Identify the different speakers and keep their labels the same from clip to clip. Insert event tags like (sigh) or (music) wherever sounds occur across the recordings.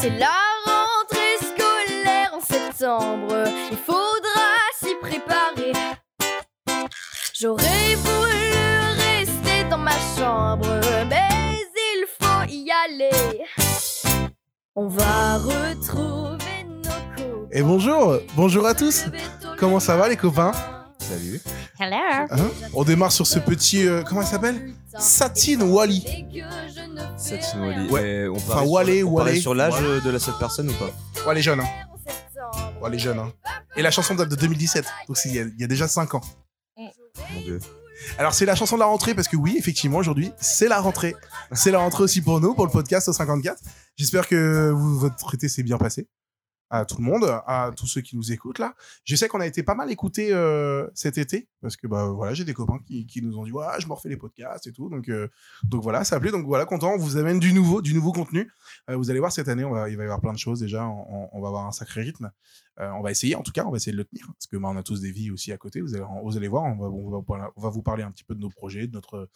Speaker 1: C'est la rentrée scolaire en septembre. Il faudra s'y préparer. J'aurais voulu rester dans ma chambre, mais il faut y aller. On va retrouver nos copains.
Speaker 2: Et bonjour, bonjour à tous. Comment ça va, les copains Salut.
Speaker 3: Ah.
Speaker 4: Hello.
Speaker 2: Hein On démarre sur ce petit. euh, comment ça s'appelle Satine Wally.
Speaker 3: Satine Wally.
Speaker 2: Ouais.
Speaker 3: Et euh, on
Speaker 2: Enfin, Wally,
Speaker 3: sur, on parlait
Speaker 2: Wally.
Speaker 3: sur l'âge euh, de la cette personne ou pas
Speaker 2: Ouais, les jeunes. Hein. Ouais, les jeunes. Hein. Et la chanson date de 2017, donc c'est- il y, a- il y a déjà 5 ans.
Speaker 3: Mon dieu.
Speaker 2: Alors, c'est la chanson de la rentrée, parce que oui, effectivement, aujourd'hui, c'est la rentrée. C'est la rentrée aussi pour nous, pour le podcast au 54. J'espère que vous, votre été s'est bien passé. À tout le monde, à tous ceux qui nous écoutent là. Je sais qu'on a été pas mal écoutés euh, cet été, parce que bah, voilà, j'ai des copains qui, qui nous ont dit ouais, je me refais les podcasts et tout. Donc, euh, donc voilà, ça a plu. Donc voilà, content, on vous amène du nouveau, du nouveau contenu. Euh, vous allez voir cette année, on va, il va y avoir plein de choses déjà. On, on- on va avoir un sacré rythme. Euh, on va essayer, en tout cas, on va essayer de le tenir. Parce que bah, on a tous des vies aussi à côté. Vous allez, vous allez voir, on va, on, va, parler- on va vous parler un petit peu de nos projets, de notre,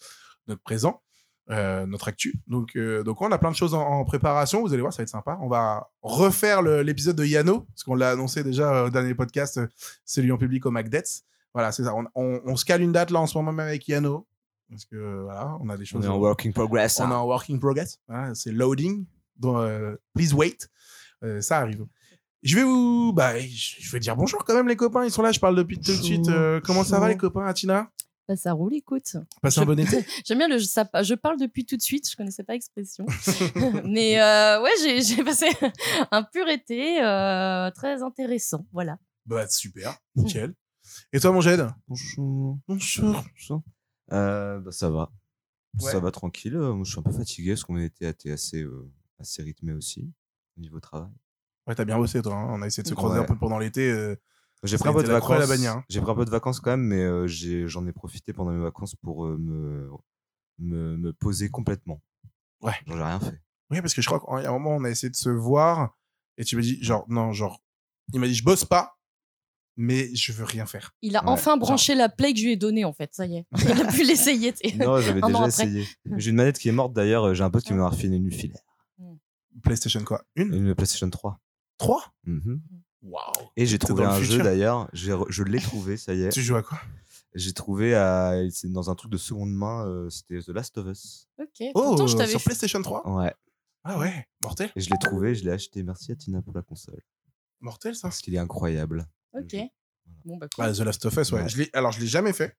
Speaker 2: notre présent, euh, notre actu. Donc, euh, donc on a plein de choses en, en préparation. Vous allez voir, ça va être sympa. On va refaire le- l'épisode de Yano, parce qu'on l'a annoncé déjà euh, au dernier podcast, euh, celui en public au MacDetz. Voilà, c'est ça. On, on- on se cale une date là en ce moment même avec Yano. Parce que euh, voilà, on a des
Speaker 3: On
Speaker 2: choses.
Speaker 3: est en working progress.
Speaker 2: On est
Speaker 3: hein.
Speaker 2: en working progress. Voilà, c'est loading. Donc, euh, please wait. Euh, ça arrive. Je vais vous. Bah, je je vais dire bonjour quand même, les copains. Ils sont là. Je parle depuis tout de
Speaker 5: Bonjour.
Speaker 2: suite. Euh, comment ça va,
Speaker 5: Bonjour.
Speaker 2: les copains, Atina
Speaker 5: Bah, ça roule, écoute.
Speaker 2: Passez un bon été.
Speaker 5: J'aime bien le ça- je parle depuis tout de suite, je connaissais pas l'expression. Mais euh, ouais, j'ai- j'ai passé (laughs) un pur été euh, très intéressant, voilà.
Speaker 2: (laughs) Bah, super. Nickel. Et toi, mon Jed
Speaker 3: Bonjour.
Speaker 2: Bonjour.
Speaker 3: Bonjour. Euh, bah, ça va. Ça
Speaker 2: Ouais.
Speaker 3: va tranquille. Euh, Moi, je suis un peu fatigué parce qu'on a été été assez, euh, assez rythmé aussi au niveau travail.
Speaker 2: Ouais, t'as bien bossé, toi. hein. On a essayé de se croiser
Speaker 3: Ouais.
Speaker 2: un peu pendant l'été. euh.
Speaker 3: J'ai
Speaker 2: Ça
Speaker 3: pris un
Speaker 2: a
Speaker 3: peu
Speaker 2: été
Speaker 3: de
Speaker 2: la croix et la
Speaker 3: vacances.
Speaker 2: bannière, hein.
Speaker 3: J'ai pris un peu de vacances quand même, mais euh, j'ai- j'en ai profité pendant mes vacances pour euh, me, me, me poser complètement.
Speaker 2: Ouais.
Speaker 3: Genre, J'ai rien fait.
Speaker 2: Oui, parce que je crois qu'à un moment, on a essayé de se voir. Et tu m'as dit, genre, non, genre, il m'a dit, je bosse pas, mais je veux rien faire.
Speaker 5: Il a
Speaker 3: Ouais,
Speaker 5: enfin branché la play que je lui ai donnée, en fait,
Speaker 2: (laughs)
Speaker 5: ça y est. Il a pu l'essayer. t'sais.
Speaker 3: Non, j'avais
Speaker 5: Un an
Speaker 3: déjà
Speaker 5: après.
Speaker 3: essayé. J'ai une manette qui est morte d'ailleurs. euh, J'ai un pote qui m'a refilé une filaire.
Speaker 2: PlayStation, quoi Une
Speaker 3: Une PlayStation 3.
Speaker 2: Trois
Speaker 3: Mhm.
Speaker 2: Waouh.
Speaker 3: Et j'ai
Speaker 2: T'es
Speaker 3: trouvé
Speaker 2: Mm-hmm. dans le
Speaker 3: un jeu
Speaker 2: futur.
Speaker 3: d'ailleurs. J'ai re- Je
Speaker 2: (laughs)
Speaker 3: l'ai trouvé, ça y est.
Speaker 2: Tu joues à quoi
Speaker 3: J'ai trouvé à... c'est dans un truc de seconde main. euh, C'était The Last of Us.
Speaker 5: Ok,
Speaker 2: Oh,
Speaker 5: pourtant je t'avais
Speaker 2: sur
Speaker 5: fait-
Speaker 2: PlayStation 3
Speaker 3: Ouais.
Speaker 2: Ah ouais, mortel.
Speaker 3: Et je l'ai trouvé, je l'ai acheté. Merci à Tina pour la console.
Speaker 2: Mortel, ça.
Speaker 3: Parce qu'il est incroyable.
Speaker 5: Ok. Bon, bah, cool.
Speaker 2: Ah, The Last of Us, ouais.
Speaker 3: Ouais.
Speaker 2: Je l'ai- alors, je l'ai jamais fait,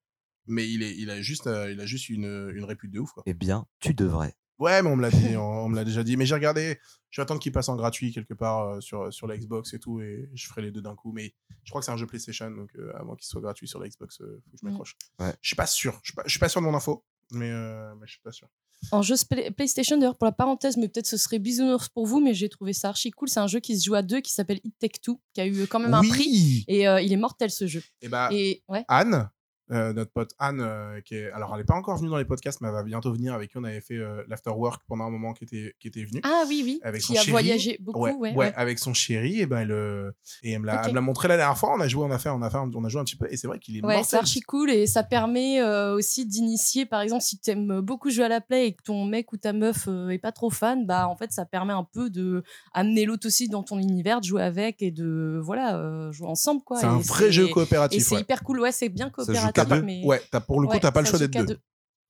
Speaker 2: mais il, est, il a juste, euh, il a juste une, une répute de ouf, quoi.
Speaker 3: Eh bien, tu devrais.
Speaker 2: Ouais, mais on me l'a (laughs) dit, on, on me l'a déjà dit. Mais j'ai regardé, je vais attendre qu'il passe en gratuit quelque part euh, sur, sur la Xbox et tout, et je ferai les deux d'un coup. Mais je crois que c'est un jeu PlayStation, donc euh, avant qu'il soit gratuit sur la Xbox, euh, faut que je
Speaker 5: Mm.
Speaker 2: m'accroche.
Speaker 3: Ouais.
Speaker 2: Je suis pas sûr, je suis pas, je suis pas sûr de mon info, mais, euh, mais je suis pas sûr.
Speaker 5: En jeu Splay- PlayStation, d'ailleurs, pour la parenthèse, mais peut-être ce serait bisounours pour vous, mais j'ai trouvé ça archi cool. C'est un jeu qui se joue à deux qui s'appelle It Take Two, qui a eu euh, quand même un prix. Et euh, il est mortel ce jeu.
Speaker 2: Et bah,
Speaker 5: Et ouais.
Speaker 2: Anne, euh, notre pote Anne, euh, qui est, alors elle n'est pas encore venue dans les podcasts, mais elle va bientôt venir avec qui on avait fait euh, l'afterwork pendant un moment qui était, qui était venue.
Speaker 5: Ah oui, oui.
Speaker 2: Avec son
Speaker 5: qui a
Speaker 2: chéri.
Speaker 5: voyagé beaucoup, ouais. ouais.
Speaker 2: avec son chéri, et ben elle, euh, et elle me l'a
Speaker 5: Ok.
Speaker 2: elle me l'a montré la dernière fois. On a joué, on a fait, on a fait, on a joué un petit peu, et c'est vrai qu'il est
Speaker 5: Ouais, c'est
Speaker 2: mortel.
Speaker 5: archi cool et ça permet euh, aussi d'initier, par exemple, si t'aimes beaucoup jouer à la play et que ton mec ou ta meuf euh, est pas trop fan, bah en fait ça permet un peu de amener l'autre aussi dans ton univers, de jouer avec et de voilà euh, jouer ensemble quoi.
Speaker 2: C'est un
Speaker 5: Et
Speaker 2: vrai
Speaker 5: c'est-
Speaker 2: jeu
Speaker 5: Et
Speaker 2: coopératif.
Speaker 5: c'est
Speaker 2: Ouais.
Speaker 5: hyper cool, ouais, c'est bien
Speaker 3: Ça joue qu'à
Speaker 5: coopératif.
Speaker 2: T'as pas-
Speaker 5: mais...
Speaker 2: ouais, t'as- pour le coup,
Speaker 5: Ouais,
Speaker 2: t'as pas le
Speaker 5: ça
Speaker 2: choix
Speaker 5: joue
Speaker 2: d'être
Speaker 5: qu'à
Speaker 2: deux.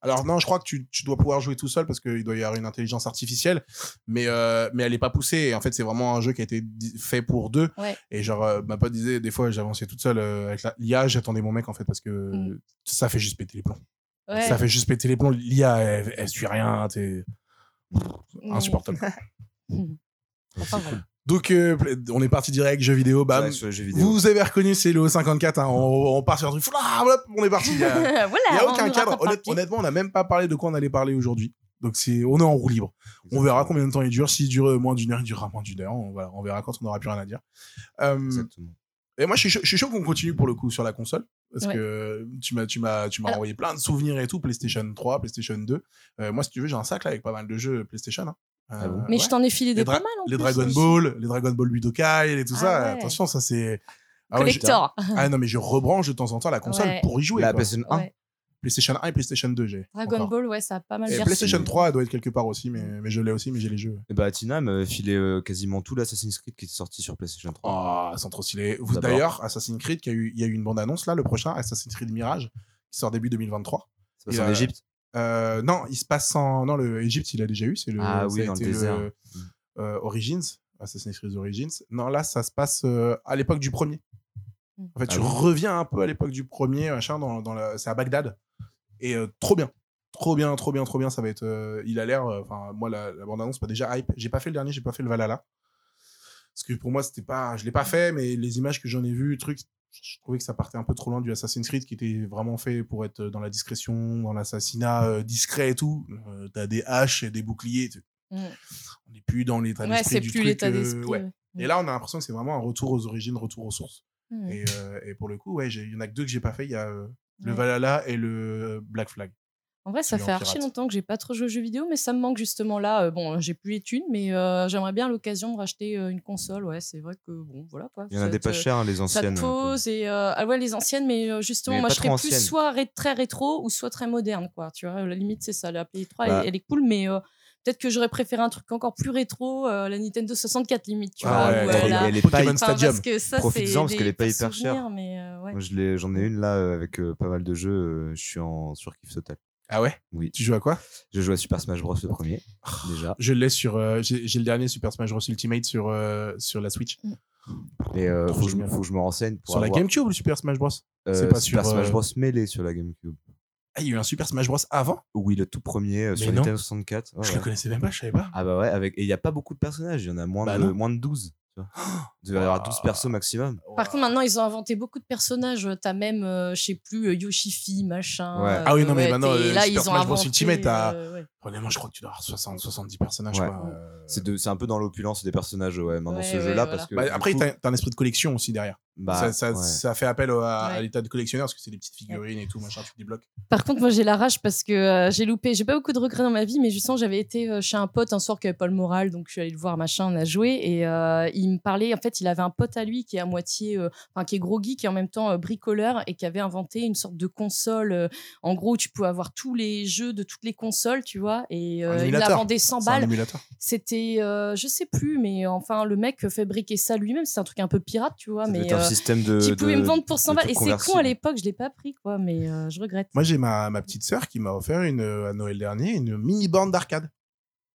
Speaker 2: Alors non, je crois que tu, tu dois pouvoir jouer tout seul parce qu'il doit y avoir une intelligence artificielle, mais, euh, mais elle est pas poussée. Et en fait, c'est vraiment un jeu qui a été di- fait pour deux.
Speaker 5: Ouais.
Speaker 2: Et genre, euh, ma pote disait, des fois, j'avançais toute seule euh, avec la- l'IA, j'attendais mon mec en fait parce que
Speaker 5: Mm.
Speaker 2: ça fait juste péter les plombs.
Speaker 5: Ouais.
Speaker 2: Ça fait juste péter les plombs. L'IA, elle, elle suit rien. T'es
Speaker 5: Mais-
Speaker 2: insupportable.
Speaker 5: (laughs) Enfin, voilà.
Speaker 2: Donc, euh, on est parti direct, jeux vidéo, bam.
Speaker 3: Ouais, sur les jeux vidéo.
Speaker 2: Bah, Vous avez reconnu, c'est le 54. hein. On, on part sur un truc. Ah, hop, on est parti. (laughs) Il y a-
Speaker 5: (laughs) voilà.
Speaker 2: Il n'y a
Speaker 5: on
Speaker 2: aucun
Speaker 5: nous
Speaker 2: cadre.
Speaker 5: rattrape par
Speaker 2: Honnête-
Speaker 5: pied.
Speaker 2: honnêtement, on n'a même pas parlé de quoi on allait parler aujourd'hui. Donc c'est, on est en roue libre. On verra combien de temps il dure. S'il dure moins d'une heure, il durera moins d'une heure. On, voilà, on verra quand on n'aura plus rien à dire. Euh,
Speaker 3: Exactement.
Speaker 2: et moi, je suis, chaud- je suis chaud qu'on continue pour le coup sur la console. Parce
Speaker 5: Ouais.
Speaker 2: que tu m'as, tu m'as, tu m'as
Speaker 5: Alors-
Speaker 2: envoyé plein de souvenirs et tout. PlayStation 3, PlayStation 2. Euh, moi, si tu veux, j'ai un sac là avec pas mal de jeux PlayStation. hein.
Speaker 3: Ah bon
Speaker 5: Mais
Speaker 2: ouais.
Speaker 5: je t'en ai filé
Speaker 2: les,
Speaker 5: des
Speaker 2: dra-
Speaker 5: pas mal en
Speaker 2: les
Speaker 5: plus,
Speaker 2: Dragon
Speaker 5: aussi.
Speaker 2: Ball, les Dragon Ball Budokai et tout
Speaker 5: Ah
Speaker 2: ça.
Speaker 5: ouais.
Speaker 2: Attention, ça c'est. Ah, ouais, je-
Speaker 5: Collector.
Speaker 2: ah non, mais je rebranche de temps en temps la console
Speaker 5: Ouais.
Speaker 2: pour y jouer.
Speaker 3: La
Speaker 2: quoi.
Speaker 3: PlayStation 1.
Speaker 5: Ouais.
Speaker 2: PlayStation 1 et PlayStation 2, j'ai.
Speaker 5: Dragon
Speaker 2: Hein encore.
Speaker 5: Ball, ouais, ça a pas mal
Speaker 2: Et
Speaker 5: versé.
Speaker 2: PlayStation 3, elle doit être quelque part aussi, mais, mais je l'ai aussi, mais j'ai les jeux.
Speaker 3: Et bah, Tina m'avait filé euh, quasiment tout l'Assassin's Creed qui est sorti sur PlayStation 3.
Speaker 2: Ah, c'est trop stylé. Vous,
Speaker 3: D'abord.
Speaker 2: D'ailleurs, Assassin's Creed, qui a eu- il y a eu une bande-annonce là, le prochain, Assassin's Creed Mirage, qui sort début 2023.
Speaker 3: Ça passe
Speaker 2: Et,
Speaker 3: en
Speaker 2: euh,
Speaker 3: Égypte.
Speaker 2: Euh, non, il se passe en. Non, le Egypte, il a déjà eu. C'est le.
Speaker 3: Ah
Speaker 2: ça
Speaker 3: oui,
Speaker 2: a
Speaker 3: dans le
Speaker 2: été
Speaker 3: désert. Mm.
Speaker 2: euh, Origins, Assassin's Creed Origins. Non, là, ça se passe euh, à l'époque du premier.
Speaker 5: Mm.
Speaker 2: En fait,
Speaker 3: Ah
Speaker 2: tu
Speaker 3: oui.
Speaker 2: reviens un peu à l'époque du premier, machin, dans, dans la- c'est à Bagdad. Et euh, trop bien. Trop bien, trop bien, trop bien. Ça va être. euh, il a l'air. euh, Enfin, moi, la, la bande-annonce m'a déjà hype. J'ai pas fait le dernier, j'ai pas fait le Valhalla. Parce que pour moi, c'était pas. Je l'ai pas fait, mais les images que j'en ai vues, truc, je trouvais que ça partait un peu trop loin du Assassin's Creed qui était vraiment fait pour être dans la discrétion, dans l'assassinat euh, discret et tout. Euh, T'as des haches et des boucliers. tu-
Speaker 5: Mm.
Speaker 2: On n'est plus dans l'état
Speaker 5: Ouais,
Speaker 2: d'esprit.
Speaker 5: c'est
Speaker 2: du
Speaker 5: plus
Speaker 2: truc,
Speaker 5: l'état
Speaker 2: euh,
Speaker 5: d'esprit.
Speaker 2: ouais.
Speaker 5: ouais.
Speaker 2: Et là, on a l'impression que c'est vraiment un retour aux origines, retour aux sources.
Speaker 5: Mm.
Speaker 2: Et, euh, et pour le coup, ouais, j'ai- il y en a que deux que j'ai pas fait. Il y a euh, le
Speaker 5: Ouais.
Speaker 2: Valhalla et le Black Flag.
Speaker 5: En vrai, ça
Speaker 2: Puis
Speaker 5: fait
Speaker 2: en
Speaker 5: archi
Speaker 2: pirate.
Speaker 5: longtemps que j'ai pas trop joué aux jeux vidéo, mais ça me manque justement là. Euh, bon, j'ai plus les thunes, mais euh, j'aimerais bien l'occasion de racheter euh, une console. Ouais, c'est vrai que bon, voilà quoi.
Speaker 3: Il y en a
Speaker 5: Ça
Speaker 3: des
Speaker 5: te-
Speaker 3: pas chers, hein, les
Speaker 5: Ça
Speaker 3: anciennes.
Speaker 5: te pose et euh, ah ouais les anciennes, mais euh, justement
Speaker 3: Mais
Speaker 5: moi
Speaker 3: pas
Speaker 5: je serais
Speaker 3: trop
Speaker 5: plus
Speaker 3: anciennes.
Speaker 5: soit ré- très rétro ou soit très moderne quoi. Tu vois, la limite c'est ça. La Play 3
Speaker 3: Bah.
Speaker 5: elle, elle est cool, mais euh, peut-être que j'aurais préféré un truc encore plus rétro, euh, la Nintendo 64 limite. Tu
Speaker 2: Ah
Speaker 5: vois,
Speaker 2: ouais,
Speaker 5: où
Speaker 3: elle,
Speaker 2: trop
Speaker 5: elle a-
Speaker 2: bien.
Speaker 3: elle est pas
Speaker 2: Pokémon
Speaker 5: Enfin,
Speaker 2: Stadium.
Speaker 5: Parce que ça, c'est
Speaker 3: Profitez-en, parce
Speaker 5: des
Speaker 3: qu'elle est pas
Speaker 5: vrais
Speaker 3: hyper chère.
Speaker 5: souvenirs, mais, euh, ouais.
Speaker 3: Moi, je l'ai- j'en ai, une là euh, avec euh, pas mal de jeux. euh, je suis en surkiff total.
Speaker 2: Ah ouais
Speaker 3: Oui.
Speaker 2: Tu joues à quoi
Speaker 3: Je joue à Super Smash Bros. le premier, déjà.
Speaker 2: Je l'ai sur. euh, j'ai j'ai le dernier Super Smash Bros Ultimate sur, euh, sur la Switch.
Speaker 3: Et euh,
Speaker 2: Trop
Speaker 3: faut, que je, me-
Speaker 2: génial.
Speaker 3: faut que je me renseigne pour
Speaker 2: sur la
Speaker 3: avoir,
Speaker 2: GameCube, le Super Smash Bros
Speaker 3: euh,
Speaker 2: c'est pas
Speaker 3: Super
Speaker 2: sur, euh,
Speaker 3: Smash Bros. Melee sur la GameCube.
Speaker 2: Ah, il y a eu un Super Smash Bros avant
Speaker 3: Oui, le tout premier euh, sur
Speaker 2: Mais non.
Speaker 3: Nintendo 64. Ouais,
Speaker 2: Je
Speaker 3: ouais.
Speaker 2: le connaissais même pas, je savais pas.
Speaker 3: Ah bah ouais, avec... et il n'y a pas beaucoup de personnages, il y en a moins,
Speaker 2: Bah
Speaker 3: de...
Speaker 2: non.
Speaker 3: moins de 12. Tu vois. Il devait y avoir 12 persos maximum.
Speaker 5: Par contre, maintenant, ils ont inventé beaucoup de personnages. T'as même, euh, je sais plus, euh, Yoshifi, machin.
Speaker 3: Ouais.
Speaker 5: euh,
Speaker 2: Ah oui, non, mais maintenant,
Speaker 5: t'es-
Speaker 2: euh, Super Smash Bros Ultimate, t'as-
Speaker 5: euh, ouais.
Speaker 2: Honnêtement, je crois que tu dois avoir 60, 70 personnages.
Speaker 3: Ouais.
Speaker 2: quoi. Euh,
Speaker 3: C'est de- c'est un peu dans l'opulence des personnages, ouais, maintenant
Speaker 5: Ouais,
Speaker 3: ce
Speaker 5: ouais,
Speaker 3: jeu-là.
Speaker 5: voilà.
Speaker 3: Parce que,
Speaker 2: Bah,
Speaker 3: du
Speaker 2: après,
Speaker 3: coup,
Speaker 2: t'as t'as un esprit de collection aussi derrière.
Speaker 3: bah,
Speaker 2: ça, ça,
Speaker 3: ouais.
Speaker 2: ça fait appel au- à, à
Speaker 5: Ouais.
Speaker 2: l'état de collectionneur parce que c'est des petites figurines et tout, machin, tu débloques.
Speaker 5: Par contre, moi, j'ai la rage parce que euh, j'ai loupé. J'ai pas beaucoup de regrets dans ma vie, mais justement, j'avais été euh, chez un pote un soir qui avait pas le moral, donc je suis allée le voir, machin, on a joué. Et euh, il me parlait, en fait, il avait un pote à lui qui est à moitié, euh, enfin, qui est gros geek et en même temps euh, bricoleur et qui avait inventé une sorte de console. euh, en gros, tu pouvais avoir tous les jeux de toutes les consoles, tu vois, et euh, il la
Speaker 2: émulateur.
Speaker 5: vendait 100
Speaker 2: C'est un
Speaker 5: balles.
Speaker 2: émulateur.
Speaker 5: C'était, euh, je sais plus, mais enfin, le mec fabriquait ça lui-même. C'est un truc un peu pirate, tu vois,
Speaker 3: Ça doit
Speaker 5: mais
Speaker 3: être un
Speaker 5: euh,
Speaker 3: système de.
Speaker 5: qui pouvait
Speaker 3: de-
Speaker 5: me vendre pour 100
Speaker 3: de
Speaker 5: balles.
Speaker 3: trucs
Speaker 5: Et c'est con
Speaker 3: conversibles.
Speaker 5: à l'époque, je l'ai pas pris, quoi, mais euh, je regrette.
Speaker 2: Moi, j'ai ma, ma petite sœur qui m'a offert une, euh, à Noël dernier une mini borne d'arcade.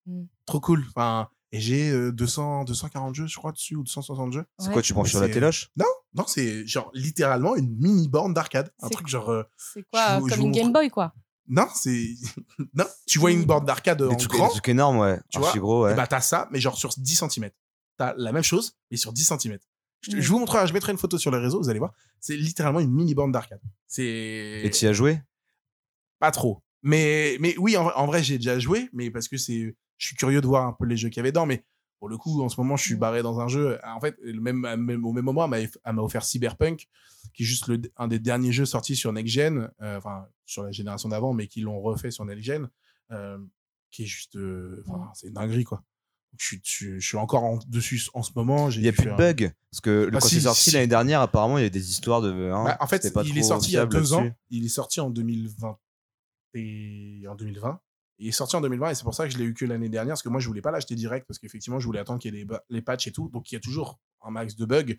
Speaker 5: Mm.
Speaker 2: Trop cool. Enfin, et j'ai euh, 200, 240 jeux, je crois, dessus, ou 260 jeux.
Speaker 3: C'est
Speaker 5: Ouais.
Speaker 3: quoi, tu branches sur la
Speaker 2: C'est-
Speaker 3: téloche
Speaker 2: Non, c'est genre littéralement une mini borne d'arcade. Un
Speaker 5: C'est-
Speaker 2: truc genre. euh,
Speaker 5: C'est quoi,
Speaker 2: Je vous-
Speaker 5: comme
Speaker 2: je
Speaker 5: une
Speaker 2: vous
Speaker 5: Game
Speaker 2: montre.
Speaker 5: Boy, quoi.
Speaker 2: non, c'est. (laughs) non, tu vois une borne d'arcade en
Speaker 3: Des trucs,
Speaker 2: grand.
Speaker 3: des trucs énormes, ouais.
Speaker 2: Tu
Speaker 3: Archi
Speaker 2: vois,
Speaker 3: gros, ouais.
Speaker 2: Et bah, t'as ça, mais genre sur 10 cm. T'as la même chose, mais sur 10 cm. Je, te-
Speaker 5: Mm.
Speaker 2: je vous montrerai, je mettrai une photo sur les réseaux, vous allez voir. C'est littéralement une mini borne d'arcade. C'est.
Speaker 3: Et tu y as joué
Speaker 2: Pas trop. Mais, mais oui, en vrai, en vrai, j'ai déjà joué, mais parce que c'est, je suis curieux de voir un peu les jeux qu'il y avait dedans. Mais pour le coup, en ce moment, je suis
Speaker 5: Mm.
Speaker 2: barré dans un jeu. En fait, le même, même- au même moment, elle m'a eff- elle m'a offert Cyberpunk, qui est juste le, un des derniers jeux sortis sur Next Gen, euh, enfin, sur la génération d'avant, mais qui l'ont refait sur Next Gen, euh, qui est juste. euh, enfin, C'est une dinguerie, quoi. Je suis, je, je suis encore en, dessus en ce moment.
Speaker 3: Il n'y a plus de
Speaker 2: bugs
Speaker 3: bug. Parce que
Speaker 2: Ah,
Speaker 3: quand
Speaker 2: si,
Speaker 3: c'est sorti
Speaker 2: si.
Speaker 3: l'année dernière, apparemment, il y a des histoires de. hein,
Speaker 2: Bah, en fait,
Speaker 3: c'était pas
Speaker 2: il est
Speaker 3: trop
Speaker 2: sorti il y a
Speaker 3: fiable
Speaker 2: deux ans.
Speaker 3: là-dessus.
Speaker 2: Il est sorti en 2020. Et en 2020. Il est sorti en 2020 et c'est pour ça que je l'ai eu que l'année dernière parce que moi je voulais pas l'acheter direct parce qu'effectivement je voulais attendre qu'il y ait les, ba- les patchs et tout. Donc il y a toujours un max de bugs,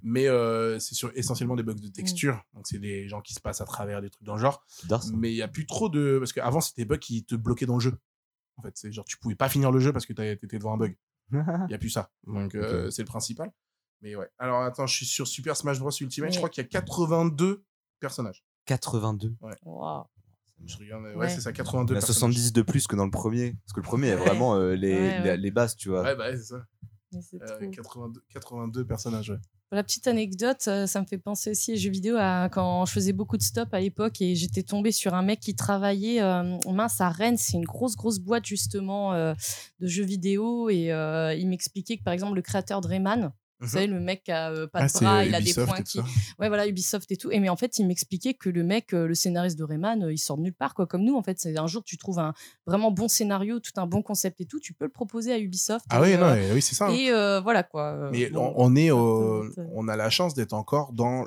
Speaker 2: mais euh, c'est sur- essentiellement des bugs de texture. Donc c'est des gens qui se passent à travers des trucs dans le genre.
Speaker 3: C'est bizarre, ça.
Speaker 2: Mais il y a plus trop de. Parce qu'avant c'était des bugs qui te bloquaient dans le jeu. En fait, c'est genre tu pouvais pas finir le jeu parce que t'as- t'étais devant un bug. (laughs) Il n'y a plus ça. Donc, euh, c'est le principal. Mais ouais. Alors, attends, je suis sur Super Smash Bros Ultimate. Je
Speaker 5: Ouais.
Speaker 2: crois qu'il y a 82 personnages.
Speaker 3: 82.
Speaker 5: Waouh.
Speaker 2: Je regarde. Ouais,
Speaker 5: Ouais.
Speaker 2: c'est ça, 82
Speaker 3: Il y en a
Speaker 2: personnages.
Speaker 3: 70 Bah, de plus que dans le premier. Parce que le premier, il y a
Speaker 5: Ouais.
Speaker 3: vraiment euh, les,
Speaker 5: Ouais,
Speaker 3: les-
Speaker 5: ouais.
Speaker 3: les bases, tu vois.
Speaker 2: Ouais, bah, ouais, c'est ça.
Speaker 5: Mais c'est
Speaker 2: Euh,
Speaker 5: trop.
Speaker 2: 82, 82 personnages, ouais.
Speaker 5: Pour la petite anecdote, euh, ça me fait penser aussi aux jeux vidéo à quand je faisais beaucoup de stops à l'époque et j'étais tombée sur un mec qui travaillait, euh, mince, à Rennes, c'est une grosse, grosse boîte justement euh, de jeux vidéo et euh, il m'expliquait que par exemple le créateur de Rayman, vous
Speaker 3: Mhm.
Speaker 2: Mhm.
Speaker 5: savez, le mec qui a euh,
Speaker 3: Ah,
Speaker 5: pas de bras, il a des points qui. Ouais, voilà, Ubisoft et tout. Et mais en fait, il m'expliquait que le mec, euh, le scénariste de Rayman, euh, il sort de nulle part, quoi. Comme nous, en fait, c'est un jour, tu trouves un vraiment bon scénario, tout un bon concept et tout, tu peux le proposer à Ubisoft.
Speaker 2: Ah
Speaker 5: et,
Speaker 2: oui, non,
Speaker 5: euh,
Speaker 2: mais oui, c'est ça. hein.
Speaker 5: Et euh, voilà, quoi. Euh,
Speaker 2: Mais
Speaker 5: bon.
Speaker 2: on, on est
Speaker 5: Ouais,
Speaker 2: au,
Speaker 5: ouais, ouais.
Speaker 2: on a la chance d'être encore dans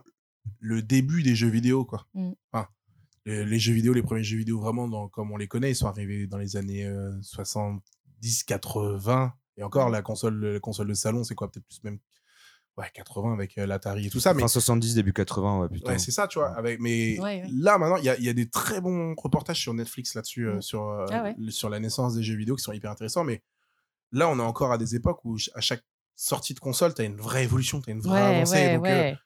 Speaker 2: le début des jeux vidéo, quoi.
Speaker 5: Mm.
Speaker 2: Enfin, les, les jeux vidéo, les premiers jeux vidéo vraiment dans- comme on les connaît, ils sont arrivés dans les années euh, 70, 80. Et
Speaker 5: Mmh.
Speaker 2: encore, la console, la console de salon, c'est quoi Peut-être plus même ouais, 80 avec euh, l'Atari et tout ça. Mais
Speaker 3: Fin 70, début 80, Oh. ouais, putain.
Speaker 2: Ouais, c'est ça, tu vois. Avec, mais
Speaker 5: Ouais, ouais.
Speaker 2: là, maintenant, il y a, il y a des très bons reportages sur Netflix là-dessus, euh,
Speaker 5: Mm.
Speaker 2: sur, euh,
Speaker 5: Ah ouais.
Speaker 2: le- sur la naissance des jeux vidéo qui sont hyper intéressants. Mais là, on est encore à des époques où ch- à chaque sortie de console, tu as une vraie évolution, tu as une vraie
Speaker 5: Ouais,
Speaker 2: avancée.
Speaker 5: ouais,
Speaker 2: donc, euh,
Speaker 5: ouais.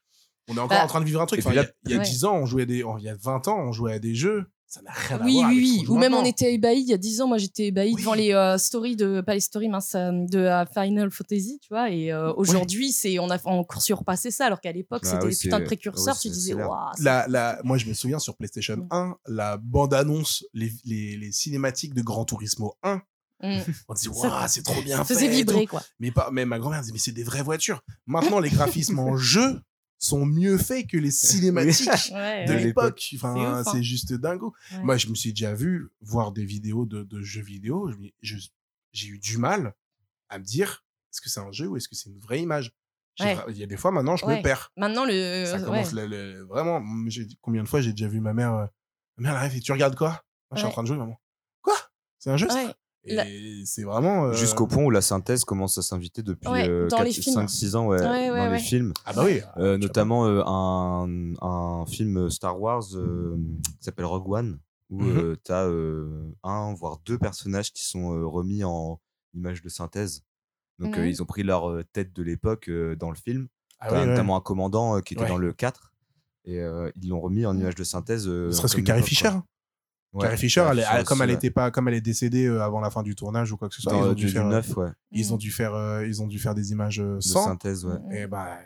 Speaker 2: on est encore
Speaker 5: Bah,
Speaker 2: en train de vivre un truc.
Speaker 3: et
Speaker 2: Enfin,
Speaker 3: puis
Speaker 2: Il y
Speaker 3: là-
Speaker 2: a, il y a
Speaker 5: Ouais.
Speaker 2: 10 ans, on jouait à des, on- il y a 20 ans, on jouait à des jeux. Ça n'a rien à
Speaker 5: Oui,
Speaker 2: voir. avec ce
Speaker 5: oui, oui.
Speaker 2: qu'on joue
Speaker 5: Ou même on
Speaker 2: maintenant.
Speaker 5: était ébahis il y a 10 ans. Moi, j'étais ébahie
Speaker 2: Oui.
Speaker 5: devant les euh, stories de. Pas les stories, mince, euh, de euh, Final Fantasy, tu vois. Et euh, aujourd'hui, c'est on a on court sur repasser ça, alors qu'à l'époque,
Speaker 3: Bah
Speaker 5: c'était
Speaker 3: oui,
Speaker 5: des putains de
Speaker 3: c'est-
Speaker 5: précurseurs.
Speaker 3: oui,
Speaker 5: tu
Speaker 3: c'est-
Speaker 5: disais,
Speaker 3: c'est l'air.
Speaker 5: waouh. c'est-
Speaker 2: La, la- moi, je me souviens sur PlayStation
Speaker 5: Mm.
Speaker 2: 1, la bande-annonce, les, les, les cinématiques de Gran Turismo 1, (laughs)
Speaker 5: Mm.
Speaker 2: on disait,
Speaker 5: Ça-
Speaker 2: waouh, c'est trop bien.
Speaker 5: Ça faisait
Speaker 2: fait et
Speaker 5: vibrer, quoi.
Speaker 2: Mais pas, mais ma grand-mère disait, mais c'est des vraies voitures. Maintenant, les graphismes en jeu sont mieux faits que les
Speaker 3: (laughs)
Speaker 2: cinématiques
Speaker 5: (laughs) Ouais,
Speaker 2: de
Speaker 5: ouais.
Speaker 2: l'époque.
Speaker 5: C'est
Speaker 2: Enfin,
Speaker 5: ouf, hein.
Speaker 2: c'est juste dingo.
Speaker 5: Ouais.
Speaker 2: Moi, je me suis déjà vu voir des vidéos de, de jeux vidéo. Je me- je- J'ai eu du mal à me dire, est-ce que c'est un jeu ou est-ce que c'est une vraie image J'ai
Speaker 5: Ouais.
Speaker 2: vra- Il y a des fois, maintenant, je
Speaker 5: Ouais.
Speaker 2: me perds.
Speaker 5: Maintenant, le. euh,
Speaker 2: Ça commence
Speaker 5: ouais.
Speaker 2: le- le- vraiment. mm, j'ai- Combien de fois j'ai déjà vu ma mère, euh, ma mère elle arrive et tu regardes quoi Moi, Je suis en
Speaker 5: Ouais.
Speaker 2: train de jouer, maman. Quoi C'est un jeu ça
Speaker 5: Ouais.
Speaker 2: Et
Speaker 5: La-
Speaker 2: c'est vraiment. euh,
Speaker 3: Jusqu'au point où la synthèse commence à s'inviter depuis euh,
Speaker 5: Ouais, dans les films.
Speaker 3: 5-6 ans ouais,
Speaker 5: Ouais, ouais,
Speaker 3: dans
Speaker 5: ouais.
Speaker 3: les films.
Speaker 2: Ah bah oui.
Speaker 3: Euh,
Speaker 2: tu
Speaker 3: notamment euh, un, un film Star Wars euh, qui s'appelle Rogue One, où
Speaker 2: Mhm.
Speaker 3: tu as un, voire deux personnages qui sont euh, remis en images de synthèse. Donc euh,
Speaker 5: Mhm.
Speaker 3: ils ont pris leur euh, tête de l'époque euh, dans le film.
Speaker 2: Ah
Speaker 3: T'as
Speaker 2: ouais, ouais.
Speaker 3: notamment un commandant euh, qui était
Speaker 2: Ouais.
Speaker 3: dans le 4. Et euh, ils l'ont remis en
Speaker 5: Mhm.
Speaker 3: image de synthèse. euh,
Speaker 2: Ne serait-ce que
Speaker 3: comme
Speaker 2: Carrie
Speaker 3: l'époque,
Speaker 2: Fisher.
Speaker 3: quoi. Ouais,
Speaker 2: Carrie Fisher, elle est- elle-
Speaker 3: aussi,
Speaker 2: comme elle
Speaker 3: ouais.
Speaker 2: était pas, comme elle est décédée euh, avant la fin du tournage ou quoi que ce soit,
Speaker 3: Dans,
Speaker 2: ils, ont
Speaker 3: euh,
Speaker 2: dû
Speaker 3: du
Speaker 2: faire, euh,
Speaker 3: 9, ouais,
Speaker 2: ils ont
Speaker 5: Mm.
Speaker 2: dû faire, euh, ils ont dû faire des images euh,
Speaker 3: de
Speaker 2: sans.
Speaker 3: synthèse, ouais.
Speaker 5: Mm.
Speaker 2: Et bah,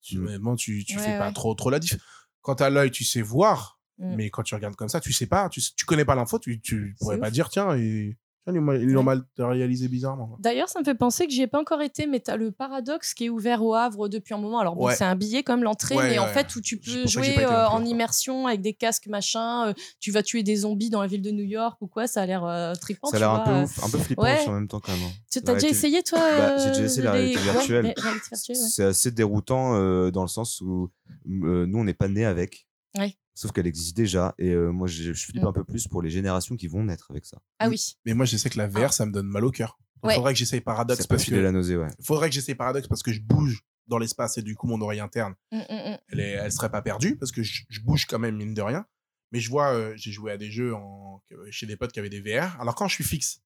Speaker 2: tu,
Speaker 3: Mm.
Speaker 2: honnêtement, tu, tu
Speaker 5: Ouais,
Speaker 2: fais pas
Speaker 5: ouais.
Speaker 2: trop, trop la diff. Quand à l'œil, tu sais voir,
Speaker 5: Mm.
Speaker 2: mais quand tu regardes comme ça, tu sais pas, tu, tu connais pas l'info, tu, tu
Speaker 5: C'est
Speaker 2: pourrais pas
Speaker 5: ouf.
Speaker 2: dire tiens, et, tiens, ils l'ont mal- ils l'ont mal réalisé bizarrement. quoi.
Speaker 5: D'ailleurs, ça me fait penser que j'y ai pas encore été, mais t'as le paradoxe qui est ouvert au Havre depuis un moment. Alors bon,
Speaker 2: Ouais.
Speaker 5: c'est un billet comme l'entrée,
Speaker 2: Ouais,
Speaker 5: mais en
Speaker 2: ouais.
Speaker 5: fait où tu
Speaker 2: C'est
Speaker 5: peux
Speaker 2: pour ça que j'ai pas
Speaker 5: jouer
Speaker 2: été non
Speaker 5: euh,
Speaker 2: plus
Speaker 5: en
Speaker 2: encore.
Speaker 5: immersion avec des casques machin. euh, tu vas tuer des zombies dans la ville de New York ou quoi Ça a l'air euh,
Speaker 2: Oh,
Speaker 5: trippant.
Speaker 3: Ça a
Speaker 5: tu
Speaker 3: l'air
Speaker 5: vois,
Speaker 3: un peu
Speaker 5: euh.
Speaker 3: ouf, un peu flippant
Speaker 5: ouais.
Speaker 3: aussi en même temps quand même. hein.
Speaker 5: Tu
Speaker 3: La
Speaker 5: t'as déjà
Speaker 3: réalité-
Speaker 5: essayé toi
Speaker 3: Bah, j'ai
Speaker 5: euh,
Speaker 3: déjà essayé la
Speaker 5: les-
Speaker 3: réalité
Speaker 5: ouais,
Speaker 3: virtuelle.
Speaker 5: la- la réalité virtuelle, ouais.
Speaker 3: C'est assez déroutant euh, dans le sens où euh, nous, on n'est pas nés avec.
Speaker 5: Ouais.
Speaker 3: Sauf qu'elle existe déjà. Et euh, moi, je, je flippe
Speaker 5: Mm.
Speaker 3: un peu plus pour les générations qui vont naître avec ça.
Speaker 5: Ah oui.
Speaker 2: Mais moi, je sais que la VR, ça me donne mal au cœur. Il
Speaker 5: Ouais.
Speaker 2: faudrait que j'essaye
Speaker 3: Ça
Speaker 2: paradoxe
Speaker 3: peut
Speaker 2: parce
Speaker 3: filer
Speaker 2: que
Speaker 3: la
Speaker 2: (laughs)
Speaker 3: nausée, ouais.
Speaker 2: faudrait que j'essaye paradoxe parce que je bouge dans l'espace et du coup mon oreille interne
Speaker 5: Mm, mm, mm.
Speaker 2: elle, est- elle serait pas perdue parce que je, je bouge quand même mine de rien. Mais je vois, euh, j'ai joué à des jeux en- que- chez des potes qui avaient des VR. Alors quand je suis fixe,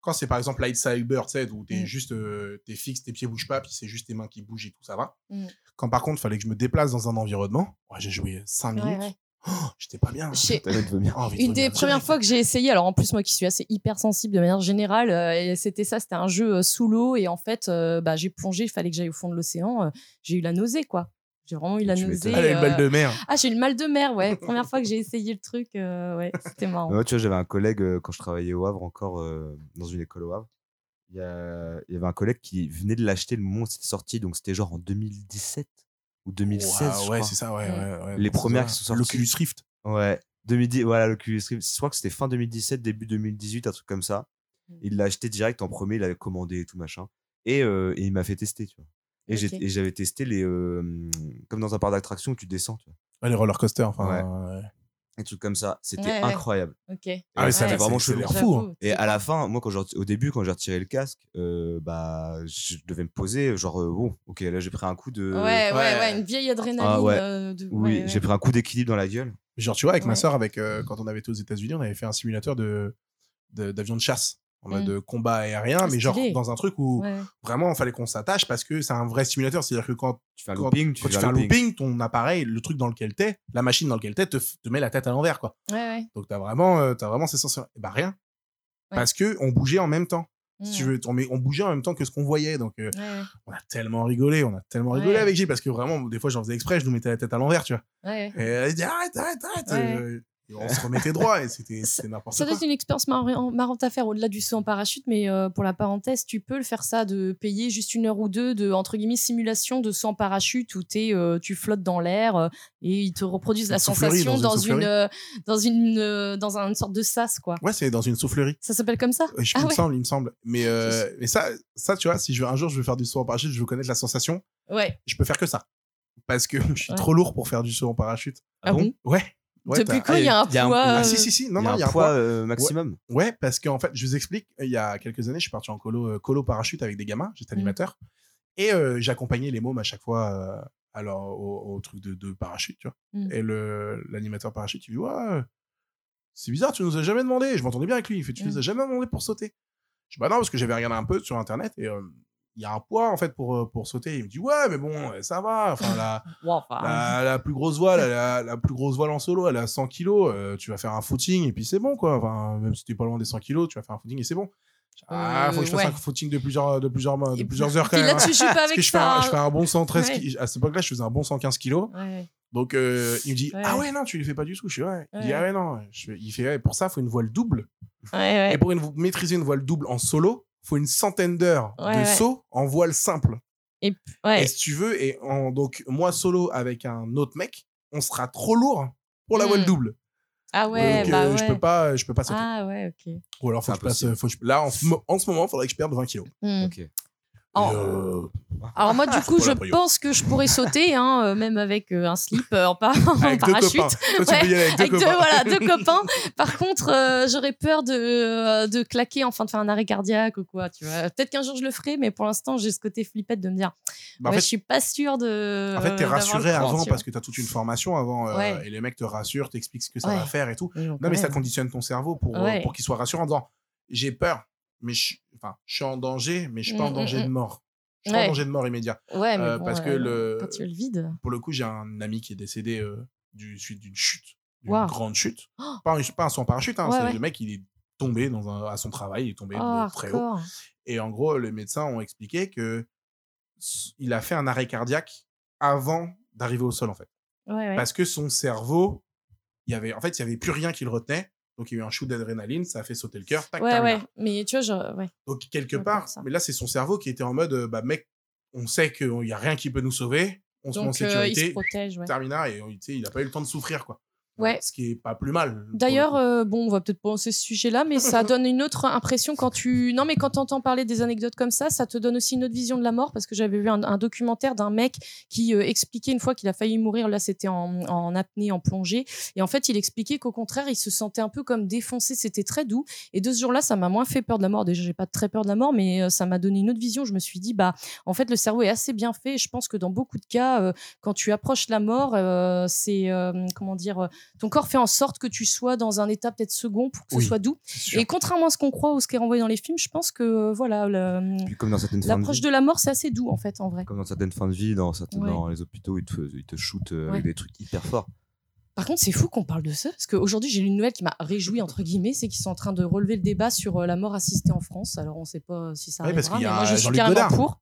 Speaker 2: quand c'est par exemple Light Cyber, tu sais, où t'es
Speaker 5: Mm.
Speaker 2: juste, euh, t'es fixe, tes pieds bougent pas, puis c'est juste tes mains qui bougent et tout, ça va.
Speaker 5: Mm.
Speaker 2: Quand par contre, fallait que je me déplace dans un environnement, ouais, j'ai joué 5
Speaker 5: mmh. Ouais,
Speaker 2: minutes, Oh,
Speaker 5: ouais.
Speaker 2: j'étais pas bien.
Speaker 5: J'ai-
Speaker 3: T'as envie de vomir.
Speaker 2: Oh, envie de
Speaker 5: Une
Speaker 2: vomir
Speaker 5: des premières
Speaker 2: direct.
Speaker 5: fois que j'ai essayé, alors en plus moi qui suis assez hypersensible de manière générale, euh, et c'était ça, c'était un jeu euh, sous l'eau et en fait euh, bah, j'ai plongé, il fallait que j'aille au fond de l'océan, euh, j'ai eu la nausée quoi. J'ai vraiment eu la
Speaker 3: Tu
Speaker 5: nausée.
Speaker 3: m'étonnes.
Speaker 2: Elle a une
Speaker 5: euh,
Speaker 2: balle de mer.
Speaker 5: Ah j'ai eu le mal de mer,
Speaker 2: (laughs)
Speaker 5: ouais. Première fois que j'ai essayé le truc, euh, ouais, c'était marrant.
Speaker 3: Moi, tu vois, j'avais un collègue euh, quand je travaillais au Havre encore, euh, dans une école au Havre. Il y, a- il y avait un collègue qui venait de l'acheter le moment où c'était sorti. Donc, c'était genre en 2017 ou 2016.
Speaker 2: Ouah,
Speaker 3: je
Speaker 2: ouais,
Speaker 3: crois.
Speaker 2: c'est ça, ouais,
Speaker 5: Mm.
Speaker 2: ouais, ouais.
Speaker 3: Les
Speaker 2: C'est
Speaker 3: premières
Speaker 2: ça.
Speaker 3: qui sont sorties.
Speaker 2: L'Oculus Rift.
Speaker 3: Ouais. 2010, voilà, l'Oculus Rift. Je crois que c'était fin 2017, début 2018, un truc comme ça.
Speaker 5: Mmh.
Speaker 3: Il l'a acheté direct en premier, il l'avait commandé et tout machin. Et, euh, et il m'a fait tester, tu vois. Et j'ai-
Speaker 5: Ok.
Speaker 3: et j'avais testé les. euh, comme dans un parc d'attraction où tu descends, tu vois.
Speaker 2: Ouais, les roller coasters, enfin. euh, ouais.
Speaker 3: Un truc comme ça. C'était
Speaker 5: Ouais, ouais.
Speaker 3: incroyable.
Speaker 5: Ok.
Speaker 2: Ah ouais,
Speaker 3: Et
Speaker 2: ça
Speaker 3: c'était
Speaker 5: Ouais.
Speaker 3: vraiment
Speaker 2: c'est- c'est
Speaker 3: chelou.
Speaker 2: l'air fou.
Speaker 5: J'avoue,
Speaker 2: hein.
Speaker 3: Et à la fin, moi, quand j'ai reti- au début, quand j'ai retiré le casque, euh, bah, je devais me poser, genre, euh, bon, ok, là, j'ai pris un coup de.
Speaker 5: Ouais, ouais,
Speaker 2: ouais.
Speaker 5: ouais, une vieille adrénaline.
Speaker 3: Ah ouais.
Speaker 5: euh, de-
Speaker 3: Oui,
Speaker 5: ouais,
Speaker 3: j'ai
Speaker 5: ouais.
Speaker 3: pris un coup d'équilibre dans la gueule.
Speaker 2: Genre, tu vois, avec ma
Speaker 5: Ouais.
Speaker 2: soeur, avec, euh, quand on avait été aux États-Unis, on avait fait un simulateur de, de- d'avion de chasse, en mode
Speaker 5: Mm.
Speaker 2: de combat aérien,
Speaker 5: Ah,
Speaker 2: mais genre
Speaker 5: stylé.
Speaker 2: dans un truc où
Speaker 5: Ouais.
Speaker 2: vraiment il fallait qu'on s'attache parce que c'est un vrai simulateur. C'est-à-dire que quand,
Speaker 3: Tu fais un
Speaker 2: Quand-
Speaker 3: looping, tu
Speaker 2: quand tu
Speaker 3: fais
Speaker 2: fais un looping, ton appareil, le truc dans lequel t'es, la machine dans lequel t'es, te, f- te met la tête à l'envers, quoi.
Speaker 5: Ouais, ouais.
Speaker 2: Donc t'as vraiment, euh, t'as vraiment ces sensations. Et bah rien. Parce que on bougeait en même temps. Si tu
Speaker 5: Mm.
Speaker 2: veux, on, mais on bougeait en même temps que ce qu'on voyait. Donc euh,
Speaker 5: Ouais, ouais.
Speaker 2: on a tellement rigolé, on a tellement rigolé
Speaker 5: Ouais.
Speaker 2: avec J parce que vraiment, des fois j'en faisais exprès, je nous mettais la tête à l'envers, tu vois.
Speaker 5: Ouais, ouais.
Speaker 2: Et elle dit arrête, arrête, arrête.
Speaker 5: Ouais.
Speaker 2: euh, et on se remettait droit et
Speaker 5: (laughs)
Speaker 2: c'était, c'était n'importe
Speaker 5: Ça
Speaker 2: quoi.
Speaker 5: doit être une expérience marran- marrante à faire au-delà du saut en parachute, mais euh, pour la parenthèse, tu peux le faire ça de payer juste une heure ou deux de entre guillemets simulation de saut en parachute où t'es, euh, tu flottes dans l'air euh, et ils te reproduisent
Speaker 2: Une
Speaker 5: la
Speaker 2: soufflerie,
Speaker 5: sensation
Speaker 2: dans
Speaker 5: dans
Speaker 2: une
Speaker 5: une euh, dans une euh, dans une sorte de sas quoi.
Speaker 2: Ouais, c'est dans une soufflerie.
Speaker 5: Ça s'appelle comme ça
Speaker 2: Euh, je-
Speaker 5: Ah
Speaker 2: il me
Speaker 5: ouais.
Speaker 2: semble, il me semble. Mais, euh, mais ça, ça, tu vois, si je veux, un jour je veux faire du saut en parachute, je veux connaître la sensation,
Speaker 5: Ouais.
Speaker 2: je peux faire que (laughs) ça. Parce que je suis
Speaker 5: Ouais.
Speaker 2: trop lourd pour faire du saut en parachute.
Speaker 5: Ah bon
Speaker 2: Ouais. Ouais,
Speaker 5: Depuis
Speaker 2: t'as-
Speaker 5: quand il y a un
Speaker 3: il y a un-
Speaker 5: poids
Speaker 2: Ah,
Speaker 5: euh,
Speaker 2: si, si, si. Non,
Speaker 3: Il y
Speaker 2: non,
Speaker 3: a un poids euh, maximum.
Speaker 2: Ouais, parce qu'en fait, je vous explique, il y a quelques années, je suis parti en colo, euh, colo parachute avec des gamins, j'étais
Speaker 5: Mhm.
Speaker 2: animateur, et euh, j'accompagnais les mômes à chaque fois euh, à leur- au, au truc de, de parachute, tu vois.
Speaker 5: Mhm.
Speaker 2: Et le- l'animateur parachute, il dit Ouais, euh, c'est bizarre, tu nous as jamais demandé. Je m'entendais bien avec lui, il fait Tu nous
Speaker 5: Mhm.
Speaker 2: as jamais demandé pour sauter. Je dis Bah non, parce que j'avais regardé un peu sur internet, et euh, il y a un poids en fait pour, euh, pour sauter. Il me dit Ouais, mais bon,
Speaker 5: Ah.
Speaker 2: euh, ça va. Enfin,
Speaker 5: (laughs)
Speaker 2: la,
Speaker 5: ouais, enfin,
Speaker 2: la, la plus grosse
Speaker 5: (laughs)
Speaker 2: voile, elle a- la plus grosse voile en solo, elle a 100 kilos. euh, tu vas faire un footing et puis c'est bon, quoi. Enfin, même si t'es pas loin des 100 kilos, tu vas faire un footing et c'est bon. Ah,
Speaker 5: Euh,
Speaker 2: faut que je fasse
Speaker 5: ouais.
Speaker 2: un footing de plusieurs, de plusieurs, mois- de
Speaker 5: Et
Speaker 2: plusieurs heures quand
Speaker 5: Puis
Speaker 2: même.
Speaker 5: là,
Speaker 2: hein. (laughs)
Speaker 5: tu joues pas
Speaker 2: Parce que
Speaker 5: avec
Speaker 2: je fais, un,
Speaker 5: ça.
Speaker 2: je fais un bon 113
Speaker 5: Ouais.
Speaker 2: ki- à cette époque-là, je faisais un bon 115 kilos.
Speaker 5: Ouais.
Speaker 2: Donc euh, il me dit
Speaker 5: Ouais.
Speaker 2: ah ouais non, tu les fais pas du tout. Je suis ouais. Il dit
Speaker 5: Ouais.
Speaker 2: ah ouais non. Je fais- il fait ouais, pour ça, faut une voile double.
Speaker 5: Ouais,
Speaker 2: Et
Speaker 5: ouais.
Speaker 2: pour une- maîtriser une voile double en solo, faut une centaine d'heures
Speaker 5: Ouais,
Speaker 2: de
Speaker 5: ouais.
Speaker 2: saut en voile simple.
Speaker 5: ouais.
Speaker 2: Et si tu veux, et en- donc moi solo avec un autre mec, on sera trop lourd pour la voile
Speaker 5: Mm.
Speaker 2: double.
Speaker 5: Ah ouais,
Speaker 2: donc
Speaker 5: bah
Speaker 2: euh,
Speaker 5: ouais.
Speaker 2: je peux pas, je peux pas sauter.
Speaker 5: Ah ouais, ok.
Speaker 2: Ou alors faut que
Speaker 3: C'est
Speaker 2: je passe,
Speaker 3: impossible.
Speaker 2: faut que je- là en, ce mo- en ce moment, faudrait que je perde 20 kilos.
Speaker 5: Hmm.
Speaker 3: Ok.
Speaker 5: Alors,
Speaker 2: Euh,
Speaker 5: alors moi, du coup,
Speaker 2: pas
Speaker 5: je
Speaker 2: la prio.
Speaker 5: pense que je pourrais sauter, hein, euh, même avec euh, un slip euh, en, par- (laughs) en
Speaker 2: avec deux
Speaker 5: parachute.
Speaker 2: copains. Toi, tu
Speaker 5: Ouais,
Speaker 2: peux y aller avec deux
Speaker 5: Avec deux,
Speaker 2: copains. (laughs)
Speaker 5: voilà, deux copains. Par contre, euh, j'aurais peur de, euh, de claquer, enfin de faire un arrêt cardiaque ou quoi. Tu vois. Peut-être qu'un jour je le ferai, mais pour l'instant, j'ai ce côté flippette de me dire,
Speaker 2: Bah, en
Speaker 5: ouais,
Speaker 2: fait,
Speaker 5: je suis pas sûre de.
Speaker 2: en fait, t'es
Speaker 5: euh, d'avoir
Speaker 2: rassuré
Speaker 5: le cran,
Speaker 2: avant
Speaker 5: tu
Speaker 2: parce que t'as toute une formation avant euh,
Speaker 5: Ouais.
Speaker 2: et les mecs te rassurent, t'expliquent ce que ça
Speaker 5: Ouais.
Speaker 2: va faire et tout.
Speaker 5: vois.
Speaker 2: Non, mais ça conditionne ton cerveau pour, euh,
Speaker 5: Ouais.
Speaker 2: pour qu'il soit rassurant en disant j'ai peur, mais je, enfin, je suis en danger, mais je suis pas en
Speaker 5: Mm,
Speaker 2: danger
Speaker 5: mm,
Speaker 2: de mort. Je suis pas en
Speaker 5: Ouais.
Speaker 2: danger de mort immédiat.
Speaker 5: Ouais, mais
Speaker 2: Euh,
Speaker 5: bon,
Speaker 2: parce que
Speaker 5: euh,
Speaker 2: le-
Speaker 5: quand tu le vides.
Speaker 2: pour le coup, j'ai un ami qui est décédé euh, du suite d'une chute, d'une
Speaker 5: Waouh. Oh.
Speaker 2: grande chute. Pas, un, pas un son parachute, hein,
Speaker 5: Ouais,
Speaker 2: c'est
Speaker 5: ouais.
Speaker 2: le mec, il est tombé dans un- à son travail, il est tombé
Speaker 5: Oh,
Speaker 2: de très haut.
Speaker 5: hardcore.
Speaker 2: Et en gros, les médecins ont expliqué que s- il a fait un arrêt cardiaque avant d'arriver au sol, en fait.
Speaker 5: Ouais, ouais.
Speaker 2: Parce que son cerveau, il y avait, en fait, il n'y avait plus rien qui le retenait. Donc, il y a eu un shoot d'adrénaline, ça a fait sauter le cœur. Tac,
Speaker 5: Ouais,
Speaker 2: terminé.
Speaker 5: ouais. Mais tu vois, je... ouais.
Speaker 2: Donc, quelque
Speaker 5: Ouais,
Speaker 2: part,
Speaker 5: comme ça.
Speaker 2: mais là, c'est son cerveau qui était en mode, euh, bah, mec, on sait qu'il n'y a rien qui peut nous sauver, on se met en
Speaker 5: donc euh, il
Speaker 2: sécurité,
Speaker 5: se protège. Ouais.
Speaker 2: Termina et euh, tu sais, il a pas eu le temps de souffrir quoi.
Speaker 5: Ouais.
Speaker 2: Ce qui est pas plus mal. pour
Speaker 5: D'ailleurs,
Speaker 2: le coup.
Speaker 5: euh, bon, on va peut-être pas lancer ce sujet-là, mais ça donne une autre impression quand tu. Non, mais quand t'entends parler des anecdotes comme ça, ça te donne aussi une autre vision de la mort parce que j'avais vu un, un documentaire d'un mec qui euh, expliquait une fois qu'il a failli mourir. Là, c'était en, en apnée, en plongée, et en fait, il expliquait qu'au contraire, il se sentait un peu comme défoncé. C'était très doux. Et de ce jour-là, ça m'a moins fait peur de la mort. Déjà, j'ai pas très peur de la mort, mais euh, ça m'a donné une autre vision. Je me suis dit, bah, en fait, le cerveau est assez bien fait. Et je pense que dans beaucoup de cas, euh, quand tu approches la mort, euh, c'est euh, comment dire ton corps fait en sorte que tu sois dans un état peut-être second pour que
Speaker 2: Oui.
Speaker 5: ce soit doux.
Speaker 2: C'est sûr.
Speaker 5: Et contrairement à ce qu'on croit ou ce qui est renvoyé dans les films, je pense que euh, voilà, le-
Speaker 3: Puis comme dans certaines fins de
Speaker 5: l'approche
Speaker 3: vie,
Speaker 5: de la mort c'est assez doux en fait en vrai.
Speaker 3: comme dans certaines fins de vie, dans, certains-
Speaker 5: Ouais.
Speaker 3: dans les hôpitaux, ils te, ils te shootent euh,
Speaker 5: Ouais.
Speaker 3: avec des trucs hyper forts.
Speaker 5: Par contre, c'est fou qu'on parle de ça parce qu'aujourd'hui j'ai lu une nouvelle qui m'a réjoui entre guillemets, c'est qu'ils sont en train de relever le débat sur euh, la mort assistée en France. Alors on ne sait pas euh, si ça
Speaker 2: Ouais, parce
Speaker 5: arrivera,
Speaker 2: qu'il y
Speaker 5: mais
Speaker 2: a
Speaker 5: moi je suis
Speaker 2: Jean-Luc
Speaker 5: carrément
Speaker 2: Godard.
Speaker 5: pour.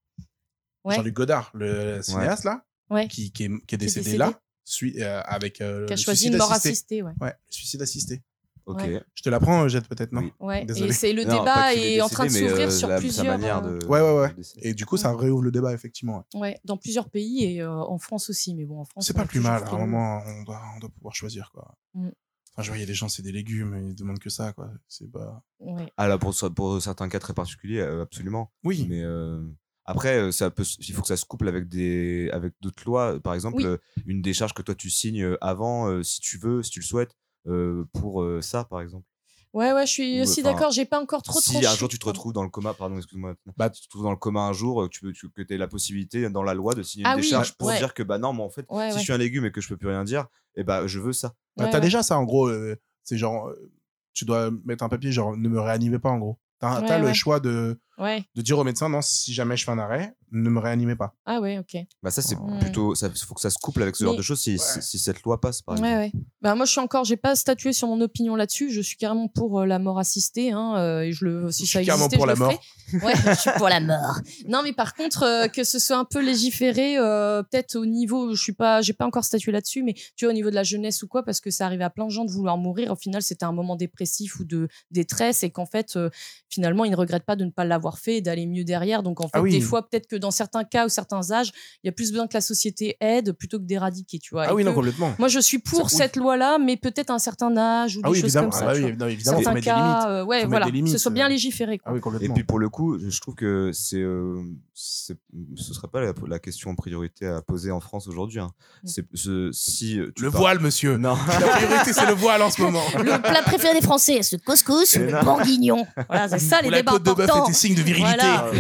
Speaker 5: Ouais.
Speaker 2: Jean-Luc Godard, le cinéaste là,
Speaker 5: Ouais.
Speaker 2: qui, qui est, qui est décédé,
Speaker 5: décédé.
Speaker 2: là, sui- euh, avec euh,
Speaker 5: Qui a
Speaker 2: le
Speaker 5: choisi
Speaker 2: suicide
Speaker 5: une mort
Speaker 2: assisté.
Speaker 5: assistée, ouais.
Speaker 2: Ouais, le suicide assisté.
Speaker 3: Ok.
Speaker 5: Ouais.
Speaker 2: Je te l'apprends, euh, Jette, peut-être, non
Speaker 3: Oui.
Speaker 5: Ouais.
Speaker 2: Désolé.
Speaker 5: Et c'est le
Speaker 3: Non, pas
Speaker 5: débat
Speaker 3: qu'il
Speaker 5: est en train de
Speaker 3: décédé, mais,
Speaker 5: s'ouvrir
Speaker 3: euh,
Speaker 5: sur
Speaker 3: la-
Speaker 5: plusieurs.
Speaker 3: Sa manière
Speaker 5: euh,
Speaker 3: de,
Speaker 2: Ouais, ouais, ouais.
Speaker 3: de décéder.
Speaker 2: Et du coup, ça réouvre le débat, effectivement. ouais.
Speaker 5: ouais, dans plusieurs pays et euh, en France aussi, mais bon en France.
Speaker 2: C'est
Speaker 5: on
Speaker 2: pas
Speaker 5: est
Speaker 2: plus
Speaker 5: toujours
Speaker 2: mal, à un
Speaker 5: frileux.
Speaker 2: moment, on doit, on doit pouvoir choisir, quoi.
Speaker 5: Mm.
Speaker 2: Enfin, je vois, il y a des gens, c'est des légumes, ils demandent que ça, quoi. C'est pas.
Speaker 5: Ouais.
Speaker 3: Ah là, pour, ce- pour certains cas très particuliers, euh, absolument.
Speaker 2: Oui,
Speaker 3: Mais euh, après, euh, ça peut, s- il faut que ça se couple avec des, avec d'autres lois. Par exemple,
Speaker 5: Oui.
Speaker 3: euh, une décharge que toi tu signes euh, avant, euh, si tu veux, si tu le souhaites, euh, pour euh, ça, par exemple.
Speaker 5: Ouais, ouais, je suis
Speaker 3: Ou,
Speaker 5: aussi
Speaker 3: enfin,
Speaker 5: d'accord. J'ai pas encore trop
Speaker 3: si
Speaker 5: tranché.
Speaker 3: un jour tu te retrouves dans le coma, pardon, excuse-moi,
Speaker 2: Bah,
Speaker 3: tu te retrouves dans le coma un jour, euh, que tu peux, tu- que tu aies la possibilité dans la loi de signer
Speaker 5: Ah
Speaker 3: une
Speaker 5: oui,
Speaker 3: décharge pour
Speaker 5: ouais.
Speaker 3: dire que bah non, mais en fait,
Speaker 5: Ouais,
Speaker 3: si
Speaker 5: ouais.
Speaker 3: je suis un légume et que je peux plus rien dire, et bah je veux ça.
Speaker 2: Bah,
Speaker 5: Ouais,
Speaker 2: t'as
Speaker 5: ouais.
Speaker 2: déjà ça, en gros. euh, c'est genre, euh, tu dois mettre un papier, genre, ne me réanimez pas, en gros. T'as
Speaker 5: Ouais,
Speaker 2: t'as le
Speaker 5: ouais.
Speaker 2: choix de.
Speaker 5: Ouais.
Speaker 2: de dire au médecin non si jamais je fais un arrêt ne me réanimez pas
Speaker 5: Ah ouais, ok.
Speaker 3: Bah ça c'est
Speaker 5: Hmm.
Speaker 3: plutôt, ça faut que ça se couple avec ce genre
Speaker 5: Mais-
Speaker 3: de choses si, si, si cette loi passe, par
Speaker 5: Ouais,
Speaker 3: exemple.
Speaker 5: ouais. Bah, moi, je suis encore, j'ai pas statué sur mon opinion là-dessus. Je suis carrément pour euh, la mort assistée. Hein, euh, et je le, si
Speaker 2: Je
Speaker 5: ça
Speaker 2: suis carrément
Speaker 5: existait,
Speaker 2: pour
Speaker 5: je
Speaker 2: la
Speaker 5: le
Speaker 2: mort.
Speaker 5: ferais. Ouais, je suis pour la mort. Non, mais par contre, euh, que ce soit un peu légiféré, euh, peut-être au niveau, je suis pas, j'ai pas encore statué là-dessus, mais tu vois, au niveau de la jeunesse ou quoi, parce que ça arrive à plein de gens de vouloir mourir. Au final, c'était un moment dépressif ou de détresse et qu'en fait, euh, finalement, ils ne regrettent pas de ne pas l'avoir l'avoir fait et d'aller mieux derrière. Donc, en fait,
Speaker 2: Ah oui.
Speaker 5: des fois, peut-être que dans certains cas ou certains âges, il y a plus besoin que la société aide plutôt que d'éradiquer, tu vois.
Speaker 2: Ah
Speaker 5: Et
Speaker 2: oui, non,
Speaker 5: que-
Speaker 2: complètement.
Speaker 5: moi, je suis pour
Speaker 2: Ça- oui.
Speaker 5: cette loi-là, mais peut-être à un certain âge ou des
Speaker 2: Ah oui,
Speaker 5: choses
Speaker 2: évidemment.
Speaker 5: comme ça.
Speaker 2: Ah
Speaker 5: tu
Speaker 2: oui,
Speaker 5: vois.
Speaker 2: évidemment, évidemment, faut
Speaker 5: Certains
Speaker 2: mettre des limites.
Speaker 5: cas, euh, ouais,
Speaker 2: mettre
Speaker 5: voilà,
Speaker 2: des
Speaker 5: que
Speaker 2: limites,
Speaker 5: ce soit
Speaker 2: euh,
Speaker 5: bien légiféré.
Speaker 2: Ah
Speaker 5: Quoi.
Speaker 2: oui, complètement.
Speaker 3: Et puis pour le coup, je je trouve que c'est, euh, c'est- ce serait pas la, la question en priorité à poser en France aujourd'hui. hein.
Speaker 5: Mm.
Speaker 3: C'est ce- si euh, tu
Speaker 2: le
Speaker 3: parles-
Speaker 2: voile, monsieur.
Speaker 3: Non.
Speaker 2: La priorité, c'est le voile
Speaker 5: (laughs)
Speaker 2: en ce moment. (laughs)
Speaker 4: Le plat préféré des Français, ce couscous ou
Speaker 3: Et
Speaker 4: le
Speaker 3: là-
Speaker 4: bourguignon
Speaker 5: Voilà, c'est ça les
Speaker 2: Où la
Speaker 5: débats
Speaker 2: côte de bœuf Ah
Speaker 5: importants.
Speaker 2: était signe de virilité.
Speaker 5: Voilà.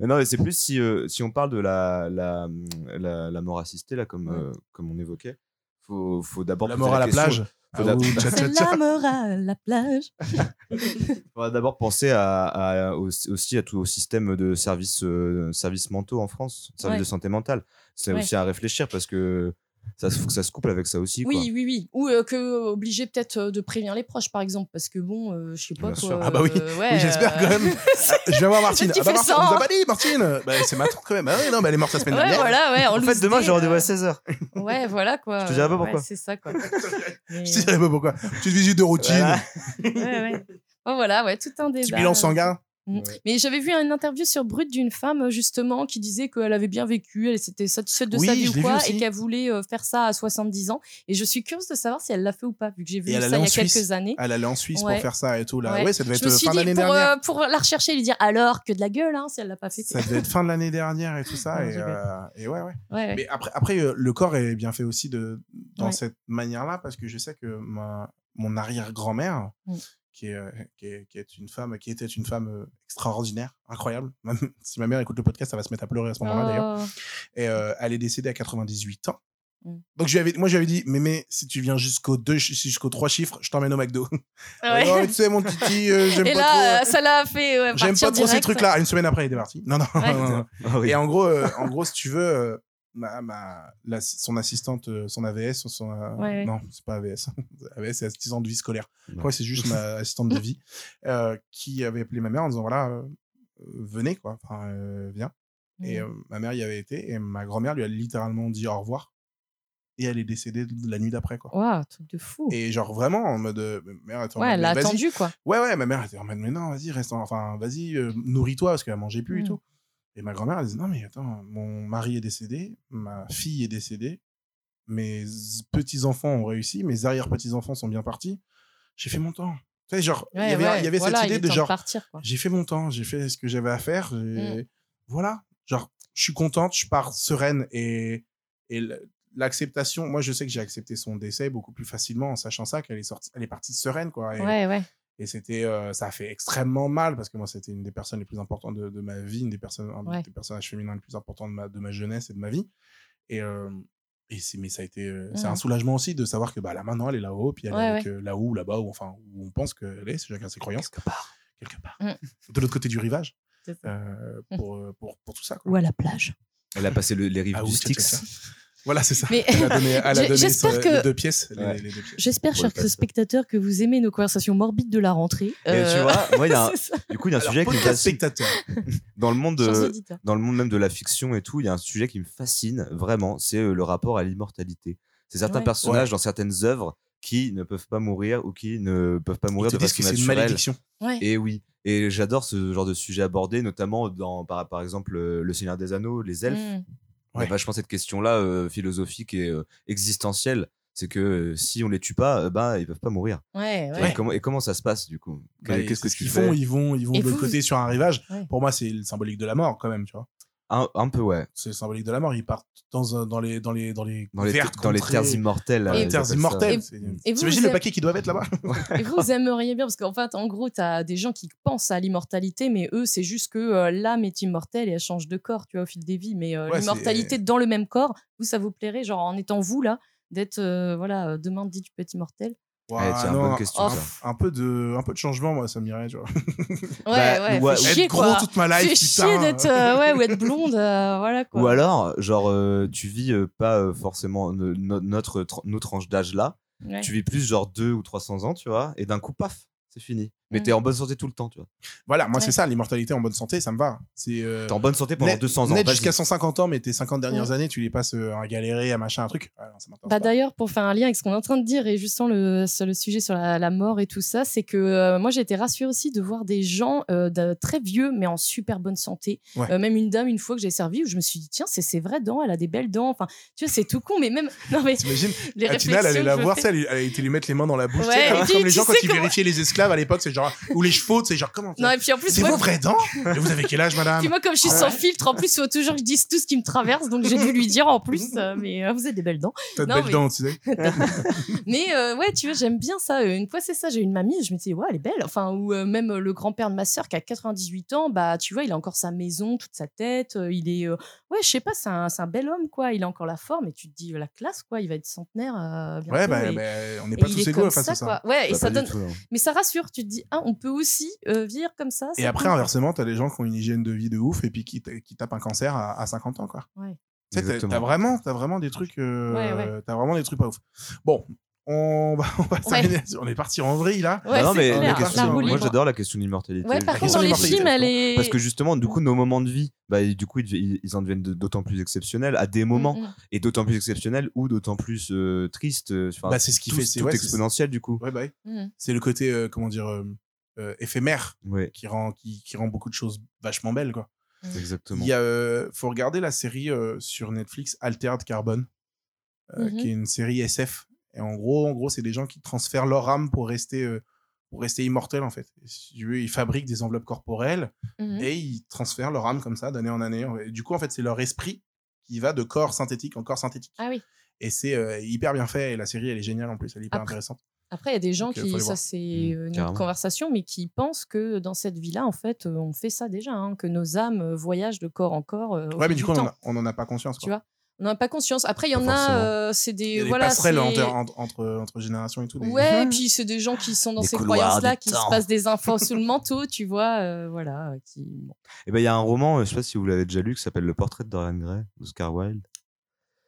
Speaker 3: Mais non, mais c'est plus si, euh, si on parle de la, la, hum, la, la mort assistée là, comme, euh, comme on évoquait. Faut, faut d'abord
Speaker 2: La
Speaker 3: poser
Speaker 2: mort à la
Speaker 3: question-
Speaker 2: plage.
Speaker 3: Faut
Speaker 2: Ah
Speaker 3: d'ab-
Speaker 2: oui, tcha,
Speaker 5: C'est
Speaker 2: (laughs) tcha, tcha.
Speaker 5: la mort à la plage.
Speaker 3: faudrait d'abord penser à, à- au- aussi à tout au système de services euh, services mentaux en France, services
Speaker 5: Ouais.
Speaker 3: de santé mentale. C'est
Speaker 5: Ouais.
Speaker 3: aussi à réfléchir parce que ça, se- faut que ça se couple avec ça aussi. quoi.
Speaker 5: Oui, oui, oui. Ou euh, que euh, obligé peut-être euh, de prévenir les proches, par exemple, parce que bon, euh, je sais
Speaker 3: Bien
Speaker 5: pas. quoi,
Speaker 3: sûr.
Speaker 2: Ah bah oui.
Speaker 5: euh, ouais,
Speaker 2: Oui, j'espère
Speaker 5: euh,
Speaker 2: quand
Speaker 5: (laughs)
Speaker 2: même. Ah, Je viens voir Martine.
Speaker 5: Qui
Speaker 2: Ah bah
Speaker 5: fait
Speaker 2: Martine, on
Speaker 5: ça,
Speaker 2: nous a
Speaker 5: hein.
Speaker 2: pas dit, Martine. Bah, c'est maintenant quand même. Ah ouais, non, mais elle est morte la semaine
Speaker 5: Ouais,
Speaker 2: dernière.
Speaker 5: voilà, ouais. En,
Speaker 3: En fait,
Speaker 5: loose
Speaker 3: demain,
Speaker 5: day,
Speaker 3: j'ai rendez-vous
Speaker 5: euh,
Speaker 3: à 16h.
Speaker 5: Ouais, voilà quoi.
Speaker 3: Je te dirai pas
Speaker 5: Ouais,
Speaker 3: pourquoi.
Speaker 5: c'est ça quoi.
Speaker 2: (laughs)
Speaker 5: Mais-
Speaker 2: Je dirais pas pourquoi. Petite visite de routine,
Speaker 5: ouais, ouais. Oh, voilà, ouais, tout un débat.
Speaker 2: petit bilan sanguin.
Speaker 5: Mm. Mais j'avais vu une interview sur Brut d'une femme euh, justement qui disait qu'elle avait bien vécu, elle s'était satisfaite de
Speaker 2: Oui,
Speaker 5: sa
Speaker 2: je
Speaker 5: vie
Speaker 2: l'ai
Speaker 5: ou
Speaker 2: vu
Speaker 5: quoi,
Speaker 2: aussi.
Speaker 5: et qu'elle voulait euh, faire ça à 70 ans. Et je suis curieuse de savoir si elle l'a fait ou pas, vu que j'ai vu
Speaker 2: Et elle
Speaker 5: ça il y
Speaker 2: allait en
Speaker 5: a
Speaker 2: Suisse.
Speaker 5: quelques années.
Speaker 2: Elle allait en Suisse
Speaker 5: Ouais.
Speaker 2: pour faire ça et tout. Là. Ouais.
Speaker 5: Ouais.
Speaker 2: ça devait
Speaker 5: Je
Speaker 2: être
Speaker 5: me suis
Speaker 2: fin de
Speaker 5: dit
Speaker 2: l'année
Speaker 5: pour,
Speaker 2: dernière.
Speaker 5: euh, pour la rechercher et lui dire alors que de la gueule hein, si elle l'a pas fait.
Speaker 2: Ça devait être fin de l'année dernière et tout ça.
Speaker 5: Non,
Speaker 2: et,
Speaker 5: je rigole.
Speaker 2: euh, et ouais, ouais.
Speaker 5: Ouais, ouais.
Speaker 2: Mais après, après euh, le corps est bien fait aussi de, dans
Speaker 5: Ouais.
Speaker 2: cette manière-là, parce que je sais que ma, mon arrière-grand-mère,
Speaker 5: Mm.
Speaker 2: qui, est, euh, qui, est, qui est une femme, qui était une femme euh, extraordinaire, incroyable. (laughs) Même si ma mère écoute le podcast, ça va se mettre à pleurer à ce moment-là d'ailleurs.
Speaker 5: Oh.
Speaker 2: Et euh, elle est décédée à 98 ans.
Speaker 5: Mm.
Speaker 2: Donc je lui avais, moi j'avais dit, mais, mais si tu viens jusqu'aux deux, chi- jusqu'aux trois chiffres, je t'emmène au McDo.
Speaker 5: Ouais.
Speaker 2: (laughs) Oh, tu sais mon titi,
Speaker 5: (laughs)
Speaker 2: euh, j'aime
Speaker 5: Et
Speaker 2: pas
Speaker 5: là,
Speaker 2: trop.
Speaker 5: euh, ça l'a fait. ouais,
Speaker 2: J'aime
Speaker 5: partir
Speaker 2: pas trop ces
Speaker 5: direct.
Speaker 2: trucs-là. Une semaine après, il est parti. Non, non.
Speaker 5: Ouais.
Speaker 2: non, non, (laughs) non.
Speaker 3: Ah oui.
Speaker 2: Et en gros, euh, en gros, si tu veux, euh, ma, ma- la- son assistante, euh, son AVS, ou son, euh,
Speaker 5: Ouais, ouais.
Speaker 2: non, c'est pas (laughs) AVS. AVS, c'est assistante de vie scolaire. Je
Speaker 3: Ouais.
Speaker 2: crois que c'est juste ma assistante de vie euh, qui avait appelé ma mère en disant voilà, euh, venez quoi, enfin, euh, viens.
Speaker 5: Mmh.
Speaker 2: Et euh, ma mère y avait été et ma grand-mère lui a littéralement dit au revoir. Et elle est décédée la nuit d'après quoi.
Speaker 5: Waouh, truc de fou.
Speaker 2: Et genre vraiment en mode euh, ma mère était en
Speaker 5: Oh. ouais,
Speaker 2: mode,
Speaker 5: elle l'a
Speaker 2: mais vas-y,
Speaker 5: attendu quoi.
Speaker 2: Ouais, ouais, ma mère était en mode, mais non, vas-y, reste, en- enfin, vas-y, euh, nourris-toi parce qu'elle mangeait plus et
Speaker 5: Mm.
Speaker 2: tout. Et ma grand-mère, elle disait, non, mais attends, mon mari est décédé, ma fille est décédée, mes petits-enfants ont réussi, mes arrière-petits-enfants sont bien partis. J'ai fait mon temps. Tu sais, genre, il y
Speaker 5: Ouais,
Speaker 2: avait,
Speaker 5: ouais,
Speaker 2: il y avait
Speaker 5: voilà,
Speaker 2: cette
Speaker 5: il est
Speaker 2: idée de
Speaker 5: temps
Speaker 2: genre,
Speaker 5: partir, quoi.
Speaker 2: j'ai fait mon temps, j'ai fait ce que j'avais à faire,
Speaker 5: Mm.
Speaker 2: j'ai- voilà, genre, je suis contente, je pars sereine et, et l- l'acceptation, moi, je sais que j'ai accepté son décès beaucoup plus facilement en sachant ça, qu'elle est, sortie, elle est partie sereine, quoi. Et-
Speaker 5: Ouais, ouais.
Speaker 2: et c'était, euh, ça a fait extrêmement mal parce que moi, c'était une des personnes les plus importantes de, de ma vie, une des personnes, un
Speaker 5: Ouais.
Speaker 2: des personnages féminins les plus importants de ma, de ma jeunesse et de ma vie. Et, euh, et c'est, mais ça a été, euh, c'est
Speaker 5: Mhm.
Speaker 2: un soulagement aussi de savoir que bah, là maintenant, elle est là-haut, puis elle
Speaker 5: Ouais,
Speaker 2: est avec, euh, là-haut, là-bas, ou enfin, où on pense qu'elle est, c'est chacun ses croyances. Quelque part. Quelque part.
Speaker 5: Mhm.
Speaker 2: (laughs) De l'autre côté du rivage,
Speaker 5: C'est ça.
Speaker 2: euh,
Speaker 5: Mm.
Speaker 2: pour, euh, pour, pour tout ça. quoi.
Speaker 5: Ou à la plage.
Speaker 3: Elle a passé le- les rives
Speaker 2: Ah
Speaker 3: du
Speaker 2: oui, tcha, tcha,
Speaker 3: Styx.
Speaker 2: Voilà, c'est ça.
Speaker 5: Mais-
Speaker 2: Elle a donné,
Speaker 5: (laughs)
Speaker 2: elle a
Speaker 5: J'ai-
Speaker 2: donné
Speaker 5: j'espère
Speaker 2: son-
Speaker 5: que-
Speaker 2: les deux pièces. les-
Speaker 3: Ouais.
Speaker 2: les- les deux pièces.
Speaker 5: J'espère,
Speaker 3: Pour le
Speaker 5: chers
Speaker 3: passer.
Speaker 5: spectateurs, que vous aimez nos conversations morbides de la rentrée. Euh,
Speaker 3: Et tu vois, moi, il y
Speaker 5: (laughs)
Speaker 3: a
Speaker 2: (laughs)
Speaker 3: un-
Speaker 5: c'est ça,
Speaker 3: du coup, il y a un
Speaker 2: Euh, Alors,
Speaker 3: sujet qui me
Speaker 2: podcast
Speaker 3: fascine.
Speaker 2: spectateur.
Speaker 3: Dans le monde,
Speaker 5: chers
Speaker 3: euh,
Speaker 5: auditeurs.
Speaker 3: dans le monde même de la fiction et tout, il y a un sujet qui me fascine vraiment, c'est euh, le rapport à l'immortalité. C'est certains
Speaker 5: Ouais.
Speaker 3: personnages
Speaker 2: Ouais.
Speaker 3: dans certaines œuvres qui ne peuvent pas mourir ou qui ne peuvent pas mourir
Speaker 2: Ils te
Speaker 3: de
Speaker 2: disent que
Speaker 3: façon
Speaker 2: c'est une
Speaker 3: naturelle.
Speaker 2: malédiction.
Speaker 5: Ouais.
Speaker 3: Et oui, et j'adore ce genre de sujet abordé, notamment dans par, par exemple euh, le Seigneur des Anneaux, les elfes.
Speaker 2: Mmh.
Speaker 5: Mm.
Speaker 3: Il y a
Speaker 2: Ouais.
Speaker 3: vachement cette question-là euh, philosophique et euh, existentielle, c'est que euh, si on les tue pas, euh, bah ils peuvent pas mourir.
Speaker 5: Ouais,
Speaker 3: Et,
Speaker 5: ouais.
Speaker 3: comment, et comment ça se passe du coup Que-
Speaker 2: Bah,
Speaker 3: Qu'est-ce
Speaker 2: c'est
Speaker 3: que
Speaker 2: ce
Speaker 3: tu
Speaker 2: qu'ils
Speaker 3: fais
Speaker 2: font Ils vont, ils vont
Speaker 5: Et
Speaker 2: de l'autre
Speaker 5: vous,
Speaker 2: côté
Speaker 5: vous-
Speaker 2: sur un rivage.
Speaker 5: Ouais.
Speaker 2: Pour moi, c'est le symbolique de la mort quand même, tu vois.
Speaker 3: un, un peu ouais,
Speaker 2: C'est le symbolique de la mort. Ils partent dans, un- dans les dans les dans les
Speaker 3: dans les,
Speaker 2: vertes
Speaker 3: dans les
Speaker 2: contrées,
Speaker 3: terres immortelles.
Speaker 2: dans
Speaker 3: euh,
Speaker 2: les
Speaker 3: ils appellent
Speaker 2: terres
Speaker 3: ça.
Speaker 2: immortelles.
Speaker 5: Et-
Speaker 2: C'est-
Speaker 5: et vous,
Speaker 2: T'imagines
Speaker 5: vous
Speaker 2: le
Speaker 5: êtes-
Speaker 2: paquet qu'ils doivent être là-bas
Speaker 5: Et vous, vous aimeriez bien, parce qu'en fait, en gros, tu as des gens qui pensent à l'immortalité, mais eux, c'est juste que euh, l'âme est immortelle et elle change de corps, tu vois, au fil des vies. Mais euh,
Speaker 2: Ouais,
Speaker 5: l'immortalité dans le même corps, vous, ça vous plairait, genre en étant vous, là, d'être, euh, voilà, euh, demain, dit tu peux être immortel.
Speaker 3: Ouais,
Speaker 2: Ouah,
Speaker 3: tiens,
Speaker 2: non,
Speaker 3: bonne question.
Speaker 5: Oh,
Speaker 3: ça.
Speaker 2: Un peu de un peu de changement, moi, ça m'irait, tu vois.
Speaker 5: Ouais,
Speaker 3: Bah,
Speaker 5: ouais,
Speaker 3: ouais,
Speaker 5: fais
Speaker 3: être
Speaker 5: chier,
Speaker 2: Être gros
Speaker 5: quoi.
Speaker 2: toute ma life,
Speaker 5: Fais chier
Speaker 2: putain.
Speaker 5: d'être, euh, ouais, ou être blonde, euh, voilà, quoi.
Speaker 3: Ou alors, genre, euh, tu vis euh, pas euh, forcément no- no- notre, tr- nos tranches d'âge là,
Speaker 5: Ouais.
Speaker 3: tu vis plus genre 2 ou 300 ans, tu vois, et d'un coup, paf, c'est fini. Mais
Speaker 5: Mm.
Speaker 3: t'es en bonne santé tout le temps, tu vois.
Speaker 2: Voilà, moi c'est
Speaker 5: Ouais.
Speaker 2: ça, l'immortalité en bonne santé, ça me va. C'est euh,
Speaker 3: T'es en bonne santé pendant
Speaker 2: net-
Speaker 3: 200 ans.
Speaker 2: net
Speaker 3: vas-y.
Speaker 2: jusqu'à 150 ans, mais tes 50 dernières années, tu les passes euh, à galérer, à machin, un truc. Ah, non, ça m'intéresse
Speaker 5: Bah
Speaker 2: pas.
Speaker 5: d'ailleurs, pour faire un lien avec ce qu'on est en train de dire et juste sans le, sur le sujet sur la, la mort et tout ça, c'est que euh, moi j'ai été rassurée aussi de voir des gens euh, de- très vieux mais en super bonne santé.
Speaker 2: Ouais.
Speaker 5: Euh, même une dame une fois que j'ai servi où je me suis dit tiens c'est ses vraies dents, elle a des belles dents. Enfin tu vois c'est tout con mais même non mais
Speaker 2: T'imagines,
Speaker 5: les
Speaker 2: Atina,
Speaker 5: réflexions
Speaker 2: elle allait la
Speaker 5: que je
Speaker 2: voir,
Speaker 5: fais-
Speaker 2: ça, elle, elle était lui mettre les mains dans la bouche.
Speaker 5: Ouais,
Speaker 2: tu sais,
Speaker 5: et
Speaker 2: comme
Speaker 5: tu-
Speaker 2: les
Speaker 5: tu
Speaker 2: gens quand
Speaker 5: sais
Speaker 2: ils
Speaker 5: comment-
Speaker 2: vérifiaient les esclaves à l'époque, c'est genre, ou les chevaux, c'est genre, comment
Speaker 5: Non et puis en plus
Speaker 2: C'est
Speaker 5: moi,
Speaker 2: vos vraies
Speaker 5: (laughs)
Speaker 2: dents Mais Vous avez quel âge, madame
Speaker 5: puis moi, comme je suis
Speaker 2: Ah
Speaker 5: sans
Speaker 2: ouais.
Speaker 5: filtre, en plus, il faut toujours que je dise tout ce qui me traverse, donc j'ai dû lui dire en
Speaker 2: (laughs)
Speaker 5: plus, euh, mais euh, vous avez des belles dents.
Speaker 2: T'as de
Speaker 5: non,
Speaker 2: belles
Speaker 5: mais-
Speaker 2: dents, tu sais.
Speaker 5: Mais euh, ouais, tu vois, j'aime bien ça. Euh, Une fois, c'est ça, j'ai une mamie, je me dis, ouais, elle est belle. Enfin, ou euh, même euh, le grand-père de ma sœur qui a 98 ans, bah, tu vois, il a encore sa maison, toute sa tête. euh, il est, euh, ouais, je sais pas, c'est un, c'est un bel homme, quoi. Il a encore la forme et tu te dis, euh, la classe, quoi, il va être centenaire. euh, bientôt,
Speaker 2: Ouais, bah,
Speaker 5: et-
Speaker 2: bah, on n'est
Speaker 5: et
Speaker 2: pas
Speaker 5: il
Speaker 2: tous
Speaker 5: est
Speaker 2: égaux
Speaker 5: comme
Speaker 2: face
Speaker 5: ça,
Speaker 2: à ça.
Speaker 5: quoi. Ouais, et
Speaker 3: Bah,
Speaker 5: ça
Speaker 3: pas du
Speaker 5: donne.
Speaker 3: tout, non.
Speaker 5: Mais ça rassure, tu te dis, ah, on peut aussi euh, vivre comme ça.
Speaker 2: Et
Speaker 5: c'est
Speaker 2: après,
Speaker 5: cool.
Speaker 2: inversement, t'as des gens qui ont une hygiène de vie de ouf et puis qui, t- qui tapent un cancer à, à 50 ans, quoi.
Speaker 5: Ouais.
Speaker 2: Tu sais, t'as-
Speaker 3: Exactement.
Speaker 2: t'as vraiment, t'as vraiment des trucs, euh,
Speaker 5: Ouais, ouais.
Speaker 2: t'as vraiment des trucs pas ouf. Bon, on, va- (laughs) on va terminer. On est parti en vrille là.
Speaker 5: Ouais,
Speaker 3: Bah non,
Speaker 5: c'est
Speaker 3: mais
Speaker 5: clair.
Speaker 3: la
Speaker 2: La
Speaker 3: question-
Speaker 2: roue
Speaker 3: moi
Speaker 5: libre.
Speaker 3: j'adore la question de l'immortalité.
Speaker 5: Ouais, par
Speaker 3: Je
Speaker 5: contre,
Speaker 3: trouve
Speaker 5: dans
Speaker 2: Ils
Speaker 5: les
Speaker 2: ont
Speaker 3: que c'est
Speaker 2: des
Speaker 5: films, elle est.
Speaker 3: Parce que justement, du coup, nos moments de vie, bah, du coup, ils, ils en deviennent de- d'autant plus exceptionnels à des moments,
Speaker 5: Mm, mm.
Speaker 3: et d'autant plus exceptionnels ou d'autant plus euh, tristes. euh, enfin,
Speaker 2: Bah, c'est ce qui
Speaker 3: tout,
Speaker 2: fait, c'est
Speaker 3: tout
Speaker 2: ouais, c'est-
Speaker 3: exponentiel du coup.
Speaker 2: ouais, bah ouais.
Speaker 5: Mhm.
Speaker 2: C'est le côté, euh, comment dire, euh, euh, éphémère
Speaker 3: Ouais,
Speaker 2: qui rend, qui, qui rend beaucoup de choses vachement belles, quoi.
Speaker 3: c'est exactement.
Speaker 2: Il y a, euh, faut regarder la série euh, sur Netflix Altered Carbon, euh,
Speaker 5: Mhm.
Speaker 2: qui est une série SF. Et en gros, en gros, c'est des gens qui transfèrent leur âme pour rester, euh, pour rester immortels en fait. Et si tu veux, ils fabriquent des enveloppes corporelles
Speaker 5: Mhm.
Speaker 2: et ils transfèrent leur âme comme ça d'année en année. Et du coup, en fait, c'est leur esprit qui va de corps synthétique en corps synthétique.
Speaker 5: Ah oui.
Speaker 2: Et c'est euh, hyper bien fait. Et la série, elle est géniale en plus. Elle est hyper
Speaker 5: Après-
Speaker 2: intéressante.
Speaker 5: Après, il y a des gens
Speaker 2: Donc, euh, faut
Speaker 5: qui,
Speaker 2: aller
Speaker 5: ça
Speaker 2: voir.
Speaker 5: c'est
Speaker 3: Mm,
Speaker 5: euh, une autre
Speaker 3: carrément.
Speaker 5: conversation, mais qui pensent que dans cette vie-là, en fait, euh, on fait ça déjà, hein, que nos âmes euh, voyagent de corps en corps. euh, au
Speaker 2: Ouais,
Speaker 5: fil
Speaker 2: mais du coup, on
Speaker 5: temps.
Speaker 2: en a- on n'en a pas conscience.
Speaker 5: Tu
Speaker 2: quoi.
Speaker 5: vois, on n'a pas conscience. Après, il y
Speaker 3: Pas
Speaker 5: en a,
Speaker 3: forcément.
Speaker 5: euh, c'est
Speaker 2: Il y
Speaker 5: des
Speaker 2: a des
Speaker 5: voilà,
Speaker 2: passerelles
Speaker 5: c'est-
Speaker 2: entre, entre, entre- entre générations et tout. des-
Speaker 5: Ouais, et puis c'est des gens qui sont dans
Speaker 3: Les
Speaker 5: ces
Speaker 3: couloirs
Speaker 5: croyances-là,
Speaker 3: du
Speaker 5: qui
Speaker 3: temps.
Speaker 5: se passent des infos
Speaker 3: (laughs)
Speaker 5: sous le manteau, tu vois, euh, voilà, euh, qui. bon.
Speaker 3: Et ben il y a un roman, euh, je sais pas si vous l'avez déjà lu, qui s'appelle Le Portrait de Dorian Gray d'Oscar Wilde.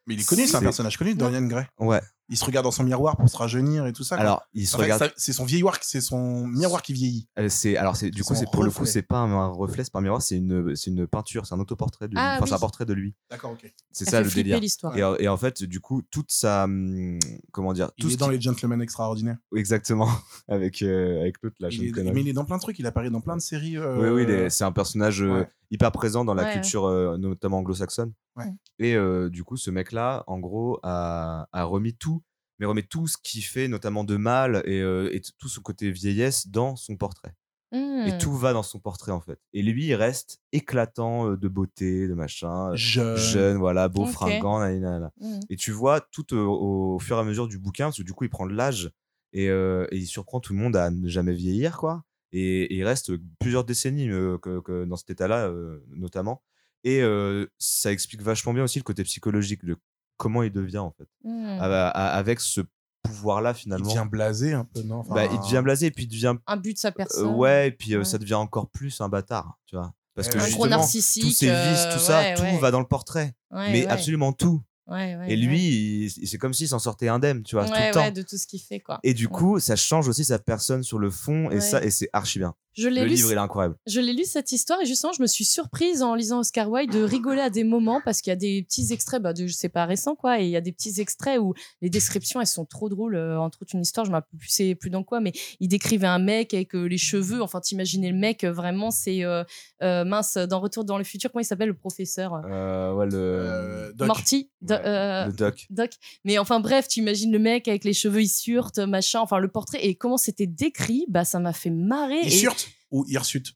Speaker 2: Mais il est connu, c'est un
Speaker 3: C'est-
Speaker 2: personnage connu, Dorian Gray.
Speaker 3: Ouais.
Speaker 2: Il se regarde dans son miroir pour se rajeunir et tout ça. quoi.
Speaker 3: Alors il se
Speaker 2: En fait,
Speaker 3: regarde.
Speaker 2: ça- c'est son vieilloir, qui- c'est son miroir qui vieillit.
Speaker 3: euh, C'est alors c'est du
Speaker 2: c'est son
Speaker 3: coup c'est pour le coup
Speaker 2: reflet.
Speaker 3: c'est pas un, un reflet, c'est pas un miroir, c'est une c'est une peinture, c'est un autoportrait de lui.
Speaker 5: Ah,
Speaker 3: Enfin c'est un
Speaker 5: oui.
Speaker 3: portrait de lui.
Speaker 2: D'accord, ok.
Speaker 3: C'est
Speaker 5: Elle
Speaker 3: ça
Speaker 5: fait
Speaker 3: le
Speaker 5: flipper
Speaker 3: délire.
Speaker 5: l'histoire.
Speaker 3: Et, en- et en fait du coup toute sa hum, comment dire
Speaker 2: Il
Speaker 3: tout
Speaker 2: est
Speaker 3: ce
Speaker 2: dans
Speaker 3: qui-
Speaker 2: les gentlemen extraordinaires.
Speaker 3: exactement (laughs) avec euh, avec l'autre là. je
Speaker 2: Il
Speaker 3: ne
Speaker 2: est-
Speaker 3: connais
Speaker 2: mais il est dans plein de trucs. Il apparaît dans plein de séries. euh,
Speaker 3: Oui, oui, il est- c'est un personnage euh,
Speaker 2: ouais.
Speaker 3: hyper présent dans la
Speaker 5: Ouais,
Speaker 3: culture, euh, notamment anglo-saxonne.
Speaker 2: Ouais.
Speaker 3: Et euh, du coup, ce mec-là, en gros, a, a remis tout, mais remet tout ce qui fait notamment de mal et, euh, et t- tout son côté vieillesse dans son portrait. Et
Speaker 2: Hmm.
Speaker 5: Mm.
Speaker 3: tout va dans son portrait, en fait. Et lui, il reste éclatant euh, de beauté, de machin, euh,
Speaker 2: jeune.
Speaker 3: jeune, voilà, beau,
Speaker 5: Ok.
Speaker 3: fringant, nanani, nanana.
Speaker 5: Mm.
Speaker 3: Et tu vois tout euh, au, fur et à mesure du bouquin, parce que du coup, il prend de l'âge et, euh, et il surprend tout le monde à ne jamais vieillir, quoi. Et, et il reste plusieurs décennies euh, que, que dans cet état-là, euh, notamment. Et euh, ça explique vachement bien aussi le côté psychologique de comment il devient, en fait,
Speaker 5: Mm.
Speaker 3: à- à- avec ce pouvoir-là,
Speaker 2: Mmh Il
Speaker 3: finalement.
Speaker 2: devient blasé un peu, non Enfin,
Speaker 3: Bah, il devient blasé, et puis il devient.
Speaker 5: Un but de sa
Speaker 3: euh,
Speaker 5: personne.
Speaker 3: ouais, et puis euh,
Speaker 5: Ouais.
Speaker 3: ça devient encore plus un bâtard, tu vois. Parce
Speaker 2: Ouais,
Speaker 3: que
Speaker 2: ouais.
Speaker 5: Un gros
Speaker 3: justement,
Speaker 5: narcissique.
Speaker 3: tous ses vices,
Speaker 5: euh,
Speaker 3: tout ça,
Speaker 5: ouais,
Speaker 3: tout
Speaker 5: ouais.
Speaker 3: va dans le portrait.
Speaker 5: Ouais,
Speaker 3: mais
Speaker 5: ouais.
Speaker 3: absolument tout.
Speaker 5: Ouais, ouais,
Speaker 3: Et
Speaker 5: ouais.
Speaker 3: lui, il- c'est comme s'il s'en sortait indemne, tu vois, tout
Speaker 5: Ouais,
Speaker 3: le temps.
Speaker 5: ouais, de tout ce qu'il fait, quoi.
Speaker 3: Et du
Speaker 5: Ouais.
Speaker 3: coup, ça change aussi sa personne sur le fond, et
Speaker 5: Ouais.
Speaker 3: ça, et c'est archi bien.
Speaker 5: Je l'ai
Speaker 3: Le
Speaker 5: lu,
Speaker 3: livre, il est incroyable.
Speaker 5: Je l'ai lu cette histoire et justement, je me suis surprise en lisant Oscar Wilde de rigoler à des moments parce qu'il y a des petits extraits, bah, de, je sais pas récent quoi, et il y a des petits extraits où les descriptions elles sont trop drôles. euh, entre autres, une histoire, je m'en plus c'est plus dans quoi, mais il décrivait un mec avec euh, les cheveux. Enfin, t'imaginais le mec euh, vraiment, c'est euh, euh, mince dans Retour dans le futur. Comment il s'appelle le professeur euh,
Speaker 3: Euh, ouais, le,
Speaker 2: Euh, Doc.
Speaker 5: Morty. Do-
Speaker 3: Ouais,
Speaker 5: euh,
Speaker 3: le doc.
Speaker 5: Doc. Mais enfin bref, tu imagines le mec avec les cheveux issurtes, machin, enfin le portrait et comment c'était décrit, bah ça m'a fait marrer.
Speaker 2: Il
Speaker 5: et-
Speaker 2: surte ou hirsute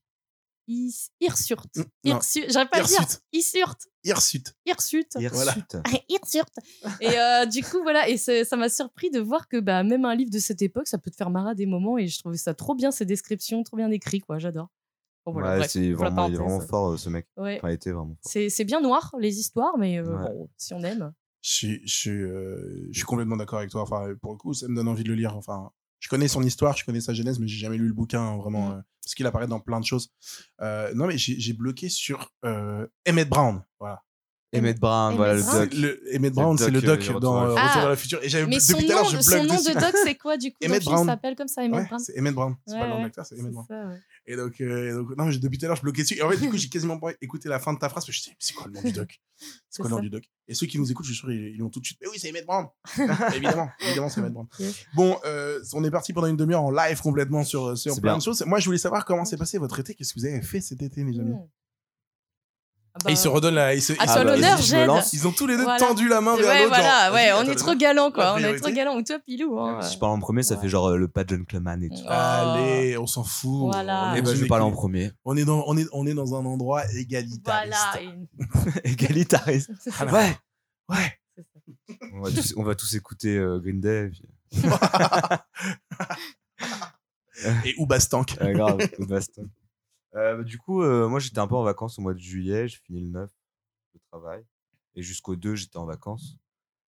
Speaker 5: Is- Hirsute.
Speaker 2: Mm, non.
Speaker 5: Hirsu- J'arrive pas à le dire.
Speaker 2: Hirsute.
Speaker 5: Hirsute.
Speaker 2: Hirsute.
Speaker 5: Hirsute.
Speaker 3: Hirsute. (laughs)
Speaker 2: Voilà.
Speaker 5: (laughs) Hirsute. Et euh, du coup, voilà. Et c'est- ça m'a surpris de voir que bah, même un livre de cette époque, ça peut te faire marrer à des moments. Et je trouvais ça trop bien, ces descriptions, trop bien écrit, quoi. J'adore. Bon, Oh, voilà,
Speaker 3: ouais,
Speaker 5: bref,
Speaker 3: c'est
Speaker 5: pour la
Speaker 3: vraiment, il est
Speaker 5: parenthèse.
Speaker 3: vraiment fort, euh, ce mec.
Speaker 5: Ouais.
Speaker 3: Enfin, il était vraiment fort.
Speaker 5: C'est c'est bien noir, les histoires, mais euh,
Speaker 3: Ouais.
Speaker 5: bon, si on aime.
Speaker 2: Je suis, je suis, euh, je suis complètement d'accord avec toi. Enfin, pour le coup, ça me donne envie de le lire. Enfin, je connais son histoire, je connais sa genèse, mais j'ai jamais lu le bouquin hein, vraiment,
Speaker 3: Mmh.
Speaker 2: euh, parce qu'il apparaît dans plein de choses. Euh, non, mais j'ai j'ai bloqué sur euh, Emmett Brown. Voilà.
Speaker 3: Emmett Brown,
Speaker 5: Emmett
Speaker 3: voilà
Speaker 5: Brown.
Speaker 3: le doc.
Speaker 2: Le, Emmett Brown,
Speaker 3: Le doc,
Speaker 2: c'est le doc
Speaker 3: euh,
Speaker 2: dans euh,
Speaker 3: Retour
Speaker 2: Retour
Speaker 5: à-
Speaker 2: vers le futur. Et j'avais
Speaker 5: Ah! Mais
Speaker 2: depuis
Speaker 5: son
Speaker 2: tout à l'heure,
Speaker 5: nom,
Speaker 2: je
Speaker 5: de, son
Speaker 2: bloque
Speaker 5: nom
Speaker 2: dessus.
Speaker 5: de doc, c'est quoi du coup dans le
Speaker 2: Emmett
Speaker 5: film,
Speaker 2: Brown.
Speaker 5: Il s'appelle comme ça, Emmett
Speaker 2: Ouais,
Speaker 5: Brown.
Speaker 2: c'est Emmett Brown. C'est pas
Speaker 5: Ouais,
Speaker 2: le nom de
Speaker 5: ouais,
Speaker 2: l'acteur, c'est Emmett Brown.
Speaker 5: ça, ouais.
Speaker 2: Et donc, euh, et donc, non, mais j'ai- depuis tout à l'heure, je bloquais dessus. Et en fait, du coup, j'ai quasiment pas écouté la fin de ta phrase, parce que je sais, c'est quoi le nom du doc C'est quoi le nom
Speaker 5: ça.
Speaker 2: du doc Et ceux qui nous écoutent, je suis sûr, ils ils l'ont tout de suite. Mais oui, c'est Emmett
Speaker 5: (laughs)
Speaker 2: Brown (laughs) Évidemment, évidemment, c'est Emmett Brown.
Speaker 5: Yes.
Speaker 2: Bon, euh, on est parti pendant une demi-heure en live complètement sur, euh, sur
Speaker 3: C'est
Speaker 2: plein
Speaker 3: bien.
Speaker 2: de choses. Moi, je voulais savoir comment s'est passé votre été. Qu'est-ce que vous avez fait cet été, mes amis
Speaker 5: Mmh. Ah bah,
Speaker 2: Et ils se redonnent la. Ils, se,
Speaker 5: À
Speaker 2: ils-
Speaker 5: toi
Speaker 3: bah,
Speaker 5: l'honneur,
Speaker 3: vas-y, je me
Speaker 5: Jed.
Speaker 3: lance.
Speaker 2: ils ont tous les deux
Speaker 5: Voilà.
Speaker 2: tendu la main vers
Speaker 5: Ouais,
Speaker 2: l'autre.
Speaker 5: voilà,
Speaker 2: genre,
Speaker 5: ouais,
Speaker 2: vas-y,
Speaker 5: on
Speaker 2: attends,
Speaker 5: est
Speaker 2: attends.
Speaker 5: trop galants, quoi.
Speaker 2: La
Speaker 5: On est trop
Speaker 2: priorité.
Speaker 5: galants. Ou toi, Pilou. hein,
Speaker 3: Si
Speaker 5: euh.
Speaker 3: je parle en premier, ça
Speaker 5: Ouais.
Speaker 3: fait genre euh, le pas gentleman et tout.
Speaker 5: Ouais.
Speaker 2: Allez, on s'en fout.
Speaker 5: Voilà.
Speaker 2: On est
Speaker 3: Et
Speaker 5: Eh
Speaker 3: ben,
Speaker 2: dans
Speaker 3: je
Speaker 2: une
Speaker 3: parle en
Speaker 2: équipe.
Speaker 3: premier. (laughs)
Speaker 2: On est dans, on est, on est dans un endroit égalitariste.
Speaker 5: Voilà. et- (laughs)
Speaker 3: Égalitariste.
Speaker 2: Ah, non.
Speaker 3: Ouais, ouais.
Speaker 5: C'est
Speaker 3: On va tous, on va tous écouter euh, Green Day. et puis-
Speaker 2: Et où Bastank
Speaker 3: Ouais, (laughs) grave, coup de baston. Euh, bah, du coup, euh, moi j'étais un peu en vacances au mois de juillet, j'ai fini le 9 le travail. Et jusqu'au 2, j'étais en vacances.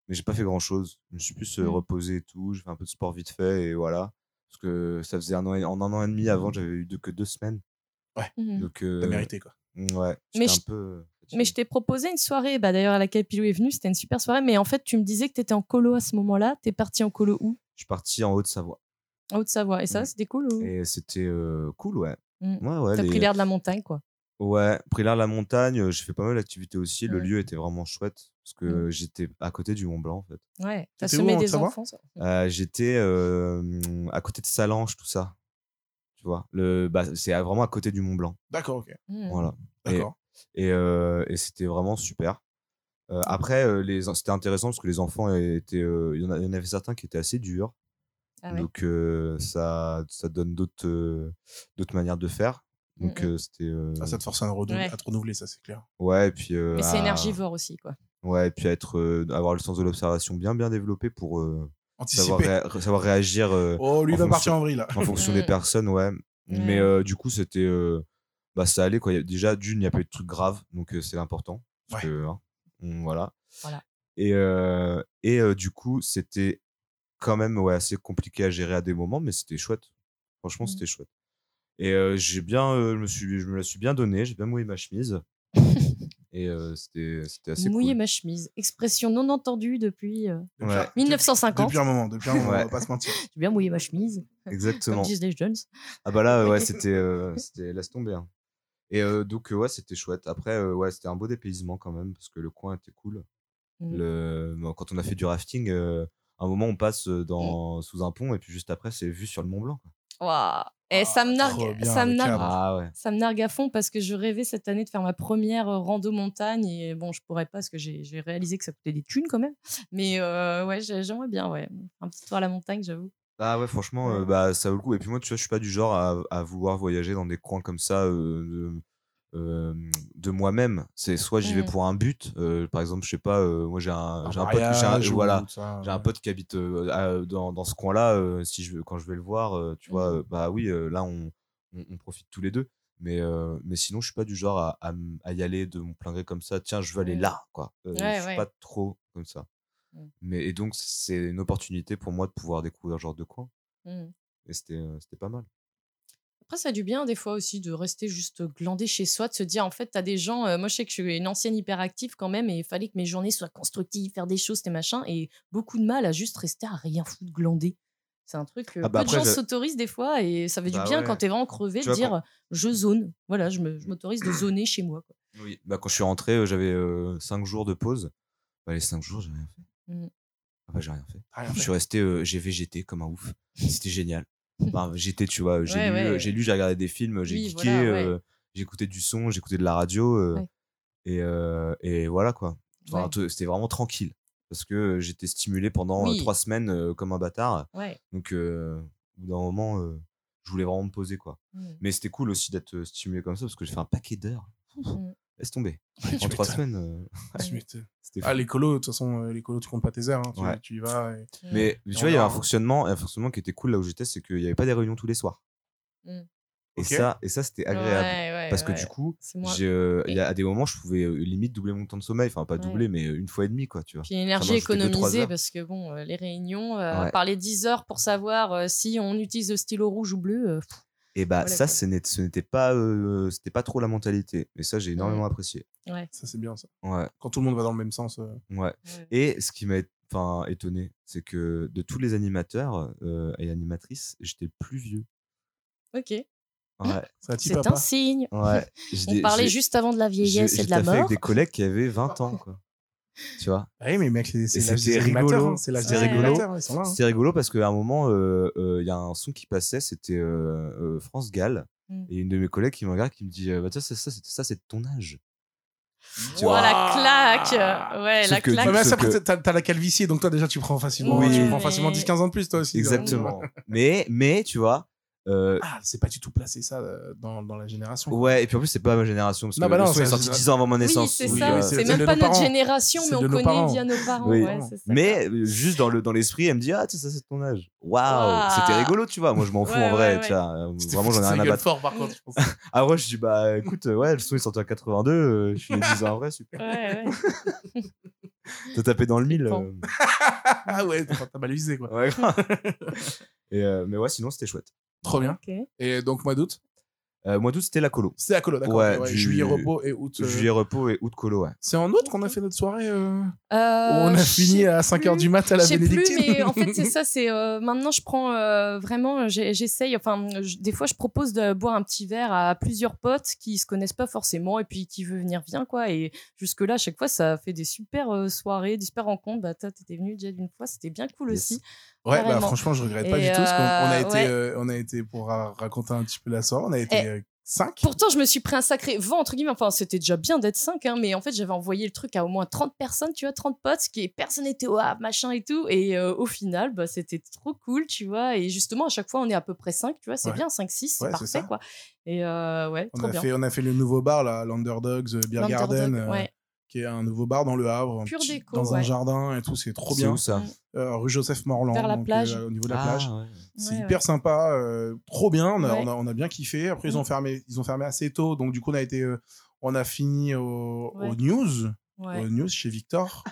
Speaker 3: Mais j'ai pas fait grand chose. Je me suis plus euh,
Speaker 5: Mm.
Speaker 3: reposé et tout. J'ai fait un peu de sport vite fait et voilà. Parce que ça faisait un an et- en un an et demi avant, j'avais eu deux- que deux semaines.
Speaker 5: Mmh.
Speaker 3: Donc, euh,
Speaker 2: T'as mérité quoi.
Speaker 3: ouais,
Speaker 5: Mais
Speaker 3: j'étais un
Speaker 5: je-
Speaker 3: peu.
Speaker 5: Mais je t'ai proposé une soirée, bah d'ailleurs à laquelle Pilou est venu, c'était une super soirée, mais en fait tu me disais que t'étais en colo à ce moment-là, t'es parti en colo où
Speaker 3: Je suis parti en Haute-Savoie.
Speaker 5: En Haute-Savoie, et ça
Speaker 3: Mm.
Speaker 5: c'était cool ou
Speaker 3: Et c'était euh, cool, ouais.
Speaker 5: Mm.
Speaker 3: Ouais, ouais.
Speaker 5: Mmh. T'as
Speaker 3: les-
Speaker 5: pris l'air de la montagne quoi.
Speaker 3: Ouais, pris l'air de la montagne, euh, j'ai fait pas mal d'activités aussi. Le
Speaker 5: Ouais.
Speaker 3: lieu était vraiment chouette parce que
Speaker 5: Mm.
Speaker 3: euh, j'étais à côté du Mont Blanc en fait.
Speaker 5: Ouais, t'as
Speaker 2: T'étais où,
Speaker 5: semé
Speaker 2: en
Speaker 5: des
Speaker 2: Haute-Savoie
Speaker 5: enfants. ça.
Speaker 3: Euh, j'étais euh, hum, à côté de Salange, tout ça. Tu vois, le, bah, c'est à- vraiment à côté du Mont Blanc.
Speaker 2: D'accord, ok.
Speaker 5: Mm.
Speaker 3: Voilà.
Speaker 2: D'accord.
Speaker 3: Et, euh, et c'était vraiment super. Euh, après, euh, les en- c'était intéressant parce que les enfants étaient. euh, Il y, en a- il y en avait certains qui étaient assez durs.
Speaker 5: Ah ouais.
Speaker 3: Donc, euh, ça, ça donne d'autres euh, d'autres manières de faire. Donc,
Speaker 5: Mm, mm.
Speaker 3: euh, c'était. euh,
Speaker 2: Ah, ça te force à, renou-
Speaker 5: Ouais.
Speaker 2: à te renouveler, ça c'est clair.
Speaker 3: ouais, et puis. euh,
Speaker 5: Mais c'est
Speaker 3: à-
Speaker 5: énergivore aussi quoi.
Speaker 3: Ouais, et puis à être, euh, avoir le sens de l'observation bien, bien développé pour euh, savoir,
Speaker 2: Anticiper.
Speaker 3: réa- savoir réagir. euh,
Speaker 2: Oh, lui, il va
Speaker 3: en
Speaker 2: partir en vrille là.
Speaker 3: en fonction des
Speaker 5: Mm.
Speaker 3: personnes, ouais. Mais
Speaker 5: Ouais.
Speaker 3: euh, du coup, c'était. euh, bah, ça allait, quoi. Il y a- déjà, d'une, il n'y a pas eu de trucs graves, donc euh, c'est important. Parce
Speaker 2: Ouais.
Speaker 3: que, hein, on- voilà.
Speaker 5: Voilà.
Speaker 3: Et, euh, et euh, du coup, c'était quand même ouais, assez compliqué à gérer à des moments, mais c'était chouette. Franchement,
Speaker 5: Mhm.
Speaker 3: c'était chouette. Et euh, j'ai bien, euh, je, me suis, je me la suis bien donnée, j'ai bien mouillé ma
Speaker 5: (laughs)
Speaker 3: chemise. et euh, c'était c'était assez
Speaker 5: Mouiller
Speaker 3: cool.
Speaker 5: ma chemise, expression non entendue depuis euh,
Speaker 2: Depuis
Speaker 3: Ouais.
Speaker 2: un-
Speaker 5: 1950.
Speaker 2: Depuis un moment, depuis un moment, on va
Speaker 3: Ouais.
Speaker 2: pas se mentir.
Speaker 5: J'ai bien mouillé ma chemise, comme
Speaker 3: Exactement.
Speaker 5: Disney Jones.
Speaker 3: Ah bah là, ouais, c'était, euh, c'était laisse tomber. hein. Et euh, donc, euh, ouais, c'était chouette. Après, euh, ouais, c'était un beau dépaysement quand même, parce que le coin était cool.
Speaker 5: Mm.
Speaker 3: Le... bon, Quand on a fait du rafting, euh, à un moment, on passe euh, dans... sous un pont, et puis juste après, c'est vu sur le Mont Blanc. quoi.
Speaker 5: Waouh. Et ça me
Speaker 2: trop
Speaker 5: nargue,
Speaker 2: bien,
Speaker 5: ça me
Speaker 2: le
Speaker 5: nargue
Speaker 2: cadre.
Speaker 3: Ah ouais.
Speaker 5: Ça me nargue à fond parce que je rêvais cette année de faire ma première euh, rando montagne et bon, je pourrais pas parce que j'ai j'ai réalisé que ça coûtait des thunes quand même. Mais euh, ouais, j'ai- j'aimerais bien, ouais. Un petit tour à la montagne, j'avoue.
Speaker 3: Ah ouais, franchement, euh,
Speaker 5: Ouais.
Speaker 3: bah, ça vaut le coup. Et puis moi, tu vois, je suis pas du genre à, à vouloir voyager dans des coins comme ça euh, de, euh, de moi-même. C'est soit j'y vais
Speaker 5: Mm.
Speaker 3: pour un but, euh, par exemple, je sais pas, euh, moi j'ai un, (laughs) j'ai un pote, que j'ai un-
Speaker 2: mariage ou
Speaker 3: voilà,
Speaker 2: tout ça,
Speaker 3: J'ai un
Speaker 2: ouais.
Speaker 3: pote qui habite euh, à- dans, dans ce coin-là. euh, si je, veux- quand je vais le voir, euh, tu vois,
Speaker 5: Mhm.
Speaker 3: euh, bah oui, euh, là on, on, on profite tous les deux. Mais, euh, mais sinon, je suis pas du genre à, à, m- à y aller de mon plein gré comme ça. Tiens, je veux aller
Speaker 5: Ouais.
Speaker 3: là, quoi. Euh,
Speaker 5: Ouais,
Speaker 3: je suis
Speaker 5: ouais. Mmh.
Speaker 3: pas trop comme ça.
Speaker 5: Ouais.
Speaker 3: Mais et donc c'est une opportunité pour moi de pouvoir découvrir ce genre de coin.
Speaker 5: Mm.
Speaker 3: Et c'était euh, c'était pas mal.
Speaker 5: Après, ça a du bien des fois aussi de rester juste glandé chez soi, de se dire en fait, t'as des gens. euh, moi, je sais que je suis une ancienne hyperactive quand même et il fallait que mes journées soient constructives, faire des choses, des machins, et beaucoup de mal à juste rester à rien foutre, glander. C'est un truc que
Speaker 3: Ah bah
Speaker 5: peu
Speaker 3: après,
Speaker 5: de gens
Speaker 3: je-
Speaker 5: s'autorisent des fois et ça fait
Speaker 3: Bah
Speaker 5: du bien
Speaker 3: ouais.
Speaker 5: quand t'es vraiment crevé
Speaker 3: Tu
Speaker 5: de
Speaker 3: vois,
Speaker 5: dire
Speaker 3: quand-
Speaker 5: euh, je zone. Voilà, je me- je m'autorise de zoner chez moi. quoi.
Speaker 3: Oui. Bah quand je suis rentré, euh, j'avais 5 jours de pause. Bah, les 5 jours, j'ai rien fait.
Speaker 5: Mhm.
Speaker 3: Ah bah j'ai rien fait.
Speaker 2: Ah, rien
Speaker 3: Je
Speaker 2: fait.
Speaker 3: suis resté, euh, j'ai végété comme un ouf. C'était génial.
Speaker 5: (laughs)
Speaker 3: Enfin, j'étais, tu vois, j'ai
Speaker 5: Ouais,
Speaker 3: lu,
Speaker 5: ouais.
Speaker 3: euh, j'ai lu, j'ai regardé des films, j'ai
Speaker 5: Oui,
Speaker 3: geeké,
Speaker 5: voilà, ouais.
Speaker 3: euh, j'ai écouté du son, j'ai écouté de la radio. euh,
Speaker 5: Ouais.
Speaker 3: et, euh, et voilà quoi. Enfin,
Speaker 5: Ouais.
Speaker 3: tout- C'était vraiment tranquille. Parce que euh, j'étais stimulé pendant euh,
Speaker 5: Oui.
Speaker 3: trois semaines euh, comme un bâtard. (laughs)
Speaker 5: Ouais.
Speaker 3: Donc, euh, au bout d'un moment, euh, je voulais vraiment me poser quoi.
Speaker 5: Mm.
Speaker 3: Mais c'était cool aussi d'être euh, stimulé comme ça parce que j'ai fait un paquet d'heures. Ouf,
Speaker 5: Mm.
Speaker 3: Laisse
Speaker 5: (laughs)
Speaker 3: tomber.
Speaker 2: Ouais,
Speaker 3: En
Speaker 2: tu
Speaker 3: trois
Speaker 2: m'étonnes,
Speaker 3: semaines, euh, (laughs)
Speaker 2: tu m'étonnes.
Speaker 3: c'était fou.
Speaker 2: Ah, les colos, de toute façon, euh, les colos, tu comptes pas tes heures. hein, tu-
Speaker 3: Ouais.
Speaker 2: Tu y vas. et-
Speaker 5: Mm.
Speaker 3: Mais tu
Speaker 2: on
Speaker 3: vois, il y avait
Speaker 2: verra,
Speaker 3: un
Speaker 2: hein.
Speaker 3: fonctionnement, un fonctionnement qui était cool là où j'étais, c'est qu'il n'y avait pas des réunions tous les soirs.
Speaker 5: Mm.
Speaker 3: Et,
Speaker 2: Ok.
Speaker 3: ça, et ça, c'était agréable.
Speaker 5: Ouais, ouais,
Speaker 3: parce que
Speaker 5: ouais.
Speaker 3: du coup,
Speaker 5: c'est moi.
Speaker 3: j'ai, euh, il y a à des moments, je pouvais euh, limite doubler mon temps de sommeil. Enfin, pas
Speaker 5: Ouais.
Speaker 3: doubler, mais euh, une fois et demie, quoi, tu vois.
Speaker 5: Puis l'énergie
Speaker 3: Ça m'a ajouté deux, trois
Speaker 5: économisée
Speaker 3: heures.
Speaker 5: parce que bon, euh, les réunions, euh,
Speaker 3: Ouais.
Speaker 5: parler 10 heures pour savoir euh, si on utilise le stylo rouge ou bleu. euh, pff,
Speaker 3: Et bah
Speaker 5: Voilà,
Speaker 3: ça,
Speaker 5: quoi.
Speaker 3: ce n'est- ce n'était pas, euh, c'était pas trop la mentalité. Et ça, j'ai énormément apprécié.
Speaker 2: Ça, c'est bien ça.
Speaker 3: Ouais,
Speaker 2: Quand tout le monde va dans le même sens. euh,
Speaker 3: ouais.
Speaker 5: Ouais.
Speaker 3: Et ce qui m'a é- enfin, étonné, c'est que de tous les animateurs euh, et animatrices, j'étais le plus vieux.
Speaker 5: Ok.
Speaker 3: Ouais,
Speaker 2: c'est un petit
Speaker 5: C'est
Speaker 2: papa.
Speaker 5: un signe.
Speaker 3: ouais. J'ai
Speaker 4: On
Speaker 3: des-
Speaker 4: parlait
Speaker 3: j'ai-
Speaker 4: juste avant de la
Speaker 3: j'ai-
Speaker 4: vieillesse et
Speaker 3: j'ai
Speaker 4: de la
Speaker 3: taffé avec
Speaker 4: mort.
Speaker 3: des collègues qui avaient 20 ans, quoi. Tu vois
Speaker 2: Ah Oui, mais mec, c'est c'est
Speaker 3: Et
Speaker 2: l'âge des
Speaker 3: c'était
Speaker 2: animateurs.
Speaker 3: rigolo.
Speaker 2: hein, C'est l'âge des
Speaker 5: C'était
Speaker 3: rigolo.
Speaker 2: animateurs. Ils sont là. hein.
Speaker 3: C'était rigolo parce qu'à un moment, euh, euh, il y a un son qui passait, c'était euh, euh, France Gall.
Speaker 5: Mm.
Speaker 3: Et une de mes collègues qui me regarde, qui me dit euh, bah, tiens, ça, ça, c'est- ça, c'est de ton âge. Tu
Speaker 5: Oh
Speaker 3: vois
Speaker 5: la claque Ouais,
Speaker 3: Sauf
Speaker 5: la
Speaker 3: que du
Speaker 5: claque.
Speaker 2: Ouais, mais ça,
Speaker 3: Sauf que-
Speaker 2: après, t'as t'as la calvitie, donc toi, déjà, tu prends facilement,
Speaker 3: Oui,
Speaker 2: tu prends
Speaker 5: mais-
Speaker 2: facilement 10-15 ans de plus, toi aussi. donc.
Speaker 3: Exactement. mais, mais, tu vois. euh,
Speaker 2: Ah, c'est pas du tout placé, ça, euh, dans, dans la génération.
Speaker 3: ouais, et puis en plus, c'est pas ma génération. Parce
Speaker 2: Non,
Speaker 3: que
Speaker 2: bah non,
Speaker 3: le son est
Speaker 2: ça,
Speaker 3: sorti
Speaker 2: c'est-
Speaker 3: 10 ans avant ma
Speaker 5: Oui,
Speaker 3: naissance. euh,
Speaker 5: c'est
Speaker 2: oui,
Speaker 5: ça.
Speaker 2: oui, c'est-
Speaker 5: c'est
Speaker 2: de
Speaker 5: même pas
Speaker 2: nos
Speaker 5: notre
Speaker 2: parents.
Speaker 5: génération,
Speaker 2: C'est
Speaker 5: mais
Speaker 2: de
Speaker 5: on
Speaker 2: nos
Speaker 5: connaît
Speaker 2: parents.
Speaker 5: via nos parents.
Speaker 3: Oui.
Speaker 5: ouais, c'est ça.
Speaker 3: Mais euh, juste dans le dans l'esprit, elle me dit ah tu sais, ça c'est ton âge. Waouh,
Speaker 5: Waouh.
Speaker 3: c'était rigolo tu vois. Moi je m'en fous
Speaker 5: Ouais,
Speaker 3: en vrai,
Speaker 5: ouais,
Speaker 3: tu vois. Euh,
Speaker 2: C'était
Speaker 3: Vraiment j'en ai
Speaker 2: foutu sa
Speaker 3: rien à
Speaker 2: gueule
Speaker 3: battre.
Speaker 2: fort, par contre. je pense. (laughs)
Speaker 3: Ah ouais, je dis bah écoute euh, ouais le son il est sorti en 82, euh, je suis les 10 ans en vrai (laughs) super.
Speaker 5: Ouais, ouais.
Speaker 3: T'as tapé dans le mille.
Speaker 5: Flippant.
Speaker 3: euh,
Speaker 2: ah ouais, t'as t'as mal visé, quoi.
Speaker 3: Ouais grave. (laughs) Et euh, mais ouais sinon c'était chouette.
Speaker 2: Trop bien.
Speaker 5: Ok.
Speaker 2: Et donc, mois d'août,
Speaker 3: Euh, moi tout c'était la colo.
Speaker 2: c'est à Colo, d'accord.
Speaker 3: Ouais,
Speaker 2: ok,
Speaker 3: du-
Speaker 2: Juillet, repos et août. euh,
Speaker 3: Juillet repos et août colo ouais.
Speaker 2: C'est en août qu'on a fait notre soirée euh, où
Speaker 5: Euh,
Speaker 2: On a
Speaker 5: je
Speaker 2: fini
Speaker 5: sais
Speaker 2: à 5h
Speaker 5: plus.
Speaker 2: du mat à
Speaker 5: Je
Speaker 2: la
Speaker 5: sais plus,
Speaker 2: bénédictine. (laughs)
Speaker 5: mais en fait, c'est ça. C'est euh, maintenant, je prends euh, vraiment, j'ai- j'essaye. Enfin, je- des fois, je propose de boire un petit verre à plusieurs potes qui se connaissent pas forcément et puis qui veut venir vient quoi. Et jusque là, à chaque fois, ça fait des super euh, soirées, des super rencontres. Bah, toi, t'étais venu déjà d'une fois, c'était bien cool
Speaker 3: Yes.
Speaker 5: aussi.
Speaker 2: Ouais, bah,
Speaker 5: Carrément.
Speaker 2: franchement, je regrette pas
Speaker 5: Et
Speaker 2: du tout. Parce qu'on on a
Speaker 5: euh,
Speaker 2: été,
Speaker 5: ouais.
Speaker 2: euh, on a été, pour euh, raconter un petit peu la soirée, on a
Speaker 5: Et-
Speaker 2: été euh, 5.
Speaker 5: Pourtant, je me suis pris un sacré vent entre guillemets. Enfin, c'était déjà bien d'être 5 hein, mais en fait, j'avais envoyé le truc à au moins 30 personnes, tu vois, 30 potes, qui est personne n'était au ah, machin et tout. Et euh, au final, bah, c'était trop cool, tu vois. Et justement, à chaque fois, on est à peu près 5 tu vois, c'est
Speaker 2: Ouais.
Speaker 5: bien 5 6 c'est
Speaker 2: Ouais, c'est ça.
Speaker 5: parfait quoi. Et euh, ouais,
Speaker 2: On
Speaker 5: trop
Speaker 2: a,
Speaker 5: bien.
Speaker 2: fait, on a fait le nouveau bar, là, l'Underdogs euh, Beer
Speaker 5: L'Underdog,
Speaker 2: Garden, euh,
Speaker 5: ouais.
Speaker 2: qui est un nouveau bar dans le Havre, un
Speaker 5: Pure
Speaker 2: petit-
Speaker 5: déco,
Speaker 2: dans un
Speaker 5: ouais.
Speaker 2: jardin et tout, c'est trop
Speaker 3: C'est
Speaker 2: bien.
Speaker 3: où ça
Speaker 2: Euh, rue Joseph Morland,
Speaker 5: Vers la
Speaker 2: donc,
Speaker 5: plage.
Speaker 2: euh, au niveau de la
Speaker 3: Ah,
Speaker 2: plage.
Speaker 3: ouais.
Speaker 2: C'est
Speaker 5: Ouais,
Speaker 2: hyper sympa, euh, trop bien. On a,
Speaker 5: Ouais.
Speaker 2: on a- on a bien kiffé. Après, ils
Speaker 5: Mm.
Speaker 2: ont fermé, ils ont fermé assez tôt, donc du coup, on a été, euh, on a fini au, au
Speaker 5: Ouais.
Speaker 2: News,
Speaker 5: ouais.
Speaker 2: au News chez
Speaker 5: (laughs)
Speaker 2: Victor.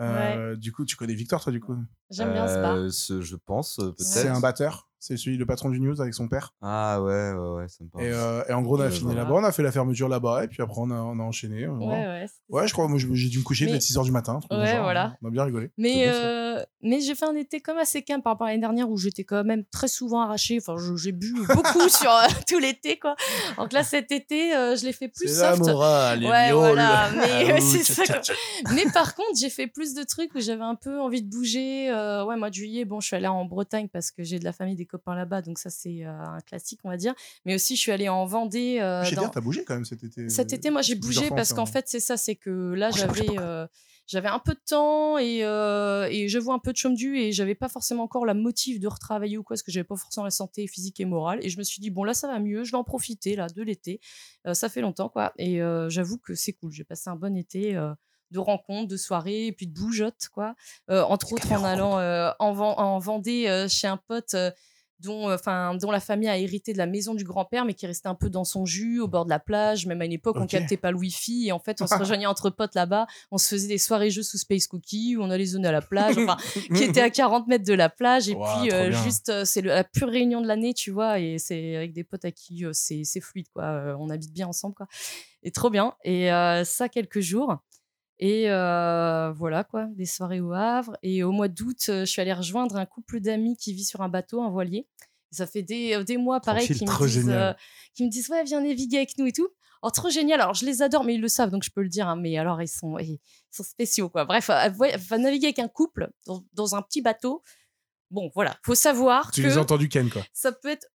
Speaker 2: Euh, Du coup, tu connais Victor, toi, du coup.
Speaker 5: J'aime bien ce bar.
Speaker 3: Euh, ce- je pense euh, peut-être.
Speaker 2: C'est un batteur, c'est celui le patron du News avec son père.
Speaker 3: Ah ouais ouais ouais ça me parle.
Speaker 2: Et, euh, et en gros, on a
Speaker 3: Je
Speaker 2: fini
Speaker 5: vois.
Speaker 2: là-bas, on a fait la fermeture là-bas, et puis après, on a, on a enchaîné. euh, voilà.
Speaker 5: Ouais, ouais. c'est
Speaker 2: Ouais,
Speaker 5: ça.
Speaker 2: je crois, moi j'ai j'ai dû me coucher, il
Speaker 5: Mais-
Speaker 2: devait être 6h du matin. un truc dans le
Speaker 5: Ouais,
Speaker 2: genre.
Speaker 5: voilà.
Speaker 2: On a bien rigolé.
Speaker 5: Mais,
Speaker 2: C'est bon, ça.
Speaker 5: euh, mais j'ai fait un été comme assez calme par rapport à l'année dernière où j'étais quand même très souvent arrachée. Enfin, je- j'ai bu
Speaker 2: (laughs)
Speaker 5: beaucoup sur euh, tout l'été, quoi. Donc là, cet été, euh, je l'ai fait plus soft.
Speaker 2: morale,
Speaker 5: Ouais,
Speaker 2: miaule.
Speaker 5: voilà, mais
Speaker 2: Ah,
Speaker 5: ouais,
Speaker 2: ouh,
Speaker 5: c'est
Speaker 2: tcha,
Speaker 5: ça,
Speaker 2: tcha, tcha.
Speaker 5: quoi. Mais par contre, j'ai fait plus de trucs où j'avais un peu envie de bouger. Euh, ouais, mois de juillet, bon, je suis allée en Bretagne parce que j'ai de la famille, des copains là-bas, donc ça, c'est euh, un classique, on va dire. Mais aussi, je suis allée en Vendée. euh,
Speaker 2: Chez
Speaker 5: dans-
Speaker 2: Dire, t'as bougé quand même cet été.
Speaker 5: cet été, moi, j'ai
Speaker 2: plusieurs
Speaker 5: bougé
Speaker 2: fois,
Speaker 5: parce
Speaker 2: enfin.
Speaker 5: qu'en fait, c'est ça, c'est que là,
Speaker 2: hein. Moi, j'ai bougé
Speaker 5: j'avais euh, j'avais un peu de temps et, euh, et je vois un peu de chaume du et j'avais pas forcément encore la motive de retravailler ou quoi, parce que j'avais pas forcément la santé physique et morale. Et je me suis dit, bon, là, ça va mieux, je vais en profiter, là, de l'été. Euh, ça fait longtemps, quoi. Et euh, j'avoue que c'est cool, j'ai passé un bon été. euh, de rencontres, de soirées, et puis de bougeottes, quoi. Euh, entre autres, en allant euh, en, Ven- en Vendée euh, chez un pote euh, dont, enfin, dont la famille a hérité de la maison du grand-père, mais qui restait un peu dans son jus, au bord de la plage. Même à une époque, on
Speaker 2: Ok.
Speaker 5: captait pas le wifi. Et en fait, on se rejoignait entre potes là-bas. On se faisait des soirées jeux sous Space Cookie, où on allait zoner à la plage, enfin,
Speaker 2: (laughs)
Speaker 5: qui était à 40 mètres de la plage. Et
Speaker 2: Ouah,
Speaker 5: puis,
Speaker 2: trop
Speaker 5: euh,
Speaker 2: bien.
Speaker 5: juste, euh, c'est le- la pure réunion de l'année, tu vois. Et c'est avec des potes à qui euh, c'est c'est fluide, quoi. Euh, on habite bien ensemble, quoi. Et trop bien. Et euh, ça, quelques jours. Et euh, voilà quoi, des soirées au Havre. Et au mois d'août, euh, je suis allée rejoindre un couple d'amis qui vit sur un bateau, un voilier. Ça fait des, euh, des mois, pareil,
Speaker 2: Tranquille,
Speaker 5: qui
Speaker 2: trop
Speaker 5: me, disent,
Speaker 2: génial.
Speaker 5: qui me disent Ouais, viens naviguer avec nous et tout. Oh, trop génial. Alors, je les adore, mais ils le savent, donc je peux le dire. hein, mais alors, ils sont, ils sont spéciaux quoi. Bref, euh, ouais, va naviguer avec un couple dans, dans un petit bateau. Bon, voilà. Faut savoir
Speaker 2: Tu
Speaker 5: que
Speaker 2: les as entendus, Ken, quoi.
Speaker 5: ça
Speaker 2: (laughs)
Speaker 5: peut être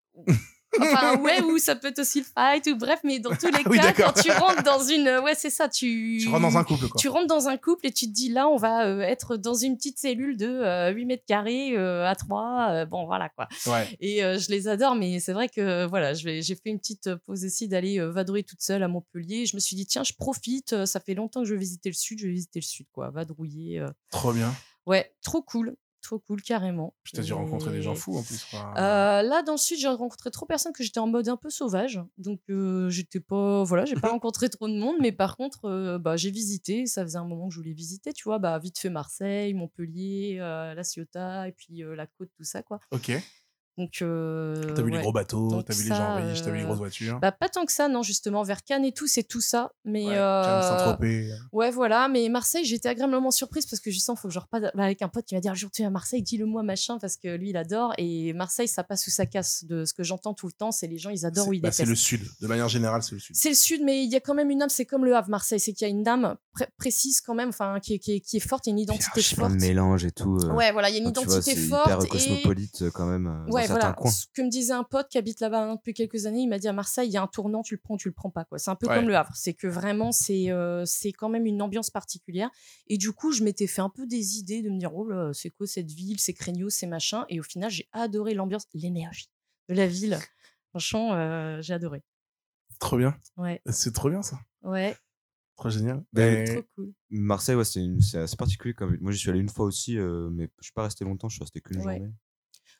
Speaker 5: enfin ouais ou ça peut être aussi le fight ou bref mais dans tous les
Speaker 2: Ah Oui,
Speaker 5: cas
Speaker 2: d'accord.
Speaker 5: quand tu rentres dans une ouais c'est ça tu
Speaker 2: Tu rentres dans un couple, quoi.
Speaker 5: tu rentres dans un couple et tu te dis là on va euh, être dans une petite cellule de euh, 8 mètres carrés euh, à 3 euh, bon voilà quoi
Speaker 2: Ouais.
Speaker 5: et euh, je les adore mais c'est vrai que euh, voilà je vais- j'ai fait une petite euh, pause aussi d'aller euh, vadrouiller toute seule à Montpellier je me suis dit tiens je profite euh, ça fait longtemps que je vais visiter le sud je vais visiter le sud quoi vadrouiller euh.
Speaker 2: Trop bien.
Speaker 5: ouais trop cool trop cool carrément
Speaker 2: Puis t'as dû rencontrer des gens
Speaker 5: Et-
Speaker 2: fous hein. en plus. quoi.
Speaker 5: euh, là, dans le sud, j'ai rencontré trop de personnes que j'étais en mode un peu sauvage. Donc, euh, j'étais pas. Voilà,
Speaker 2: (laughs)
Speaker 5: j'ai pas rencontré trop de monde. Mais par contre, euh, bah, j'ai visité. Ça faisait un moment que je voulais visiter, tu vois. Bah, vite fait Marseille, Montpellier, euh, la Ciotat, et puis euh, la côte, tout ça, quoi.
Speaker 2: Ok.
Speaker 5: Donc, euh,
Speaker 2: T'as vu les
Speaker 5: ouais.
Speaker 2: gros bateaux,
Speaker 5: Donc
Speaker 2: t'as vu les
Speaker 5: ça,
Speaker 2: gens riches, t'as vu les
Speaker 5: euh,
Speaker 2: grosses voitures.
Speaker 5: Bah, pas tant que ça, non, justement, vers Cannes et tout, c'est tout ça. Mais.
Speaker 2: Ouais,
Speaker 5: euh,
Speaker 2: Cannes, Saint-Tropez.
Speaker 5: ouais, voilà. Mais Marseille, j'étais agréablement surprise parce que justement, faut que je repasse bah, avec un pote qui m'a dit un jour tu es à Marseille, dis-le-moi, machin, parce que lui, il adore. Et Marseille, ça passe sous sa casse. De ce que j'entends tout le temps, c'est les gens, ils adorent ou
Speaker 2: C'est
Speaker 5: ils
Speaker 2: bah, c'est
Speaker 5: détestent.
Speaker 2: le sud. De manière générale, c'est le sud.
Speaker 5: C'est le sud, mais il y a quand même une âme. C'est comme le Havre, Marseille. C'est qu'il y a une âme pré- précise quand même, enfin, qui, est- qui est- qui est forte, il y a une
Speaker 3: Puis,
Speaker 5: identité
Speaker 3: archi plein
Speaker 5: forte.
Speaker 3: de mélange et tout. euh,
Speaker 5: Ouais, voilà, il y a une
Speaker 3: donc, tu vois,
Speaker 5: identité
Speaker 3: c'est
Speaker 5: forte.
Speaker 3: Hyper
Speaker 5: et...
Speaker 3: cosmopolite euh, quand même euh,
Speaker 5: Ouais,
Speaker 3: dans certains
Speaker 5: voilà.
Speaker 3: coins.
Speaker 5: Ce que me disait un pote qui habite là-bas hein, depuis quelques années, il m'a dit à Marseille, il y a un tournant, tu le prends, tu le prends pas. quoi. C'est un peu
Speaker 2: Ouais.
Speaker 5: comme le Havre. C'est que vraiment, c'est euh, c'est quand même une ambiance particulière. Et du coup, je m'étais fait un peu des idées de me dire, oh là, c'est quoi cette ville, c'est craignos, c'est machin. Et au final, j'ai adoré l'ambiance, l'énergie de la ville. Franchement, euh, j'ai adoré.
Speaker 2: Trop bien.
Speaker 5: Ouais,
Speaker 2: C'est trop bien ça.
Speaker 5: ouais,
Speaker 2: Trop génial.
Speaker 3: Ben,
Speaker 2: Mais-
Speaker 5: trop cool.
Speaker 3: Marseille, ouais, c'est une- c'est assez particulier. Comme... ville. Moi, j'y suis allé une fois aussi, euh, mais je suis pas resté longtemps. Je suis resté qu'une
Speaker 5: Ouais. Mmh.
Speaker 3: journée.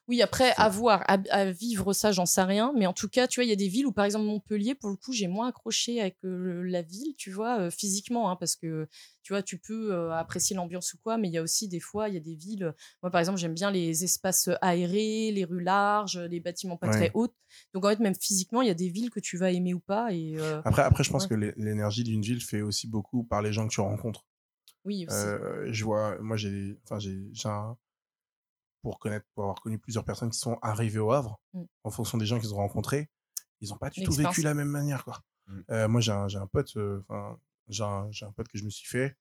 Speaker 5: Oui, après,
Speaker 3: C'est-
Speaker 5: à voir, à, à vivre ça, j'en sais rien. Mais en tout cas, tu vois, il y a des villes où, par exemple, Montpellier, pour le coup, j'ai moins accroché avec euh, la ville, tu vois, euh, physiquement, hein, parce que, tu vois, tu peux euh, apprécier l'ambiance ou quoi, mais il y a aussi des fois, il y a des villes. euh, Moi, par exemple, j'aime bien les espaces aérés, les rues larges, les bâtiments pas
Speaker 2: Ouais.
Speaker 5: très hautes. Donc, en fait, même physiquement, il y a des villes que tu vas aimer ou pas. Et euh,
Speaker 2: Après, après, je pense
Speaker 5: Ouais.
Speaker 2: que l'é- l'énergie d'une ville fait aussi beaucoup par les gens que tu rencontres.
Speaker 5: oui, aussi.
Speaker 2: Euh, je vois, moi, j'ai, enfin, j'ai, j'ai un- pour connaître, pour avoir connu plusieurs personnes qui sont arrivées au Havre,
Speaker 5: Mm.
Speaker 2: en fonction des gens qu'ils ont rencontrés, ils n'ont pas du tout
Speaker 5: L'expérience.
Speaker 2: vécu la même manière, quoi.
Speaker 3: Mm.
Speaker 2: Euh, moi, j'ai un, j'ai un pote, euh, enfin, j'ai un, j'ai un pote que je me suis fait.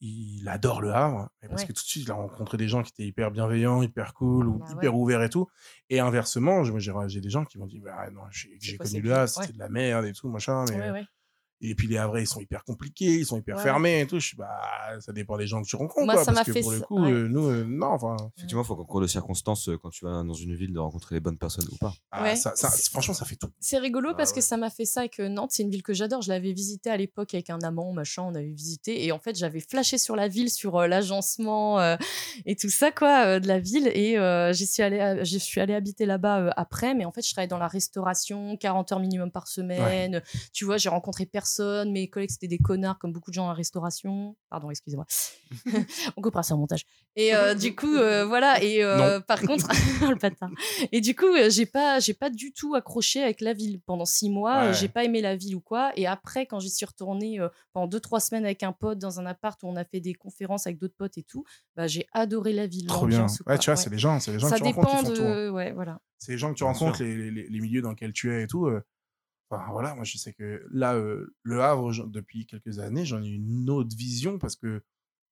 Speaker 2: Il adore le Havre, mais parce
Speaker 5: Ouais.
Speaker 2: que tout de suite, il a rencontré des gens qui étaient hyper bienveillants, hyper cool ou
Speaker 5: Bah
Speaker 2: hyper ouverts et tout. Et inversement, je- moi, j'ai j'ai des gens qui m'ont dit Bah non, j'ai j'ai
Speaker 5: quoi
Speaker 2: connu
Speaker 5: cette
Speaker 2: le Havre,
Speaker 5: ville
Speaker 2: c'était de la merde et tout, machin. Mais
Speaker 5: Ouais, ouais.
Speaker 2: et puis les Havrais, ils sont hyper compliqués, ils sont hyper
Speaker 5: Ouais.
Speaker 2: fermés et tout. Je suis, bah, ça dépend des gens que tu rencontres.
Speaker 5: Moi,
Speaker 2: quoi,
Speaker 5: ça
Speaker 2: parce que
Speaker 5: m'a fait
Speaker 2: Pour le
Speaker 5: ça,
Speaker 2: coup,
Speaker 5: ouais.
Speaker 2: euh, nous, euh, non, enfin.
Speaker 3: Effectivement, il faut qu'en cours de circonstances, euh, quand tu vas dans une ville, de rencontrer les bonnes personnes ou pas.
Speaker 2: ah,
Speaker 5: Ouais.
Speaker 2: ça- ça- franchement, ça fait tout.
Speaker 5: C'est rigolo
Speaker 3: Ah
Speaker 5: parce
Speaker 3: ouais.
Speaker 5: que ça m'a fait ça avec euh, Nantes. C'est une ville que j'adore. Je l'avais visitée à l'époque avec un amant, machin. On avait visité et en fait, j'avais flashé sur la ville, sur euh, l'agencement euh, et tout ça, quoi, euh, de la ville. Et euh, j'y suis allée, à- j'y suis allée habiter là-bas euh, après. Mais en fait, je travaillais dans la restauration, 40 heures minimum par semaine. Tu vois, j'ai rencontré personne. Mes collègues, c'était des connards comme beaucoup de gens dans la restauration.
Speaker 3: (laughs)
Speaker 5: Pardon, excusez-moi. On coupera ça au montage. Et euh, du coup, euh, voilà. Et
Speaker 2: (laughs)
Speaker 5: euh, par contre, (laughs) Oh, le bâtard. Et du coup, euh, j'ai pas, j'ai pas du tout accroché avec la ville pendant six mois.
Speaker 2: Ouais.
Speaker 5: euh, J'ai pas aimé la ville ou quoi. Et après, quand j'y suis retournée euh, pendant deux trois semaines avec un pote dans un appart où on a fait des conférences avec d'autres potes et tout, bah, j'ai adoré la ville.
Speaker 2: Trop bien.
Speaker 5: l'ambiance ou
Speaker 2: Ouais,
Speaker 5: quoi.
Speaker 2: tu vois,
Speaker 5: Ouais.
Speaker 2: c'est les gens, c'est les gens
Speaker 5: ça
Speaker 2: que tu rencontres
Speaker 5: dépend
Speaker 2: qui font tout. hein.
Speaker 5: de, ouais, voilà.
Speaker 2: C'est les gens que tu
Speaker 3: Bien
Speaker 2: rencontres,
Speaker 3: sûr.
Speaker 2: les, les- les- les milieux dans lesquels tu es et tout. euh. Enfin, voilà, moi, je sais que là, euh, le Havre, j'en- depuis quelques années, j'en ai une autre vision parce que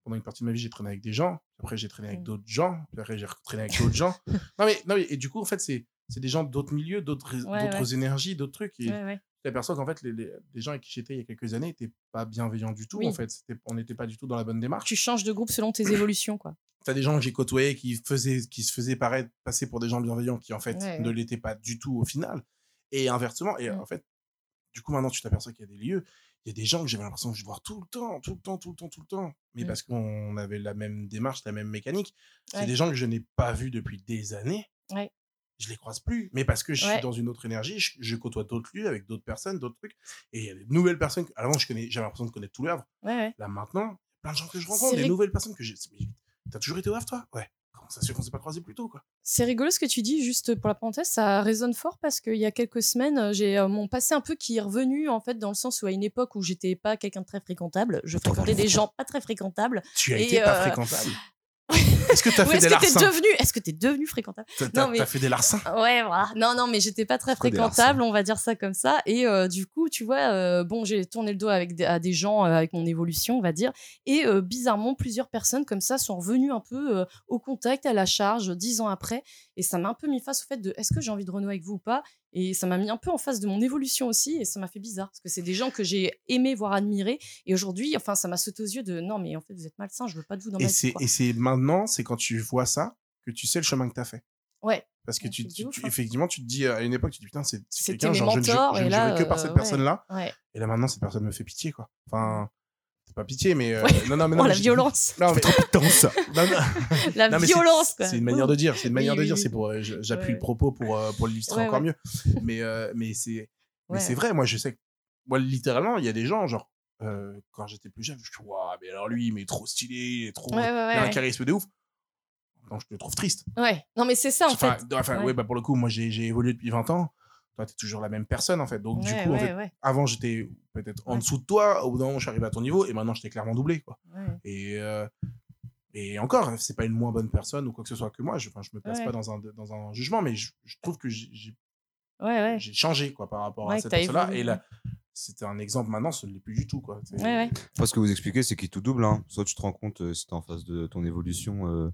Speaker 2: pendant une partie de ma vie, j'ai traîné avec des gens. Après, j'ai traîné avec
Speaker 5: Mm.
Speaker 2: d'autres gens. Puis après, j'ai traîné avec d'autres
Speaker 5: (laughs)
Speaker 2: gens. Non mais, non, mais- et du coup, en fait, c'est c'est des gens d'autres milieux, d'autres
Speaker 5: Ouais,
Speaker 2: d'autres
Speaker 5: ouais.
Speaker 2: énergies, d'autres trucs. Et
Speaker 5: Ouais, ouais.
Speaker 2: tu t'aperçois qu'en fait, les, les- les gens avec qui j'étais il y a quelques années n'étaient pas bienveillants du tout.
Speaker 5: Oui.
Speaker 2: En fait, C'était- on n'était pas du tout dans la bonne démarche.
Speaker 5: Tu changes de groupe selon tes évolutions, quoi.
Speaker 2: Tu as des gens que j'ai côtoyés qui, faisaient, qui se faisaient paraître, passer pour des gens bienveillants qui, en fait,
Speaker 5: Ouais,
Speaker 2: ne
Speaker 5: ouais.
Speaker 2: l'étaient pas du tout au final. Et inversement, et
Speaker 5: Mm.
Speaker 2: en fait, du coup, maintenant, tu t'aperçois qu'il y a des lieux, il y a des gens que j'avais l'impression de voir tout le temps, tout le temps, tout le temps, tout le temps. Mais
Speaker 5: Mm.
Speaker 2: parce qu'on avait la même démarche, la même mécanique. C'est
Speaker 5: Ouais.
Speaker 2: des gens que je n'ai pas vus depuis des années.
Speaker 5: Ouais.
Speaker 2: Je les croise plus. Mais parce que je suis
Speaker 5: Ouais.
Speaker 2: dans une autre énergie, je, je côtoie d'autres lieux avec d'autres personnes, d'autres trucs. Et il y a des nouvelles personnes. que- Avant, je connais- j'avais l'impression de connaître tout le Havre
Speaker 5: Ouais, ouais.
Speaker 2: là maintenant, plein de gens que je
Speaker 5: C'est
Speaker 2: rencontre, des
Speaker 5: vrai-
Speaker 2: nouvelles personnes que j'ai. c'est- mais T'as toujours été au Havre, toi Ouais. Comment ça se fait qu'on s'est pas croisé plus tôt, quoi
Speaker 5: C'est rigolo ce que tu dis, juste pour la parenthèse, ça résonne fort parce qu'il y a quelques semaines, euh, j'ai euh, mon passé un peu qui est revenu, en fait, dans le sens où à une époque où j'étais pas quelqu'un de très fréquentable, je fréquentais des gens pas très fréquentables.
Speaker 2: Tu as
Speaker 5: Et,
Speaker 2: été pas
Speaker 5: euh, (laughs)
Speaker 2: fréquentable. Est-ce que t'as
Speaker 5: Ou
Speaker 2: fait
Speaker 5: est-ce
Speaker 2: des
Speaker 5: que t'es
Speaker 2: larcins
Speaker 5: devenu, est-ce que t'es devenu fréquentable
Speaker 2: T'as- T'as
Speaker 5: Non, mais-
Speaker 2: t'as fait des larcins
Speaker 5: Ouais, voilà. Non, non, mais j'étais pas très
Speaker 3: Trop des
Speaker 5: fréquentable, on va dire ça comme ça. Et euh, du coup, tu vois, euh, bon, j'ai tourné le dos avec des- à des gens euh, avec mon évolution, on va dire. Et euh, bizarrement, plusieurs personnes comme ça sont revenues un peu euh, au contact, à la charge, euh, dix ans après. Et ça m'a un peu mis face au fait de est-ce que j'ai envie de renouer avec vous ou pas Et ça m'a mis un peu en face de mon évolution aussi. Et ça m'a fait bizarre parce que c'est des gens que j'ai aimé, voire admiré. Et aujourd'hui, enfin, ça m'a sauté aux yeux de non, mais en fait, vous êtes malsain, je veux pas de vous dans
Speaker 2: Et
Speaker 5: ma
Speaker 2: c'est
Speaker 5: vie. quoi.
Speaker 2: et c'est maintenant, c'est quand tu vois ça que tu sais le chemin que t'as fait.
Speaker 5: Ouais.
Speaker 2: Parce que
Speaker 5: Ouais,
Speaker 2: tu,
Speaker 5: c'est
Speaker 2: tu-
Speaker 5: ouf,
Speaker 2: tu-
Speaker 5: hein.
Speaker 2: effectivement, tu te dis à une époque, tu te dis putain, c'est c'est
Speaker 5: C'était
Speaker 2: quelqu'un,
Speaker 5: mes
Speaker 2: genre je ne ju-
Speaker 5: mentors,
Speaker 2: je ne
Speaker 5: et là,
Speaker 2: jurais que par cette
Speaker 5: euh, ouais.
Speaker 2: personne-là.
Speaker 5: Ouais.
Speaker 2: Et là maintenant, cette personne me fait pitié, quoi. Enfin, c'est pas pitié, mais. euh,
Speaker 5: Ouais.
Speaker 2: Non, non, mais non.
Speaker 5: Oh,
Speaker 2: mais
Speaker 5: la
Speaker 2: je-
Speaker 5: violence
Speaker 2: Non, mais trop intense. Non, (laughs) non.
Speaker 5: La
Speaker 2: Non, mais c'est-
Speaker 5: violence quoi.
Speaker 2: C'est une manière de dire, c'est une
Speaker 5: Oui,
Speaker 2: manière de
Speaker 5: oui,
Speaker 2: dire.
Speaker 5: oui.
Speaker 2: C'est pour, euh, je- j'appuie
Speaker 5: Ouais,
Speaker 2: le propos pour, euh, pour l'illustrer
Speaker 5: Ouais,
Speaker 2: encore
Speaker 5: ouais.
Speaker 2: mieux. Mais, euh, mais c'est, mais
Speaker 5: Ouais.
Speaker 2: c'est vrai. Moi, je sais que, moi, littéralement, il y a des gens, genre, euh, quand j'étais plus jeune, je me suis dit, Ouah, mais alors lui, mais trop stylé, il est trop,
Speaker 5: Ouais, ouais,
Speaker 2: il a un
Speaker 5: ouais.
Speaker 2: charisme de ouf. donc je te trouve triste.
Speaker 5: Ouais. Non, mais c'est ça, en
Speaker 2: enfin,
Speaker 5: fait.
Speaker 2: d- enfin,
Speaker 5: ouais.
Speaker 2: ouais, bah, pour le coup, moi, j'ai j'ai évolué depuis 20 ans. Toi, t'es toujours la même personne, en fait. Donc, du
Speaker 5: Ouais,
Speaker 2: coup, en fait,
Speaker 5: ouais, ouais,
Speaker 2: avant, j'étais peut-être en
Speaker 5: Ouais.
Speaker 2: dessous de toi. Au bout d'un moment, je suis arrivé à ton niveau. Et maintenant, je t'ai clairement doublé, quoi.
Speaker 5: ouais.
Speaker 2: Et, euh, et encore, hein, c'est pas une moins bonne personne ou quoi que ce soit que moi. Je, enfin, je me place
Speaker 5: Ouais.
Speaker 2: pas dans un, dans un jugement, mais je, je trouve que j'ai- j'ai
Speaker 5: Ouais, ouais.
Speaker 2: j'ai changé quoi, par rapport
Speaker 5: Ouais,
Speaker 2: à
Speaker 5: que
Speaker 2: cette
Speaker 5: t'as
Speaker 2: personne-là.
Speaker 5: évolué,
Speaker 2: Et là, c'était un exemple maintenant, ce ne l'est plus du tout. Quoi. C'est-
Speaker 5: Ouais, ouais.
Speaker 3: Moi, ce que vous expliquez, c'est qu'il est tout double. hein. Soit tu te rends compte euh, si t'es en face de ton évolution, euh,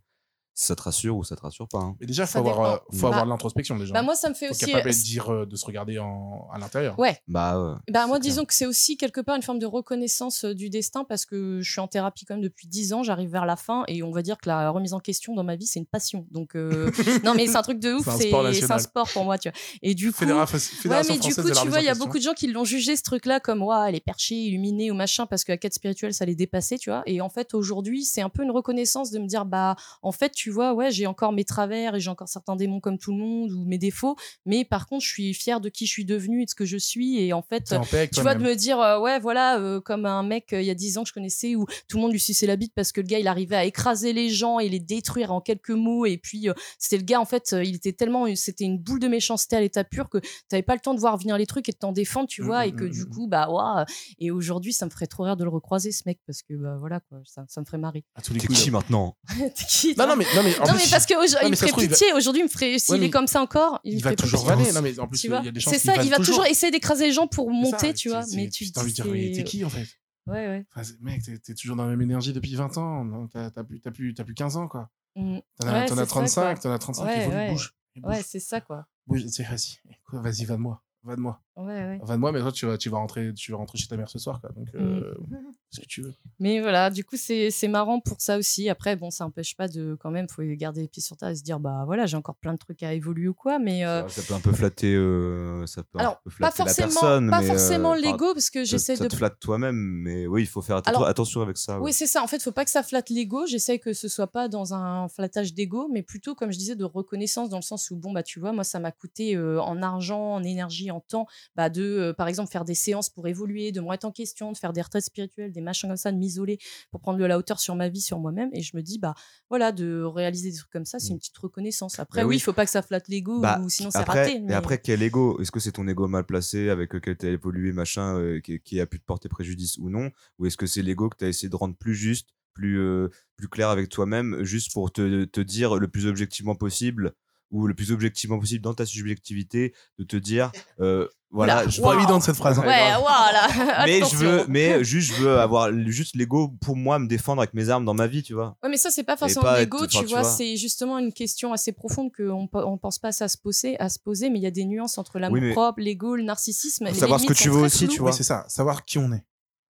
Speaker 3: si ça te rassure ou ça te rassure pas. hein.
Speaker 2: Mais déjà, il faut
Speaker 5: Ça
Speaker 2: avoir, euh,
Speaker 5: dépend.
Speaker 2: faut avoir
Speaker 5: Bah-
Speaker 2: de l'introspection déjà.
Speaker 5: Bah, moi, ça me fait
Speaker 2: faut
Speaker 5: aussi.
Speaker 2: capable de dire euh, de se regarder en, à l'intérieur.
Speaker 5: Ouais.
Speaker 3: Bah, ouais.
Speaker 5: Bah,
Speaker 3: C'est
Speaker 5: moi,
Speaker 3: clair.
Speaker 5: disons que c'est aussi quelque part une forme de reconnaissance euh, du destin parce que je suis en thérapie quand même depuis 10 ans, j'arrive vers la fin et on va dire que la remise en question dans ma vie, c'est une passion. Donc,
Speaker 2: (laughs)
Speaker 5: euh, non, mais c'est un truc de ouf,
Speaker 2: C'est un
Speaker 5: c'est
Speaker 2: sport
Speaker 5: c'est un
Speaker 2: national.
Speaker 5: sport pour moi, tu vois. Et du coup.
Speaker 2: Fédéra-
Speaker 5: Ouais,
Speaker 2: Fédération
Speaker 5: mais du
Speaker 2: française
Speaker 5: coup,
Speaker 2: de la
Speaker 5: tu vois, il y a
Speaker 2: représentation.
Speaker 5: beaucoup de gens qui l'ont jugé ce truc-là comme waouh, elle est perchée, illuminée ou machin, parce que la quête spirituelle, ça les dépassait, tu vois. Et en fait, aujourd'hui, c'est un peu une reconnaissance de me dire bah, en fait, tu vois, ouais, j'ai encore mes travers et j'ai encore certains démons comme tout le monde ou mes défauts, mais par contre, je suis fière de qui je suis devenue et de ce que je suis. Et en fait,
Speaker 2: T'es en paix avec
Speaker 5: tu vois, de
Speaker 2: toi-même.
Speaker 5: me dire, euh, ouais, voilà, euh, comme un mec euh, il y a 10 ans que je connaissais où tout le monde lui suçait la bite parce que le gars, il arrivait à écraser les gens et les détruire en quelques mots. Et puis, euh, c'était le gars, en fait, euh, il était tellement. C'était une boule de méchanceté à l'état pur que t'avais pas le temps de voir venir les trucs et de t'en défendre, tu
Speaker 2: Mm,
Speaker 5: vois.
Speaker 2: mm,
Speaker 5: et que
Speaker 2: mm,
Speaker 5: du
Speaker 2: mm.
Speaker 5: coup, bah, waouh. Et aujourd'hui, ça me ferait trop rire de le recroiser, ce mec, parce que, bah, voilà, quoi, ça, ça me ferait marrer. (laughs)
Speaker 2: À tous les
Speaker 3: T'es
Speaker 2: coups,
Speaker 3: qui
Speaker 2: là.
Speaker 3: maintenant
Speaker 5: T'es qui, toi
Speaker 2: Non, non, mais, non, mais, en
Speaker 5: Non,
Speaker 2: plus,
Speaker 5: mais parce que aujourd'hui,
Speaker 2: mais
Speaker 5: il me
Speaker 2: ça se
Speaker 5: ferait
Speaker 2: trouve, il va-
Speaker 5: pitié. Aujourd'hui, il me ferait. S'il
Speaker 2: mais
Speaker 5: est comme ça encore, il,
Speaker 2: il
Speaker 5: me
Speaker 2: va
Speaker 5: ferait
Speaker 2: toujours
Speaker 5: pitié.
Speaker 2: vanner. Non, mais en plus,
Speaker 5: Tu
Speaker 2: il
Speaker 5: vois,
Speaker 2: y a des gens
Speaker 5: c'est ça, il va toujours essayer d'écraser les gens pour
Speaker 2: C'est ça,
Speaker 5: monter, tu
Speaker 2: c'est-
Speaker 5: vois.
Speaker 2: c'est-
Speaker 5: Mais
Speaker 2: c'est-
Speaker 5: tu
Speaker 2: T'as envie de dire, mais
Speaker 5: c'est-
Speaker 2: t'es qui en fait
Speaker 5: Ouais, ouais.
Speaker 2: Enfin, c'est- Mec, t'es t'es toujours dans la même énergie depuis 20 ans. non T'as t'as plus, t'as plus, t'as plus 15 ans, quoi.
Speaker 5: Mm.
Speaker 2: T'en as,
Speaker 5: Ouais,
Speaker 2: t'en
Speaker 5: c'est
Speaker 2: as
Speaker 5: ça,
Speaker 2: 35,
Speaker 5: quoi.
Speaker 2: t'en as 35,
Speaker 5: Ouais,
Speaker 2: évolue,
Speaker 5: ouais.
Speaker 2: bouge. Et bouge.
Speaker 5: Ouais, c'est ça, quoi.
Speaker 2: Bouge, c'est vas-y. Quoi, Vas-y, va de moi. Va de moi.
Speaker 5: Ouais, ouais.
Speaker 2: Va de moi, mais toi, tu vas, tu vas, rentrer, tu vas rentrer chez ta mère ce soir. Quoi. Donc, euh,
Speaker 5: Mm.
Speaker 2: ce que tu veux.
Speaker 5: Mais voilà, du coup, c'est c'est marrant pour ça aussi. Après, bon, ça empêche pas de, quand même, faut garder les pieds sur terre et se dire, bah voilà, j'ai encore plein de trucs à évoluer ou quoi, mais. euh,
Speaker 3: Ça- Ça peut un peu flatter, euh, ça peut un
Speaker 5: alors,
Speaker 3: peu
Speaker 5: pas
Speaker 3: flatter la
Speaker 5: forcément,
Speaker 3: personne.
Speaker 5: pas
Speaker 3: mais, euh,
Speaker 5: forcément
Speaker 3: enfin,
Speaker 5: l'ego, parce que
Speaker 3: ça-
Speaker 5: j'essaie
Speaker 3: Ça
Speaker 5: de.
Speaker 3: te flatte toi-même, mais oui, il faut faire atten-
Speaker 5: Alors-
Speaker 3: attention avec ça. Ah ouais.
Speaker 5: Oui, c'est ça. En fait, faut pas que ça flatte l'ego. J'essaie que ce soit pas dans un flattage d'ego, mais plutôt, comme je disais, de reconnaissance dans le sens où, bon, bah, tu vois, moi, ça m'a coûté euh, en argent, en énergie, en temps, bah, de, euh, par exemple, faire des séances pour évoluer, de me remettre en question, de faire des retraites spirituelles, des machins comme ça, de m'isoler pour prendre de la hauteur sur ma vie, sur moi-même. Et je me dis, bah, voilà, de réaliser des trucs comme ça, c'est une petite reconnaissance. Après,
Speaker 3: Bah
Speaker 5: oui,
Speaker 3: Mmh. oui.
Speaker 5: il faut pas que ça flatte l'ego,
Speaker 3: Bah,
Speaker 5: ou sinon c'est
Speaker 3: après,
Speaker 5: raté.
Speaker 3: Et
Speaker 5: mais-
Speaker 3: après, quel ego Est-ce que c'est ton ego mal placé avec lequel tu as évolué, machin, euh, qui, qui a pu te porter préjudice ou non Ou est-ce que c'est l'ego que tu as essayé de rendre plus juste, plus, euh, plus clair avec toi-même, juste pour te, te dire le plus objectivement possible ou le plus objectivement possible dans ta subjectivité, de te dire, euh, voilà,
Speaker 5: Oula.
Speaker 3: je
Speaker 5: Wow.
Speaker 2: Pas évident cette phrase. hein.
Speaker 5: Ouais, voilà. (laughs)
Speaker 3: mais je
Speaker 5: Attention.
Speaker 3: veux, mais juste, je veux avoir l- juste l'ego pour moi me défendre avec mes armes dans ma vie, tu vois.
Speaker 5: Ouais, mais ça, c'est pas forcément
Speaker 3: pas
Speaker 5: de l'ego,
Speaker 3: être-
Speaker 5: tu,
Speaker 3: enfin, tu
Speaker 5: vois.
Speaker 3: vois.
Speaker 5: C'est justement une question assez profonde qu'on pe- on pense pas à ça se poser, à se poser mais il y a des nuances entre l'amour
Speaker 3: mais-
Speaker 5: propre, l'ego, le narcissisme.
Speaker 3: Faut
Speaker 5: les
Speaker 3: savoir ce
Speaker 5: limites
Speaker 3: que tu
Speaker 5: sont
Speaker 3: veux
Speaker 5: très
Speaker 3: aussi,
Speaker 5: floues.
Speaker 3: tu vois.
Speaker 2: Ouais, c'est ça. Savoir qui on est.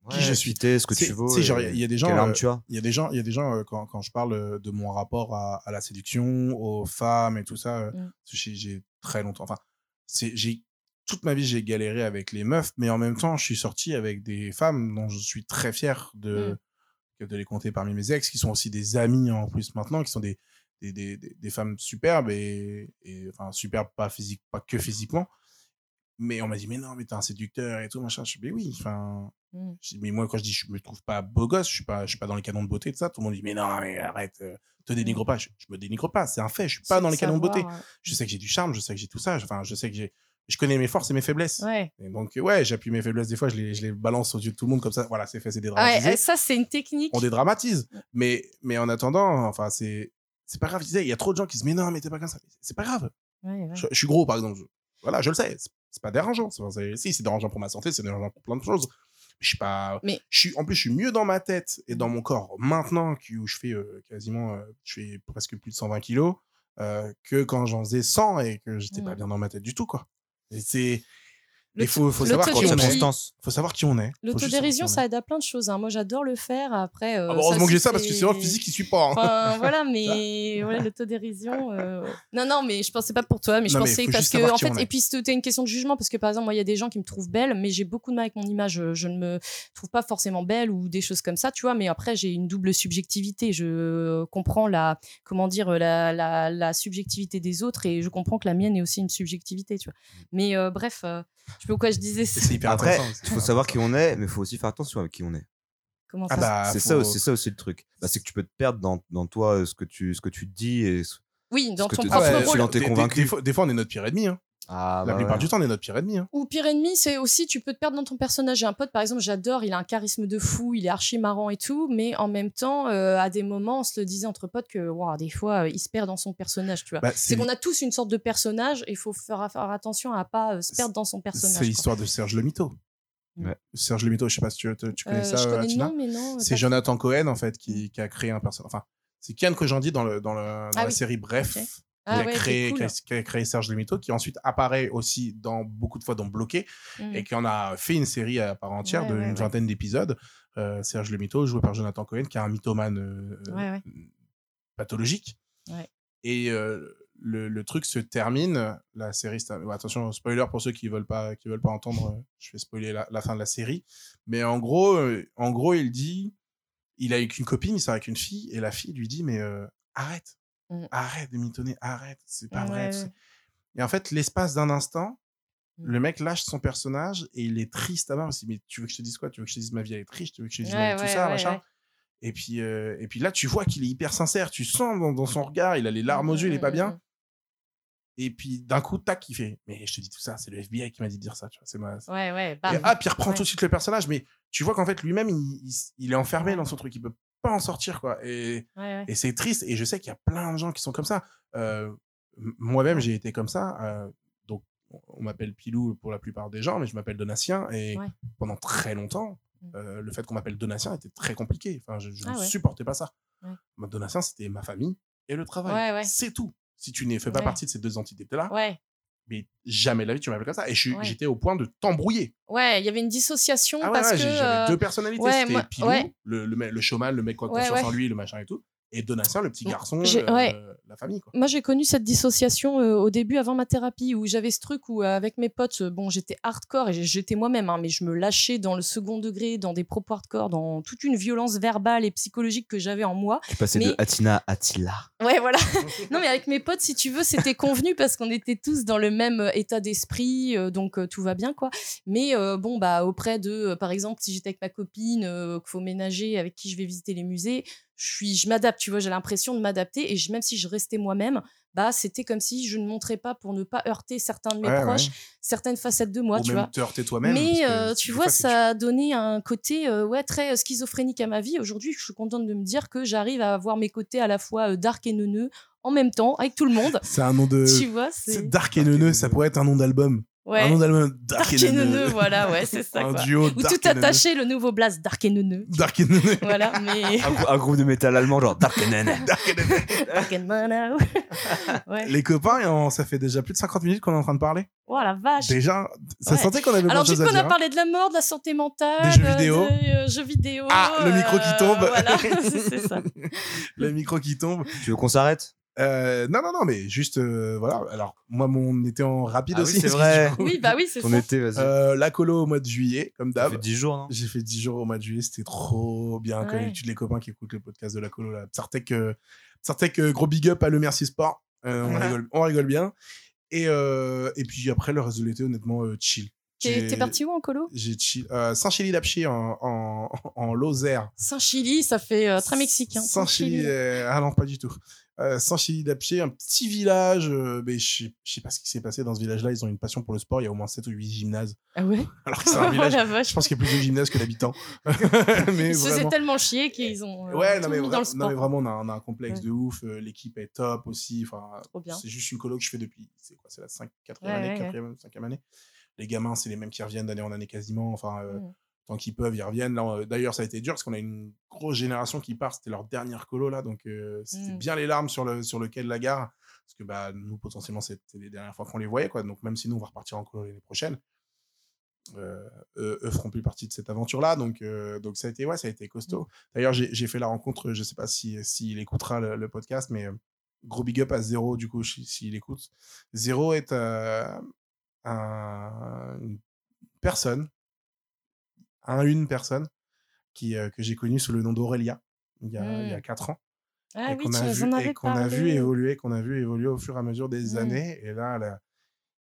Speaker 2: Qui je suis.
Speaker 3: t'es, ce que
Speaker 2: C'est-
Speaker 3: tu veux.
Speaker 2: c'est genre,
Speaker 3: et
Speaker 2: il y a des gens,
Speaker 3: Quelle arme
Speaker 2: euh,
Speaker 3: tu as
Speaker 2: Il y a des gens, il y a des gens euh, quand, quand je parle euh, de mon rapport à, à la séduction, aux femmes et tout ça, euh,
Speaker 5: Mm.
Speaker 2: j'ai j'ai très longtemps. Enfin, c'est j'ai toute ma vie j'ai galéré avec les meufs, mais en même temps je suis sorti avec des femmes dont je suis très fier de de les compter parmi mes ex, qui sont aussi des amis en plus maintenant, qui sont des des, des, des- des femmes superbes et, et- enfin superbes pas physique pas que physiquement. Mais on m'a dit mais non mais t'es un séducteur et tout machin. Je dis mais oui enfin
Speaker 5: Mm.
Speaker 2: je dis, mais moi, quand je dis je me trouve pas beau gosse, je suis pas, je suis pas dans les canons de beauté de ça. Tout le monde dit mais non, mais arrête, euh, te dénigre pas. Je, je me dénigre pas, c'est un fait. Je suis pas
Speaker 5: Mmh. C'est
Speaker 2: dans les canons de beauté.
Speaker 5: savoir,
Speaker 2: Je sais que j'ai du charme, je sais que j'ai tout ça. Enfin, je sais que j'ai, je connais mes forces et mes faiblesses.
Speaker 5: euh, Ouais.
Speaker 2: Et donc ouais, j'appuie mes faiblesses des fois, je les, je les balance aux yeux de tout le monde comme ça. Voilà, c'est fait, c'est
Speaker 5: Ah ouais,
Speaker 2: dédramatisé.
Speaker 5: euh, ça, c'est une technique.
Speaker 2: On dédramatise. Mais, mais en attendant, enfin c'est, c'est pas grave. Tu sais, Il y a trop de gens qui se disent mais non, mais t'es pas comme ça. C'est pas grave.
Speaker 5: Ouais, ouais.
Speaker 2: Je, je suis gros, par exemple. Je- Voilà, je le sais. C'est- C'est pas dérangeant. C'est- c'est- si, c'est dérangeant pour ma santé, c'est dérangeant pour plein de choses. Je suis pas.
Speaker 5: Mais- Mmh.
Speaker 2: Je suis, en plus, je suis mieux dans ma tête et dans mon corps maintenant que- où je fais euh, quasiment. euh, je fais presque plus de 120 kilos euh, que quand j'en faisais 100 et que j'étais pas
Speaker 5: Mm.
Speaker 2: bien dans ma tête du tout, quoi. Et c'est.
Speaker 5: Le
Speaker 2: Il faut, faut
Speaker 5: le
Speaker 2: savoir
Speaker 5: taux
Speaker 2: qui
Speaker 5: de
Speaker 2: on
Speaker 5: dérision.
Speaker 2: est.
Speaker 3: Circonstance.
Speaker 2: faut savoir qui on est. Faut juste savoir qui on
Speaker 5: L'autodérision,
Speaker 2: est.
Speaker 5: ça aide à plein de choses. hein. Moi, j'adore le faire. Après, euh,
Speaker 2: Ah, bah, heureusement
Speaker 5: aussi,
Speaker 2: que j'ai ça parce que
Speaker 5: c'est-
Speaker 2: sinon le physique il suit pas. hein. (laughs)
Speaker 5: Enfin, voilà, mais voilà, l'autodérision. euh, Non, non, mais je pensais pas pour toi, mais je
Speaker 2: Non, mais
Speaker 5: pensais
Speaker 2: faut
Speaker 5: parce
Speaker 2: juste
Speaker 5: que,
Speaker 2: savoir
Speaker 5: en
Speaker 2: qui on
Speaker 5: fait,
Speaker 2: est.
Speaker 5: et puis c'était une question de jugement, parce que par exemple, moi, il y a des gens qui me trouvent belle, mais j'ai beaucoup de mal avec mon image. Je, je ne me trouve pas forcément belle ou des choses comme ça, tu vois, mais après, j'ai une double subjectivité. Je comprends la, comment dire, euh, la, la, la subjectivité des autres et je comprends que la mienne est aussi une subjectivité, tu vois. Mais euh, bref, euh, je sais pas pourquoi je disais
Speaker 2: Et
Speaker 5: ça.
Speaker 2: Mm. C'est hyper
Speaker 3: Après,
Speaker 2: intéressant.
Speaker 3: il faut savoir qui on est, mais il faut aussi faire attention avec qui on est.
Speaker 5: Comment
Speaker 2: Ah
Speaker 5: ça
Speaker 2: bah,
Speaker 3: c'est
Speaker 2: faut-
Speaker 3: ça, c'est ça aussi le truc. Bah, c'est que tu peux te perdre dans, dans toi euh, ce que tu ce que tu dis et ce-
Speaker 5: Oui, dans
Speaker 3: parce que
Speaker 5: ton
Speaker 3: t'es-
Speaker 5: propre
Speaker 3: Ah ouais,
Speaker 5: rôle.
Speaker 3: sinon- t'es
Speaker 2: Des- des-
Speaker 3: convaincu.
Speaker 2: Des, fois, des fois, on est notre pire ennemi. hein.
Speaker 3: Ah,
Speaker 2: la
Speaker 3: bah,
Speaker 2: plupart
Speaker 3: ouais.
Speaker 2: du temps, on est notre pire ennemi. hein.
Speaker 5: Ou pire ennemi, c'est aussi tu peux te perdre dans ton personnage. J'ai un pote, par exemple, j'adore, il a un charisme de fou, il est archi marrant et tout, mais en même temps, euh, à des moments, on se le disait entre potes que waouh, des fois, euh, il se perd dans son personnage, tu vois.
Speaker 2: Bah,
Speaker 5: c'est qu'on a tous une sorte de personnage et il faut faire, faire attention à pas euh, se perdre dans son personnage.
Speaker 2: C'est
Speaker 5: quoi.
Speaker 2: l'histoire de Serge Le Mito.
Speaker 3: Ouais.
Speaker 2: Serge Le Mito, je sais pas si tu, tu- tu connais
Speaker 5: Euh,
Speaker 2: ça,
Speaker 5: je connais le
Speaker 2: Tina.
Speaker 5: nom, mais non. euh,
Speaker 2: C'est
Speaker 5: pas-
Speaker 2: Jonathan Cohen, en fait, qui, qui a créé un personnage. Enfin, c'est Kian Kojandi dans, le, dans, le, dans
Speaker 5: Ah
Speaker 2: la
Speaker 5: oui.
Speaker 2: série Bref.
Speaker 5: Ok.
Speaker 2: qui,
Speaker 5: Ah
Speaker 2: a
Speaker 5: ouais,
Speaker 2: créé,
Speaker 5: c'est cool.
Speaker 2: qui, a, qui a créé Serge Lemito, qui ensuite apparaît aussi dans beaucoup de fois dans Bloqué,
Speaker 5: Mm.
Speaker 2: et qui en a fait une série à part entière
Speaker 5: Ouais,
Speaker 2: d'une
Speaker 5: ouais, ouais.
Speaker 2: vingtaine d'épisodes. Euh, Serge Lemito, joué par Jonathan Cohen, qui est un mythomane euh,
Speaker 5: Ouais, ouais.
Speaker 2: pathologique.
Speaker 5: Ouais.
Speaker 2: Et euh, le, le truc se termine. La série, se termine- ouais, attention, spoiler pour ceux qui veulent pas, qui veulent pas entendre. euh, Je vais spoiler la, la fin de la série. Mais en gros, euh, en gros, il dit, il a avec une copine, il sort avec une fille, et la fille lui dit, mais euh, arrête,
Speaker 5: Mm.
Speaker 2: arrête de mitonner, arrête, c'est pas vrai.
Speaker 5: Ouais,
Speaker 2: tout ça.
Speaker 5: ouais.
Speaker 2: Et en fait, l'espace d'un instant,
Speaker 5: Mm.
Speaker 2: le mec lâche son personnage et il est triste à mort. Il se dit, mais tu veux que je te dise quoi Tu veux que je te dise ma vie elle est triste Tu veux que je te dise ma
Speaker 5: Ouais,
Speaker 2: vie, tout
Speaker 5: ouais,
Speaker 2: ça,
Speaker 5: ouais,
Speaker 2: machin
Speaker 5: ouais.
Speaker 2: et puis, euh, et puis là, tu vois qu'il est hyper sincère. Tu sens dans, dans son regard, il a les larmes aux yeux, il est pas
Speaker 5: Mmh,
Speaker 2: bien. Et puis d'un coup, tac, il fait Mais je te dis tout ça, c'est le FBI qui m'a dit de dire ça. Tu vois, c'est ma...
Speaker 5: Ouais, ouais.
Speaker 2: Et
Speaker 5: bam.
Speaker 2: ah, puis il reprend
Speaker 5: Bah Ouais.
Speaker 2: tout de suite le personnage. Mais tu vois qu'en fait, lui-même, il, il- il est enfermé dans son truc. Il peut pas en sortir, quoi. Et,
Speaker 5: Ouais, ouais.
Speaker 2: et c'est triste. Et je sais qu'il y a plein de gens qui sont comme ça. Euh, m- Moi-même, j'ai été comme ça. euh, donc, on- on m'appelle Pilou pour la plupart des gens, mais je m'appelle Donatien. Et
Speaker 5: Ouais.
Speaker 2: pendant très longtemps,
Speaker 5: Mm.
Speaker 2: euh, le fait qu'on m'appelle Donatien était très compliqué. Enfin, je, je
Speaker 5: Ah
Speaker 2: ne
Speaker 5: ouais.
Speaker 2: supportais pas ça.
Speaker 5: Ouais.
Speaker 2: Moi, Donatien, c'était ma famille et le travail.
Speaker 5: Ouais, ouais.
Speaker 2: C'est tout. Si tu ne fais pas
Speaker 5: Ouais.
Speaker 2: partie de ces deux entités-là,
Speaker 5: Ouais.
Speaker 2: mais jamais de la vie, tu m'appelles comme ça. Et je suis-
Speaker 5: Ouais.
Speaker 2: j'étais au point de t'embrouiller.
Speaker 5: Ouais, il y avait une dissociation
Speaker 2: Ah ouais,
Speaker 5: parce
Speaker 2: ouais,
Speaker 5: que.
Speaker 2: j'ai-
Speaker 5: euh,
Speaker 2: j'avais deux personnalités.
Speaker 5: ouais,
Speaker 2: c'était
Speaker 5: moi-
Speaker 2: Pilou,
Speaker 5: ouais.
Speaker 2: le, le, mec- le chômage, le mec quoi,
Speaker 5: Ouais,
Speaker 2: confiance
Speaker 5: ouais.
Speaker 2: en lui, le machin et tout. Et Donatien, le petit
Speaker 5: Mm.
Speaker 2: garçon,
Speaker 5: J'ai-
Speaker 2: le-
Speaker 5: ouais.
Speaker 2: la famille. Quoi.
Speaker 5: Moi, j'ai connu cette dissociation euh, au début, avant ma thérapie, où j'avais ce truc où, euh, avec mes potes, euh, bon, j'étais hardcore et j'étais moi-même, hein, mais je me lâchais dans le second degré, dans des propos hardcore, dans toute une violence verbale et psychologique que j'avais en moi.
Speaker 3: Je suis passé
Speaker 5: Mais-
Speaker 3: de Atina à Attila.
Speaker 2: (laughs)
Speaker 5: Ouais, voilà. non, mais avec mes potes, si tu veux, c'était convenu parce qu'on était tous dans le même euh, état d'esprit, euh, donc euh, tout va bien, quoi. Mais euh, bon, bah, auprès de, euh, par exemple, si j'étais avec ma copine, euh, qu'il faut ménager, avec qui je vais visiter les musées, je suis, je m'adapte, tu vois, j'ai l'impression de m'adapter et je- même si je restais moi-même, bah, c'était comme si je ne montrais pas pour ne pas heurter certains de mes
Speaker 2: Ouais, ouais.
Speaker 5: proches, certaines facettes de moi,
Speaker 2: Ou
Speaker 5: tu
Speaker 2: même
Speaker 5: vois.
Speaker 2: t'heurter toi-même.
Speaker 5: Mais
Speaker 2: parce que
Speaker 5: euh,
Speaker 2: des
Speaker 5: tu
Speaker 2: fois,
Speaker 5: vois,
Speaker 2: c'est-
Speaker 5: ça a donné un côté euh, ouais, très euh, schizophrénique à ma vie. Aujourd'hui, je suis contente de me dire que j'arrive à avoir mes côtés à la fois euh, dark et neuneux en même temps avec tout
Speaker 2: (laughs)
Speaker 5: le monde.
Speaker 2: C'est un nom de.
Speaker 5: tu vois,
Speaker 2: Euh, c'est
Speaker 5: c'est.
Speaker 2: Dark et Neuneux, ça pourrait être un nom d'album.
Speaker 5: Ouais.
Speaker 2: Un nom d'album Dark,
Speaker 5: Dark
Speaker 2: et
Speaker 5: et
Speaker 2: Neuneux.
Speaker 5: neuneux, voilà, ouais, c'est ça.
Speaker 2: un
Speaker 5: quoi.
Speaker 2: duo
Speaker 5: Ou
Speaker 2: Dark
Speaker 5: tout
Speaker 2: et Neuneux.
Speaker 5: attaché, le nouveau blast dark et neuneux.
Speaker 2: Dark et Neuneux.
Speaker 5: Voilà,
Speaker 2: (laughs)
Speaker 5: mais.
Speaker 3: un, grou- un groupe de métal allemand genre Darkenen.
Speaker 2: Ah, Dark et Neuneux.
Speaker 5: Dark and
Speaker 2: (laughs)
Speaker 5: Manau. ouais.
Speaker 2: Les copains, et on- ça fait déjà plus de 50 minutes qu'on est en train de parler.
Speaker 5: Oh la vache.
Speaker 2: Déjà, ça
Speaker 5: Ouais.
Speaker 2: sentait qu'on avait plein
Speaker 5: Alors,
Speaker 2: de
Speaker 5: du
Speaker 2: choses
Speaker 5: coup,
Speaker 2: à
Speaker 5: on
Speaker 2: dire.
Speaker 5: a
Speaker 2: hein.
Speaker 5: parlé de la mort, de la santé mentale,
Speaker 2: Des jeux
Speaker 5: euh,
Speaker 2: vidéo.
Speaker 5: des, euh, jeux vidéo.
Speaker 2: Ah, le micro qui
Speaker 5: euh,
Speaker 2: tombe. (laughs)
Speaker 5: Voilà, (laughs) c'est ça.
Speaker 2: Le micro qui tombe.
Speaker 3: tu veux qu'on s'arrête
Speaker 2: Euh, non, non, non, mais juste, euh, voilà. Alors, moi, mon était en rapide
Speaker 3: Ah oui,
Speaker 2: aussi.
Speaker 3: c'est
Speaker 2: parce que
Speaker 3: vrai.
Speaker 2: du coup,
Speaker 5: Oui, bah oui, c'est ça.
Speaker 3: Ton été, vas-y.
Speaker 2: euh, ah, la colo au mois de juillet, comme
Speaker 3: ça
Speaker 2: d'hab.
Speaker 3: fait 10 jours, non
Speaker 2: J'ai fait 10 jours au mois de juillet, c'était trop bien. Comme
Speaker 5: Ouais.
Speaker 2: d'habitude, les copains qui écoutent le podcast de la colo, là. Sartek, euh, Sartek, euh, gros big up à Le Merci Sport. Euh, on,
Speaker 5: Ouais.
Speaker 2: rigole, on rigole bien. Et, euh, et puis après, le reste de l'été, honnêtement, euh, chill.
Speaker 5: T'es
Speaker 2: J'ai-
Speaker 5: t'es parti où en colo
Speaker 2: J'ai chill. Euh, Saint-Chély-d'Apcher en, en, en Lozère.
Speaker 5: Saint-Chili, ça fait euh, très mexicain.
Speaker 2: Saint-Chili.
Speaker 5: Saint-Chili.
Speaker 2: euh, ah non, pas du tout. Euh, Saint-Chili d'Apché, un petit village. euh, mais je sais- je sais pas ce qui s'est passé dans ce village-là. Ils ont une passion pour le sport. Il y a au moins 7 ou 8 gymnases.
Speaker 5: Ah ouais
Speaker 2: Alors que euh, (laughs) c'est
Speaker 5: (laughs)
Speaker 2: un
Speaker 5: Oh
Speaker 2: village.
Speaker 5: la vache.
Speaker 2: je pense qu'il y a plus de gymnases que d'habitants. (laughs) mais
Speaker 5: Ils se faisaient
Speaker 2: vraiment.
Speaker 5: tellement chier qu'ils ont euh,
Speaker 2: Ouais,
Speaker 5: tout
Speaker 2: non mais,
Speaker 5: mis
Speaker 2: vra-
Speaker 5: dans
Speaker 2: non,
Speaker 5: le sport.
Speaker 2: mais vraiment, on a, on a un complexe
Speaker 5: Ouais.
Speaker 2: de ouf. euh, L'équipe est top aussi. Enfin,
Speaker 5: Trop bien.
Speaker 2: c'est juste une colo que je fais depuis. C'est quoi C'est la 5, 4e
Speaker 5: Ouais,
Speaker 2: année,
Speaker 5: ouais,
Speaker 2: 4e, 5e année. Les gamins, c'est les mêmes qui reviennent d'année en année quasiment. Enfin, euh,
Speaker 5: Mm.
Speaker 2: tant qu'ils peuvent, ils reviennent. Là, on- D'ailleurs, ça a été dur parce qu'on a une grosse génération qui part. C'était leur dernière colo là, donc euh, c'était
Speaker 5: Mm.
Speaker 2: bien les larmes sur le sur le quai de la gare. Parce que bah, nous, potentiellement, c'était les dernières fois qu'on les voyait. Quoi. Donc, même si nous, on va repartir en colo l'année prochaine, euh, eux, eux feront plus partie de cette aventure-là. Donc, euh, donc ça, a été, ouais, ça a été costaud. D'ailleurs, j'ai j'ai fait la rencontre, je sais pas s'il si, s'il écoutera le, le podcast, mais euh, gros big up à Zéro, du coup, si- s'il écoute. Zéro est euh, un- une personne, un, une personne, qui, euh, que j'ai connue sous le nom d'Aurélia il y a il y a
Speaker 5: Mm.
Speaker 2: 4 ans
Speaker 5: Ah
Speaker 2: et
Speaker 5: oui,
Speaker 2: qu'on
Speaker 5: tu
Speaker 2: a,
Speaker 5: nous
Speaker 2: vu-
Speaker 5: en
Speaker 2: et
Speaker 5: avais
Speaker 2: qu'on a
Speaker 5: parlé.
Speaker 2: vu évoluer, qu'on a vu évoluer au fur et à mesure des
Speaker 5: Mm.
Speaker 2: années. Et là, elle a-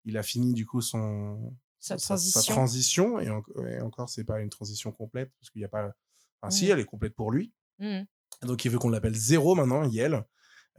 Speaker 2: il a fini du coup son
Speaker 5: Sa
Speaker 2: sa- sa
Speaker 5: transition.
Speaker 2: transition. et, en- et encore, c'est pas une transition complète parce qu'il n'y a pas Enfin, si,
Speaker 5: Mhm.
Speaker 2: elle est complète pour lui.
Speaker 5: Mhm.
Speaker 2: Donc il veut qu'on l'appelle Zéro maintenant, Yel.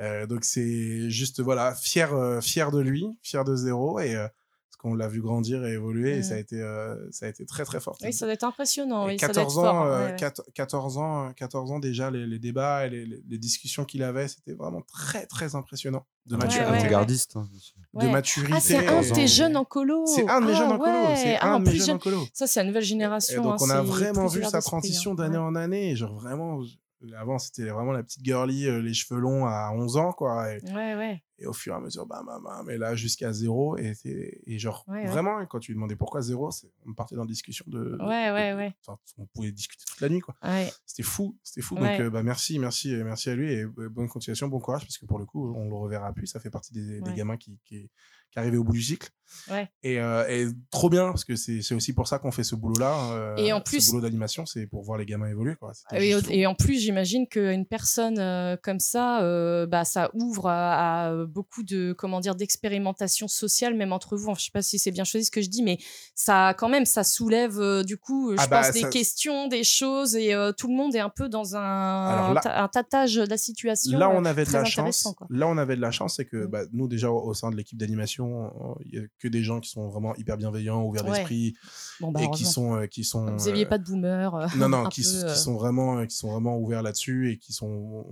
Speaker 2: Euh, donc c'est juste, voilà, fier, euh, fier de lui, fier de Zéro. Et euh, parce qu'on l'a vu grandir et évoluer, et
Speaker 5: Mhm.
Speaker 2: ça a, été, euh, ça a été très très fort.
Speaker 5: Oui, ça doit être impressionnant.
Speaker 2: Et
Speaker 5: Oui,
Speaker 2: 14
Speaker 5: ça doit être
Speaker 2: ans,
Speaker 5: fort,
Speaker 2: euh,
Speaker 5: ouais, ouais.
Speaker 2: 4 14 ans, euh, 14 ans déjà, les, les débats et les, les- les discussions qu'il avait, c'était vraiment très très impressionnant de
Speaker 5: Ouais,
Speaker 2: maturité.
Speaker 5: ouais,
Speaker 3: Avant-gardiste. hein, monsieur.
Speaker 2: De
Speaker 5: Ouais.
Speaker 2: maturité.
Speaker 5: Ah, c'est un de tes
Speaker 2: et-
Speaker 5: jeunes en colo.
Speaker 2: C'est un de mes
Speaker 5: Ah,
Speaker 2: jeunes en colo.
Speaker 5: ouais.
Speaker 2: C'est
Speaker 5: Ah,
Speaker 2: un
Speaker 5: en
Speaker 2: de mes
Speaker 5: plus,
Speaker 2: jeunes en colo.
Speaker 5: Ça, c'est la nouvelle
Speaker 2: Et
Speaker 5: génération.
Speaker 2: donc,
Speaker 5: hein,
Speaker 2: on a
Speaker 5: c'est
Speaker 2: vraiment
Speaker 5: plus
Speaker 2: vu
Speaker 5: ouvert
Speaker 2: sa
Speaker 5: d'esprit, hein.
Speaker 2: transition d'année en année. Et genre, vraiment, je- avant, c'était vraiment la petite girly, euh, les cheveux longs à 11 ans, quoi. Et,
Speaker 5: Ouais, ouais.
Speaker 2: et au fur et à mesure, bam, bam, bam, et là, jusqu'à zéro. Et, c'est- et genre,
Speaker 5: Ouais, ouais.
Speaker 2: vraiment, hein, quand tu lui demandais pourquoi zéro, c'est- on partait dans une discussion de. de-
Speaker 5: Ouais, ouais, ouais.
Speaker 2: enfin, on pouvait discuter toute la nuit, quoi.
Speaker 5: ouais.
Speaker 2: C'était fou, c'était fou.
Speaker 5: Ouais.
Speaker 2: Donc, euh, bah, merci, merci, euh, merci à lui. Et euh, bonne continuation, bon courage, parce que pour le coup, on le reverra plus. Ça fait partie des, des
Speaker 5: Ouais.
Speaker 2: gamins qui, qui, qui arrivaient au bout du cycle.
Speaker 5: Ouais.
Speaker 2: Et, euh, et trop bien, parce que c'est c'est aussi pour ça qu'on fait ce boulot-là. euh,
Speaker 5: Et en plus-
Speaker 2: Ce boulot d'animation, c'est pour voir les gamins évoluer, quoi. C'était
Speaker 5: Et,
Speaker 2: juste fou.
Speaker 5: et en plus, j'imagine qu'une personne euh, comme ça, euh, bah, ça ouvre à, à beaucoup de comment dire d'expérimentation sociale, même entre vous. Enfin, je sais pas si c'est bien choisi ce que je dis, mais ça quand même, ça soulève euh, du coup, euh, je
Speaker 2: Ah bah,
Speaker 5: pense des
Speaker 2: ça-
Speaker 5: questions, des choses, et euh, tout le monde est un peu dans un,
Speaker 2: Alors là-
Speaker 5: ta- un tâtage de la situation.
Speaker 2: Là,
Speaker 5: euh,
Speaker 2: on avait de
Speaker 5: très
Speaker 2: la
Speaker 5: intéressant,
Speaker 2: chance.
Speaker 5: quoi.
Speaker 2: Là, on avait de la chance, c'est que
Speaker 5: Mm.
Speaker 2: bah, nous, déjà, au au sein de l'équipe d'animation, il n'y a que des gens qui sont vraiment hyper bienveillants, ouverts
Speaker 5: Ouais.
Speaker 2: d'esprit,
Speaker 5: Bon, bah,
Speaker 2: et qui
Speaker 5: heureusement.
Speaker 2: sont, euh, qui sont.
Speaker 5: Vous
Speaker 2: euh,
Speaker 5: n'aviez pas de boomer. euh, (laughs)
Speaker 2: non non
Speaker 5: un
Speaker 2: qui,
Speaker 5: peu,
Speaker 2: s- qui
Speaker 5: euh,
Speaker 2: sont vraiment qui sont vraiment ouverts là-dessus et qui sont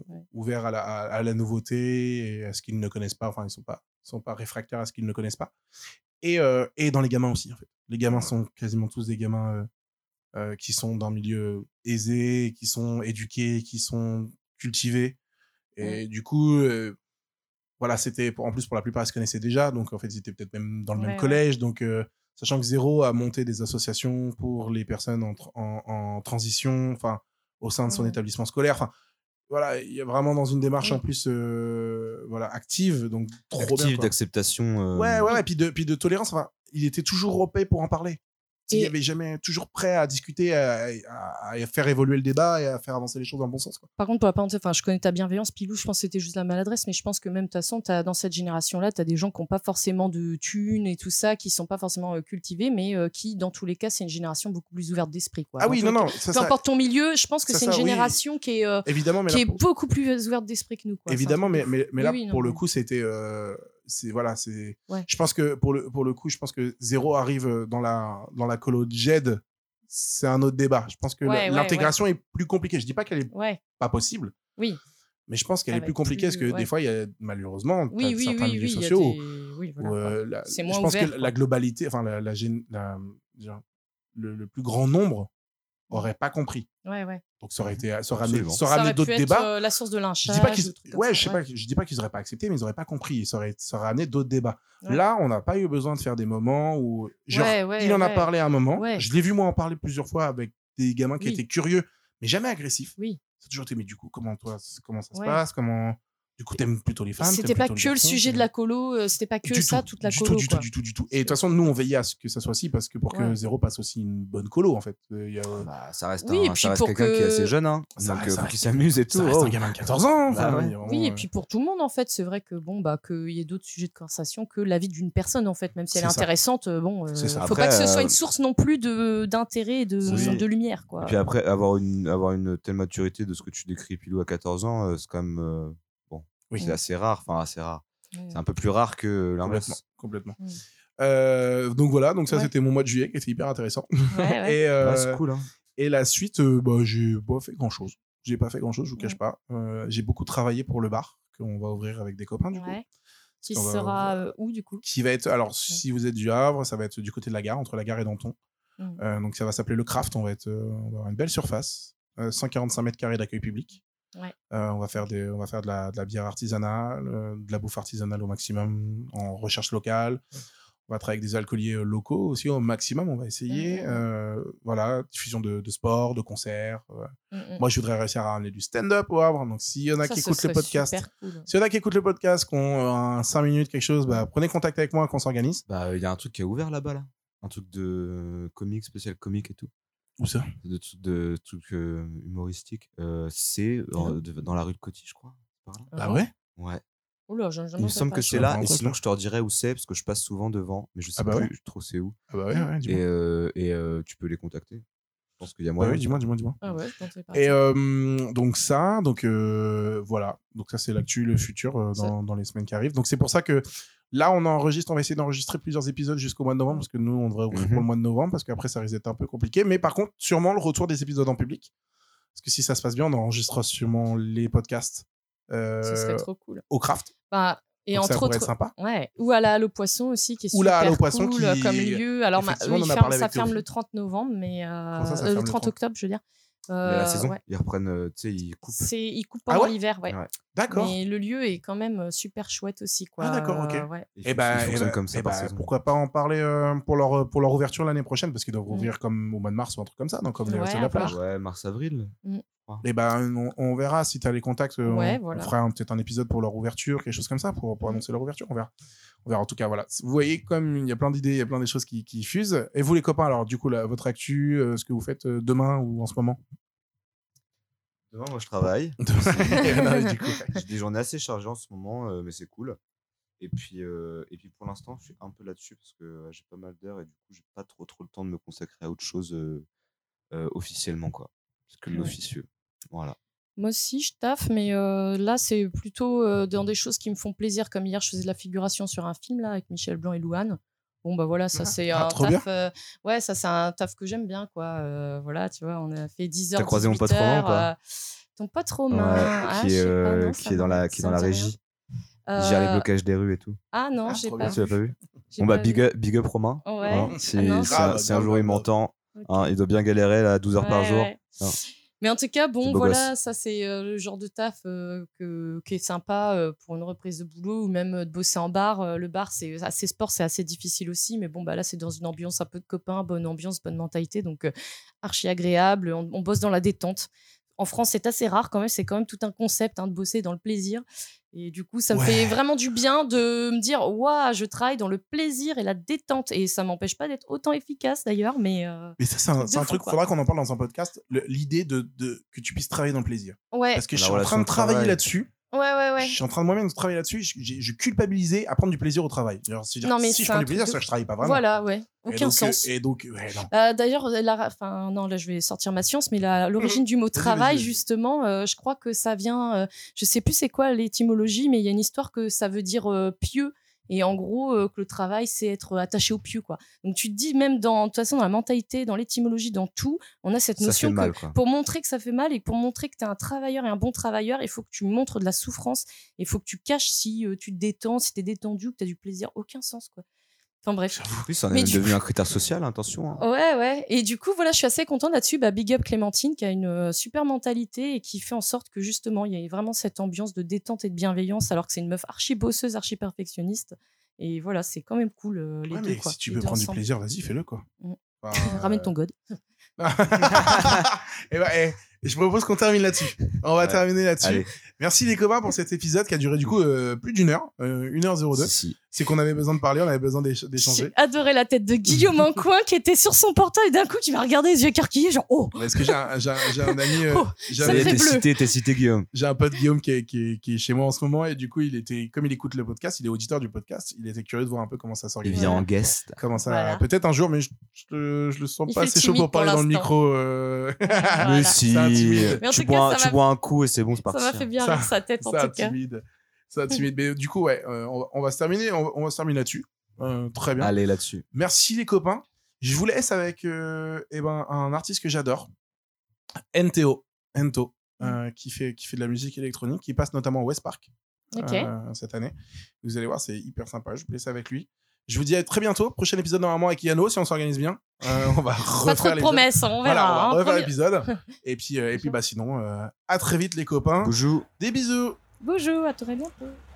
Speaker 5: Ouais.
Speaker 2: ouverts à la, à, à la nouveauté et à ce qu'ils ne connaissent pas enfin ils sont pas ils sont pas réfractaires à ce qu'ils ne connaissent pas et, euh, et dans les gamins aussi en fait les gamins sont quasiment tous des gamins euh, euh, qui sont d'un milieu aisé qui sont éduqués qui sont cultivés et
Speaker 5: Ouais.
Speaker 2: du coup euh, voilà c'était pour- en plus pour la plupart ils se connaissaient déjà donc en fait ils étaient peut-être même dans le
Speaker 5: Ouais,
Speaker 2: même
Speaker 5: ouais.
Speaker 2: collège donc euh, sachant que Zéro a monté des associations pour les personnes en, tr- en- en transition, enfin, au sein de son
Speaker 5: Mhm.
Speaker 2: établissement scolaire. Enfin, voilà, il est vraiment dans une démarche
Speaker 5: Oui.
Speaker 2: en plus euh, voilà, active, donc trop bien.
Speaker 3: Actif
Speaker 2: quoi.
Speaker 3: d'acceptation. euh,
Speaker 2: Ouais, ouais, ouais, puis de, puis de tolérance. Enfin, il était toujours au paix pour en parler. Il
Speaker 5: Et-
Speaker 2: avait jamais toujours prêt à discuter, à, à- à faire évoluer le débat et à faire avancer les choses dans le bon sens. Quoi.
Speaker 5: Par contre, pour la parenthèse, enfin, je connais ta bienveillance, Pilou, je pense que c'était juste la maladresse, mais je pense que même, de toute façon, t'as- dans cette génération-là, tu as des gens qui n'ont pas forcément de thunes et tout ça, qui sont pas forcément euh, cultivés, mais euh, qui, dans tous les cas, c'est une génération beaucoup plus ouverte d'esprit. quoi.
Speaker 2: Ah
Speaker 5: Dans
Speaker 2: oui,
Speaker 5: tous
Speaker 2: non,
Speaker 5: les cas.
Speaker 2: non, ça,
Speaker 5: Peu
Speaker 2: ça-
Speaker 5: importe ton milieu, je pense que
Speaker 2: ça,
Speaker 5: c'est une
Speaker 2: ça, oui.
Speaker 5: génération qui est, euh,
Speaker 2: évidemment, mais
Speaker 5: qui
Speaker 2: là,
Speaker 5: est
Speaker 2: pour-
Speaker 5: beaucoup plus euh, ouverte d'esprit que nous. quoi. C'est un
Speaker 2: Évidemment,
Speaker 5: truc
Speaker 2: mais,
Speaker 5: de
Speaker 2: mais, mais là,
Speaker 5: Oui, oui, non,
Speaker 2: pour le
Speaker 5: mais-
Speaker 2: coup, c'était. euh, c'est voilà, c'est.
Speaker 5: Ouais.
Speaker 2: Je pense que pour le, pour le coup, je pense que Zéro arrive euh, dans la, dans la colo de Jed. C'est un autre débat. Je pense que la-
Speaker 5: Ouais, ouais,
Speaker 2: l'intégration est plus compliquée. Je dis pas qu'elle est
Speaker 5: fou. Ouais.
Speaker 2: pas possible.
Speaker 5: Oui.
Speaker 2: Mais je pense qu'elle
Speaker 5: Ça
Speaker 2: est
Speaker 5: va
Speaker 2: plus
Speaker 5: être
Speaker 2: compliquée parce que
Speaker 5: plus-
Speaker 2: des
Speaker 5: ouais.
Speaker 2: fois, il y a malheureusement
Speaker 5: Oui,
Speaker 2: t'as
Speaker 5: oui,
Speaker 2: certains
Speaker 5: oui,
Speaker 2: milieux
Speaker 5: oui. il y a
Speaker 2: sociaux
Speaker 5: des- oui,
Speaker 2: où,
Speaker 5: voilà, quoi.
Speaker 2: euh, la-
Speaker 5: C'est
Speaker 2: je
Speaker 5: moins
Speaker 2: pense que
Speaker 5: ouvert,
Speaker 2: la-
Speaker 5: quoi.
Speaker 2: la globalité, enfin la, la gén- la- genre, le, le plus grand nombre aurait pas compris.
Speaker 5: Ouais, ouais.
Speaker 2: Donc ça aurait été, ça aurait amené,
Speaker 3: Absolument.
Speaker 2: ça aurait
Speaker 5: Ça
Speaker 2: amené
Speaker 5: aurait pu
Speaker 2: d'autres
Speaker 5: être
Speaker 2: débats.
Speaker 5: euh, la source de
Speaker 2: Je
Speaker 5: lynchage.
Speaker 2: dis pas qu'ils
Speaker 5: ou trucs comme
Speaker 2: ouais,
Speaker 5: ça,
Speaker 2: je sais pas, je dis pas qu'ils auraient pas accepté, mais ils auraient pas compris, ça aurait, ça aurait amené d'autres débats.
Speaker 5: Ouais.
Speaker 2: Là, on n'a pas eu besoin de faire des moments où genre
Speaker 5: Ouais, ouais,
Speaker 2: il en a
Speaker 5: ouais.
Speaker 2: parlé à un moment,
Speaker 5: Ouais.
Speaker 2: je l'ai vu moi en parler plusieurs fois avec des gamins qui
Speaker 5: Oui.
Speaker 2: étaient curieux, mais jamais agressifs.
Speaker 5: Oui.
Speaker 2: C'est toujours été mais du coup, comment toi c- comment ça se
Speaker 5: Ouais.
Speaker 2: passe, comment du coup t'aimes plutôt les femmes
Speaker 5: C'était
Speaker 2: t'aimes
Speaker 5: pas
Speaker 2: plutôt les
Speaker 5: que le
Speaker 2: garçons,
Speaker 5: sujet de
Speaker 2: t'aimes-
Speaker 5: la colo, euh, c'était pas que
Speaker 2: du
Speaker 5: ça,
Speaker 2: tout,
Speaker 5: toute la
Speaker 2: du
Speaker 5: colo.
Speaker 2: tout, du
Speaker 5: quoi.
Speaker 2: tout, du tout, du tout. Et de toute façon, nous on veillait à ce que ça soit si parce que pour que
Speaker 5: Ouais.
Speaker 2: Zéro passe aussi une bonne colo en fait. Euh, il y a-
Speaker 3: bah, ça reste,
Speaker 5: Oui, et
Speaker 3: un-
Speaker 5: puis
Speaker 3: ça reste
Speaker 5: pour
Speaker 3: quelqu'un
Speaker 5: que-
Speaker 3: qui est assez jeune. Hein.
Speaker 2: Ça
Speaker 3: donc,
Speaker 2: reste-
Speaker 3: euh,
Speaker 2: ça
Speaker 3: faut qu'il
Speaker 2: reste-
Speaker 3: s'amuse et tout.
Speaker 2: ça reste
Speaker 3: oh.
Speaker 2: un gamin de 14 ans.
Speaker 3: Bah
Speaker 2: enfin,
Speaker 3: ouais.
Speaker 2: il y a vraiment,
Speaker 5: Oui, et
Speaker 2: euh,
Speaker 5: puis pour tout le monde, en fait, c'est vrai que bon, bah, qu'il y ait d'autres sujets de conversation que la vie d'une personne, en fait, même si elle est,
Speaker 2: C'est ça.
Speaker 5: intéressante, euh, bon, euh,
Speaker 2: C'est ça.
Speaker 5: faut
Speaker 3: Après,
Speaker 5: pas que ce soit
Speaker 3: euh,
Speaker 5: une source non plus de- d'intérêt et de,
Speaker 2: C'est ça.
Speaker 5: de lumière, quoi.
Speaker 3: Et puis après, avoir une, avoir une telle maturité de ce que tu décris, Pilou, à 14 ans, euh, c'est quand même. euh, bon,
Speaker 2: Oui.
Speaker 3: c'est assez rare. Enfin, assez rare.
Speaker 5: Ouais.
Speaker 3: C'est un peu plus rare que
Speaker 2: Complètement.
Speaker 3: l'inverse.
Speaker 2: complètement.
Speaker 5: Mm.
Speaker 2: Euh, donc voilà, donc ça
Speaker 5: Ouais.
Speaker 2: c'était mon mois de juillet qui était hyper intéressant.
Speaker 5: Ouais, ouais.
Speaker 2: (laughs) Et, euh,
Speaker 3: Ouais, c'est cool. Hein.
Speaker 2: et la suite, euh, bah, j'ai pas fait grand chose. J'ai pas fait grand chose, je vous cache
Speaker 5: Ouais.
Speaker 2: pas. Euh, j'ai beaucoup travaillé pour le bar qu'on va ouvrir avec des copains hein, du coup.
Speaker 5: Ouais. Qui
Speaker 2: Parce qu'on va-
Speaker 5: sera euh, où, du coup
Speaker 2: Qui va être, alors si vous êtes du Havre, ça va être du côté de la gare, entre la gare et Danton.
Speaker 5: Mm.
Speaker 2: Euh, donc ça va s'appeler le Craft. On va être, euh, on va avoir une belle surface, euh, 145 mètres carrés d'accueil public.
Speaker 5: Ouais.
Speaker 2: Euh, on va faire des, on va faire de la, de la bière artisanale, euh, de la bouffe artisanale au maximum, en recherche locale. On va travailler avec des alcooliers euh, locaux aussi au maximum. On va essayer,
Speaker 5: Mhm.
Speaker 2: Euh, voilà, diffusion de, de sport, de concerts. euh.
Speaker 5: Mm, mm.
Speaker 2: Moi, je voudrais réussir à ramener du stand-up au Havre. Donc s'il y en a
Speaker 5: Ça,
Speaker 2: qui
Speaker 5: ce
Speaker 2: écoutent le
Speaker 5: serait
Speaker 2: podcast.
Speaker 5: super cool.
Speaker 2: S'il y en a qui écoutent le podcast, qui ont 5 minutes, quelque chose, bah, prenez contact avec moi, qu'on s'organise.
Speaker 3: Bah, il y a un truc qui est ouvert là-bas, là. Un truc de euh, comique, spécial comique et tout.
Speaker 2: Où ça
Speaker 3: De, tru- de trucs euh, humoristiques. Euh, c'est
Speaker 2: Ah.
Speaker 3: euh, de- dans la rue de Coty, je crois. Par
Speaker 5: Ah
Speaker 3: là.
Speaker 2: Bah ouais.
Speaker 3: Ouais.
Speaker 5: Oula, Oh j'en- j'en
Speaker 3: Il me
Speaker 5: ai
Speaker 3: semble
Speaker 5: pas
Speaker 3: que
Speaker 5: parlé.
Speaker 3: c'est
Speaker 2: Je
Speaker 3: là.
Speaker 2: me
Speaker 3: Et
Speaker 2: rends
Speaker 3: sinon,
Speaker 2: compte,
Speaker 3: je te redirai où c'est parce que je passe souvent devant, mais je sais
Speaker 2: Ah bah
Speaker 3: plus
Speaker 2: ouais.
Speaker 3: je trouve c'est où.
Speaker 2: Ah bah ouais, ouais, dis-moi.
Speaker 3: Et, euh, et, euh, tu peux les contacter. pense qu'il y a
Speaker 2: Ouais,
Speaker 3: moyen.
Speaker 2: oui, dis-moi, dis-moi, dis-moi.
Speaker 5: Ah ouais, je pensais pas.
Speaker 2: Et euh, donc ça, donc euh, voilà, donc ça c'est l'actu, le futur euh, dans, dans les semaines qui arrivent. Donc c'est pour ça que là on enregistre, on va essayer d'enregistrer plusieurs épisodes jusqu'au mois de novembre parce que nous on devrait ouvrir
Speaker 3: Mhm.
Speaker 2: pour le mois de novembre parce qu'après ça risque d'être un peu compliqué. Mais par contre, sûrement le retour des épisodes en public parce que si ça se passe bien, on enregistrera sûrement les podcasts euh,
Speaker 5: Ce serait trop cool.
Speaker 2: au craft.
Speaker 5: Bah, et
Speaker 2: Donc, ça
Speaker 5: entre
Speaker 2: pourrait
Speaker 5: autres,
Speaker 2: être sympa.
Speaker 5: Ouais. Ou à la Halle aux Poissons aussi, qui est
Speaker 2: Ou la
Speaker 5: super
Speaker 2: Halle aux Poissons
Speaker 5: cool
Speaker 2: qui-
Speaker 5: comme lieu. Alors, ma-
Speaker 2: Effectivement,
Speaker 5: eux,
Speaker 2: on en
Speaker 5: ils
Speaker 2: a
Speaker 5: ferment-
Speaker 2: parlé
Speaker 5: ça
Speaker 2: avec
Speaker 5: ferme
Speaker 2: Théophile.
Speaker 5: le 30 novembre, mais euh,
Speaker 2: Comment ça, ça
Speaker 5: euh,
Speaker 2: ferme
Speaker 5: le
Speaker 2: le
Speaker 5: 30 octobre, je veux dire.
Speaker 3: Mais à
Speaker 5: Euh,
Speaker 3: la saison,
Speaker 5: ouais.
Speaker 3: ils reprennent, euh, tu sais, ils coupent.
Speaker 5: C'est, ils coupent
Speaker 2: Ah
Speaker 5: pendant
Speaker 2: ouais
Speaker 5: l'hiver, ouais.
Speaker 3: Ouais.
Speaker 2: D'accord.
Speaker 5: Mais le lieu est quand même euh, super chouette aussi, quoi.
Speaker 2: Ah, d'accord, ok.
Speaker 5: Euh, ouais.
Speaker 3: Ils
Speaker 2: Et
Speaker 3: font-
Speaker 2: ben,
Speaker 3: ils
Speaker 2: eh
Speaker 3: fonctionnent
Speaker 2: ben,
Speaker 3: comme ça
Speaker 2: eh
Speaker 3: par
Speaker 2: ben,
Speaker 3: saison.
Speaker 2: pourquoi pas en parler euh, pour, leur, pour leur ouverture l'année prochaine Parce qu'ils doivent
Speaker 5: Mhm.
Speaker 2: ouvrir comme au mois de mars ou un truc comme ça, donc comme les
Speaker 5: Ouais,
Speaker 2: restes de
Speaker 5: à
Speaker 2: la
Speaker 5: voir.
Speaker 2: plage.
Speaker 3: Ouais, mars-avril.
Speaker 2: Et ben, on, on verra si tu as les contacts. euh,
Speaker 5: Ouais,
Speaker 2: on,
Speaker 5: voilà. Mmh.
Speaker 2: on fera un- peut-être un épisode pour leur ouverture, quelque chose comme ça, pour, pour annoncer leur ouverture. On verra. On verra. En tout cas, voilà. Vous voyez, comme il y a plein d'idées, il y a plein des choses qui, qui fusent. Et vous, les copains, alors, du coup, là, votre actu, euh, ce que vous faites euh, demain ou en ce
Speaker 3: (laughs)
Speaker 2: moment
Speaker 3: Demain, moi, je (laughs) travaille.
Speaker 2: (laughs) Non, mais du coup,
Speaker 3: J'ai des journées assez chargées en ce moment, euh, mais c'est cool. Et puis, euh, et puis pour l'instant, je suis un peu là-dessus parce que euh, j'ai pas mal d'heures et du coup, j'ai pas trop trop le temps de me consacrer à autre chose euh, euh, officiellement, quoi. Parce que
Speaker 5: Ah Ouais.
Speaker 3: l'officieux. Voilà.
Speaker 5: Moi aussi, je taffe, mais euh, là, c'est plutôt euh, dans des choses qui me font plaisir. Comme hier, je faisais de la figuration sur un film là avec Michel Blanc et Louane. Bon, bah voilà, ça c'est
Speaker 2: Ah,
Speaker 5: un
Speaker 2: trop
Speaker 5: taf. euh, ouais, ça c'est un taf que j'aime bien, quoi. Euh, voilà, tu vois, on a fait 10 heures.
Speaker 3: T'as croisé mon pote
Speaker 5: 18 heures,
Speaker 3: Romain, quoi.
Speaker 5: euh, ton pote
Speaker 3: Ouais,
Speaker 5: Romain, ah,
Speaker 3: qui
Speaker 5: je
Speaker 3: est,
Speaker 5: sais pas,
Speaker 3: euh,
Speaker 5: non, ça
Speaker 3: qui est dans
Speaker 5: me-
Speaker 3: la, qui est
Speaker 5: ça
Speaker 3: dans
Speaker 5: me
Speaker 3: la
Speaker 5: dit rien.
Speaker 3: régie.
Speaker 5: Euh,
Speaker 3: Il gère les blocages des rues et tout.
Speaker 5: Ah non,
Speaker 2: Ah,
Speaker 5: j'ai
Speaker 2: trop
Speaker 5: pas.
Speaker 2: bien.
Speaker 3: Tu l'as pas vu
Speaker 5: j'ai
Speaker 3: Bon, bah,
Speaker 5: pas
Speaker 3: big
Speaker 5: vu.
Speaker 3: up, big up Romain.
Speaker 5: Ouais.
Speaker 3: hein.
Speaker 5: Ah
Speaker 3: si
Speaker 5: non,
Speaker 3: si
Speaker 5: c'est-
Speaker 3: un- si un jour il m'entend, hein, il doit bien galérer là, 12 heures par
Speaker 5: Ouais,
Speaker 3: jour.
Speaker 5: ouais.
Speaker 3: Non.
Speaker 5: Mais en tout cas, bon,
Speaker 3: C'est beau
Speaker 5: voilà, ça c'est euh, le genre de taf euh, que, qui est sympa euh, pour une reprise de boulot ou même euh, de bosser en bar. Euh, le bar, c'est assez sport, c'est assez difficile aussi, mais bon, bah là, c'est dans une ambiance un peu de copain, bonne ambiance, bonne mentalité, donc euh, archi agréable. On, on bosse dans la détente. En France, c'est assez rare quand même, c'est quand même tout un concept hein, de bosser dans le plaisir. Et du coup, ça me
Speaker 2: Ouais.
Speaker 5: fait vraiment du bien de me dire, waouh, je travaille dans le plaisir et la détente. Et ça m'empêche pas d'être autant efficace d'ailleurs, mais euh,
Speaker 2: Mais ça, c'est un,
Speaker 5: Truc de
Speaker 2: c'est un
Speaker 5: fou,
Speaker 2: truc,
Speaker 5: quoi.
Speaker 2: faudra qu'on en parle dans un podcast. le- L'idée de, de- que tu puisses travailler dans le plaisir.
Speaker 5: ouais,
Speaker 2: Parce que
Speaker 3: La
Speaker 2: je suis en
Speaker 3: relation
Speaker 2: train de
Speaker 3: au travail.
Speaker 2: travailler là-dessus.
Speaker 5: ouais, ouais, ouais.
Speaker 2: Je suis en train de moi-même de travailler là-dessus. Je, j'ai- je culpabilisais à prendre du plaisir au travail. Genre, c'est-à-dire,
Speaker 5: Non, mais
Speaker 2: si je
Speaker 5: c'est
Speaker 2: prends
Speaker 5: un
Speaker 2: du plaisir,
Speaker 5: truc de
Speaker 2: c'est que je travaille pas vraiment.
Speaker 5: Voilà, ouais.
Speaker 2: Et
Speaker 5: Aucun
Speaker 2: donc, euh,
Speaker 5: sens.
Speaker 2: Et donc, ouais, non.
Speaker 5: Euh, D'ailleurs, la- enfin non, là je vais sortir ma science, mais la- l'origine du mot
Speaker 2: Mhm. Vas-y,
Speaker 5: travail,
Speaker 2: vas-y, vas-y.
Speaker 5: justement, euh, je crois que ça vient, euh, je sais plus c'est quoi l'étymologie, mais il y a une histoire que ça veut dire euh, pieux. Et en gros, euh, que le travail, c'est être attaché au pieux, quoi. Donc tu te dis même dans, de toute façon, dans la mentalité, dans l'étymologie, dans tout, on a cette
Speaker 3: Ça fait
Speaker 5: notion que
Speaker 3: mal, quoi.
Speaker 5: pour montrer que ça fait mal et pour montrer que tu es un travailleur et un bon travailleur, il faut que tu montres de la souffrance, il faut que tu caches si euh, tu te détends, si tu es détendu, que tu as du plaisir, aucun sens quoi. Enfin bref.
Speaker 3: En plus, ça en est
Speaker 5: Mais Oh,
Speaker 3: même
Speaker 5: du
Speaker 3: devenu un critère social, hein, attention. hein.
Speaker 5: Ouais, ouais. Et du coup, voilà, je suis assez contente là-dessus. Bah, Big Up Clémentine, qui a une euh, super mentalité et qui fait en sorte que justement, il y ait vraiment cette ambiance de détente et de bienveillance, alors que c'est une meuf archi bosseuse, archi perfectionniste. Et voilà, c'est quand même cool euh, les
Speaker 2: Ouais,
Speaker 5: deux.
Speaker 2: mais
Speaker 5: Quoi,
Speaker 2: si tu
Speaker 5: les
Speaker 2: peux
Speaker 5: deux
Speaker 2: prendre du
Speaker 5: ensemble.
Speaker 2: plaisir, vas-y, fais-le, quoi.
Speaker 5: Mm. (laughs)
Speaker 2: Enfin,
Speaker 5: Ramène
Speaker 2: euh,
Speaker 5: ton god.
Speaker 2: et ben, (laughs) eh, je propose qu'on termine là-dessus. On va
Speaker 3: Ouais.
Speaker 2: terminer là-dessus.
Speaker 3: Allez,
Speaker 2: Merci les copains pour cet épisode qui a duré du coup euh, plus d'une heure, euh, 1h02.
Speaker 3: si, si.
Speaker 2: C'est qu'on avait besoin de parler, on avait besoin d'éch-
Speaker 5: J'ai
Speaker 2: d'échanger.
Speaker 5: adoré la tête
Speaker 2: (laughs)
Speaker 5: de Guillaume en coin qui était sur son portable et d'un coup qui m'a regardé les yeux écarquillés, genre
Speaker 2: (laughs)
Speaker 5: oh
Speaker 2: Parce que j'ai un, j'ai un- j'ai un ami, euh,
Speaker 5: (laughs) Oh,
Speaker 2: j'ai
Speaker 5: Ça
Speaker 2: un-
Speaker 5: me fait
Speaker 3: T'es
Speaker 5: bleu.
Speaker 3: cité, t'es cité, (laughs) Guillaume.
Speaker 2: j'ai un pote Guillaume qui est, qui, est, qui est chez moi en ce moment et du coup il était, comme il écoute le podcast, il est auditeur du podcast, il était curieux de voir un peu comment ça
Speaker 3: Il
Speaker 2: s'organise.
Speaker 3: vient en guest.
Speaker 2: Comment ça
Speaker 5: Voilà.
Speaker 2: Peut-être un jour, mais je, je- je le sens
Speaker 5: Il
Speaker 2: pas
Speaker 5: fait
Speaker 2: assez
Speaker 5: le
Speaker 2: chaud
Speaker 5: timide
Speaker 2: pour parler
Speaker 5: pour
Speaker 2: dans le
Speaker 5: l'instant.
Speaker 2: micro. euh, (laughs)
Speaker 5: Ah, Voilà.
Speaker 3: Mais
Speaker 2: C'est
Speaker 3: si,
Speaker 2: intimidant.
Speaker 5: Mais en
Speaker 3: tu,
Speaker 5: tout cas,
Speaker 3: bois, un-
Speaker 5: ça
Speaker 3: tu
Speaker 5: m'a-
Speaker 3: bois un coup et c'est bon, c'est
Speaker 5: Ça
Speaker 3: parti.
Speaker 5: m'a fait bien
Speaker 2: Ça-
Speaker 5: rire sa tête en
Speaker 2: ça
Speaker 5: tout cas.
Speaker 2: intimide. Ça intimide. Mais du coup, ouais, euh, on, va, on va se terminer. On, va- on va se terminer là-dessus. Euh, très bien.
Speaker 3: Allez, là-dessus.
Speaker 2: Merci les copains. Je vous laisse avec euh, eh ben, un artiste que j'adore, NTO, Nto,
Speaker 5: Mm.
Speaker 2: euh, qui, fait, qui fait de la musique électronique, qui passe notamment au West Park
Speaker 5: Ok.
Speaker 2: euh, cette année. Vous allez voir, c'est hyper sympa. Je vous laisse avec lui. Je vous dis à très bientôt. Prochain épisode normalement avec Yano, si on s'organise bien. Euh, on va (laughs)
Speaker 5: Pas trop
Speaker 2: refaire
Speaker 5: de
Speaker 2: l'épisode.
Speaker 5: promesses, on verra.
Speaker 2: Voilà, on
Speaker 5: hein.
Speaker 2: va refaire
Speaker 5: Promis-
Speaker 2: l'épisode.
Speaker 5: (laughs)
Speaker 2: Et puis, euh, et puis bah, sinon, euh, à très vite les copains.
Speaker 3: Bonjour.
Speaker 2: Des bisous.
Speaker 5: Bonjour, à très bientôt.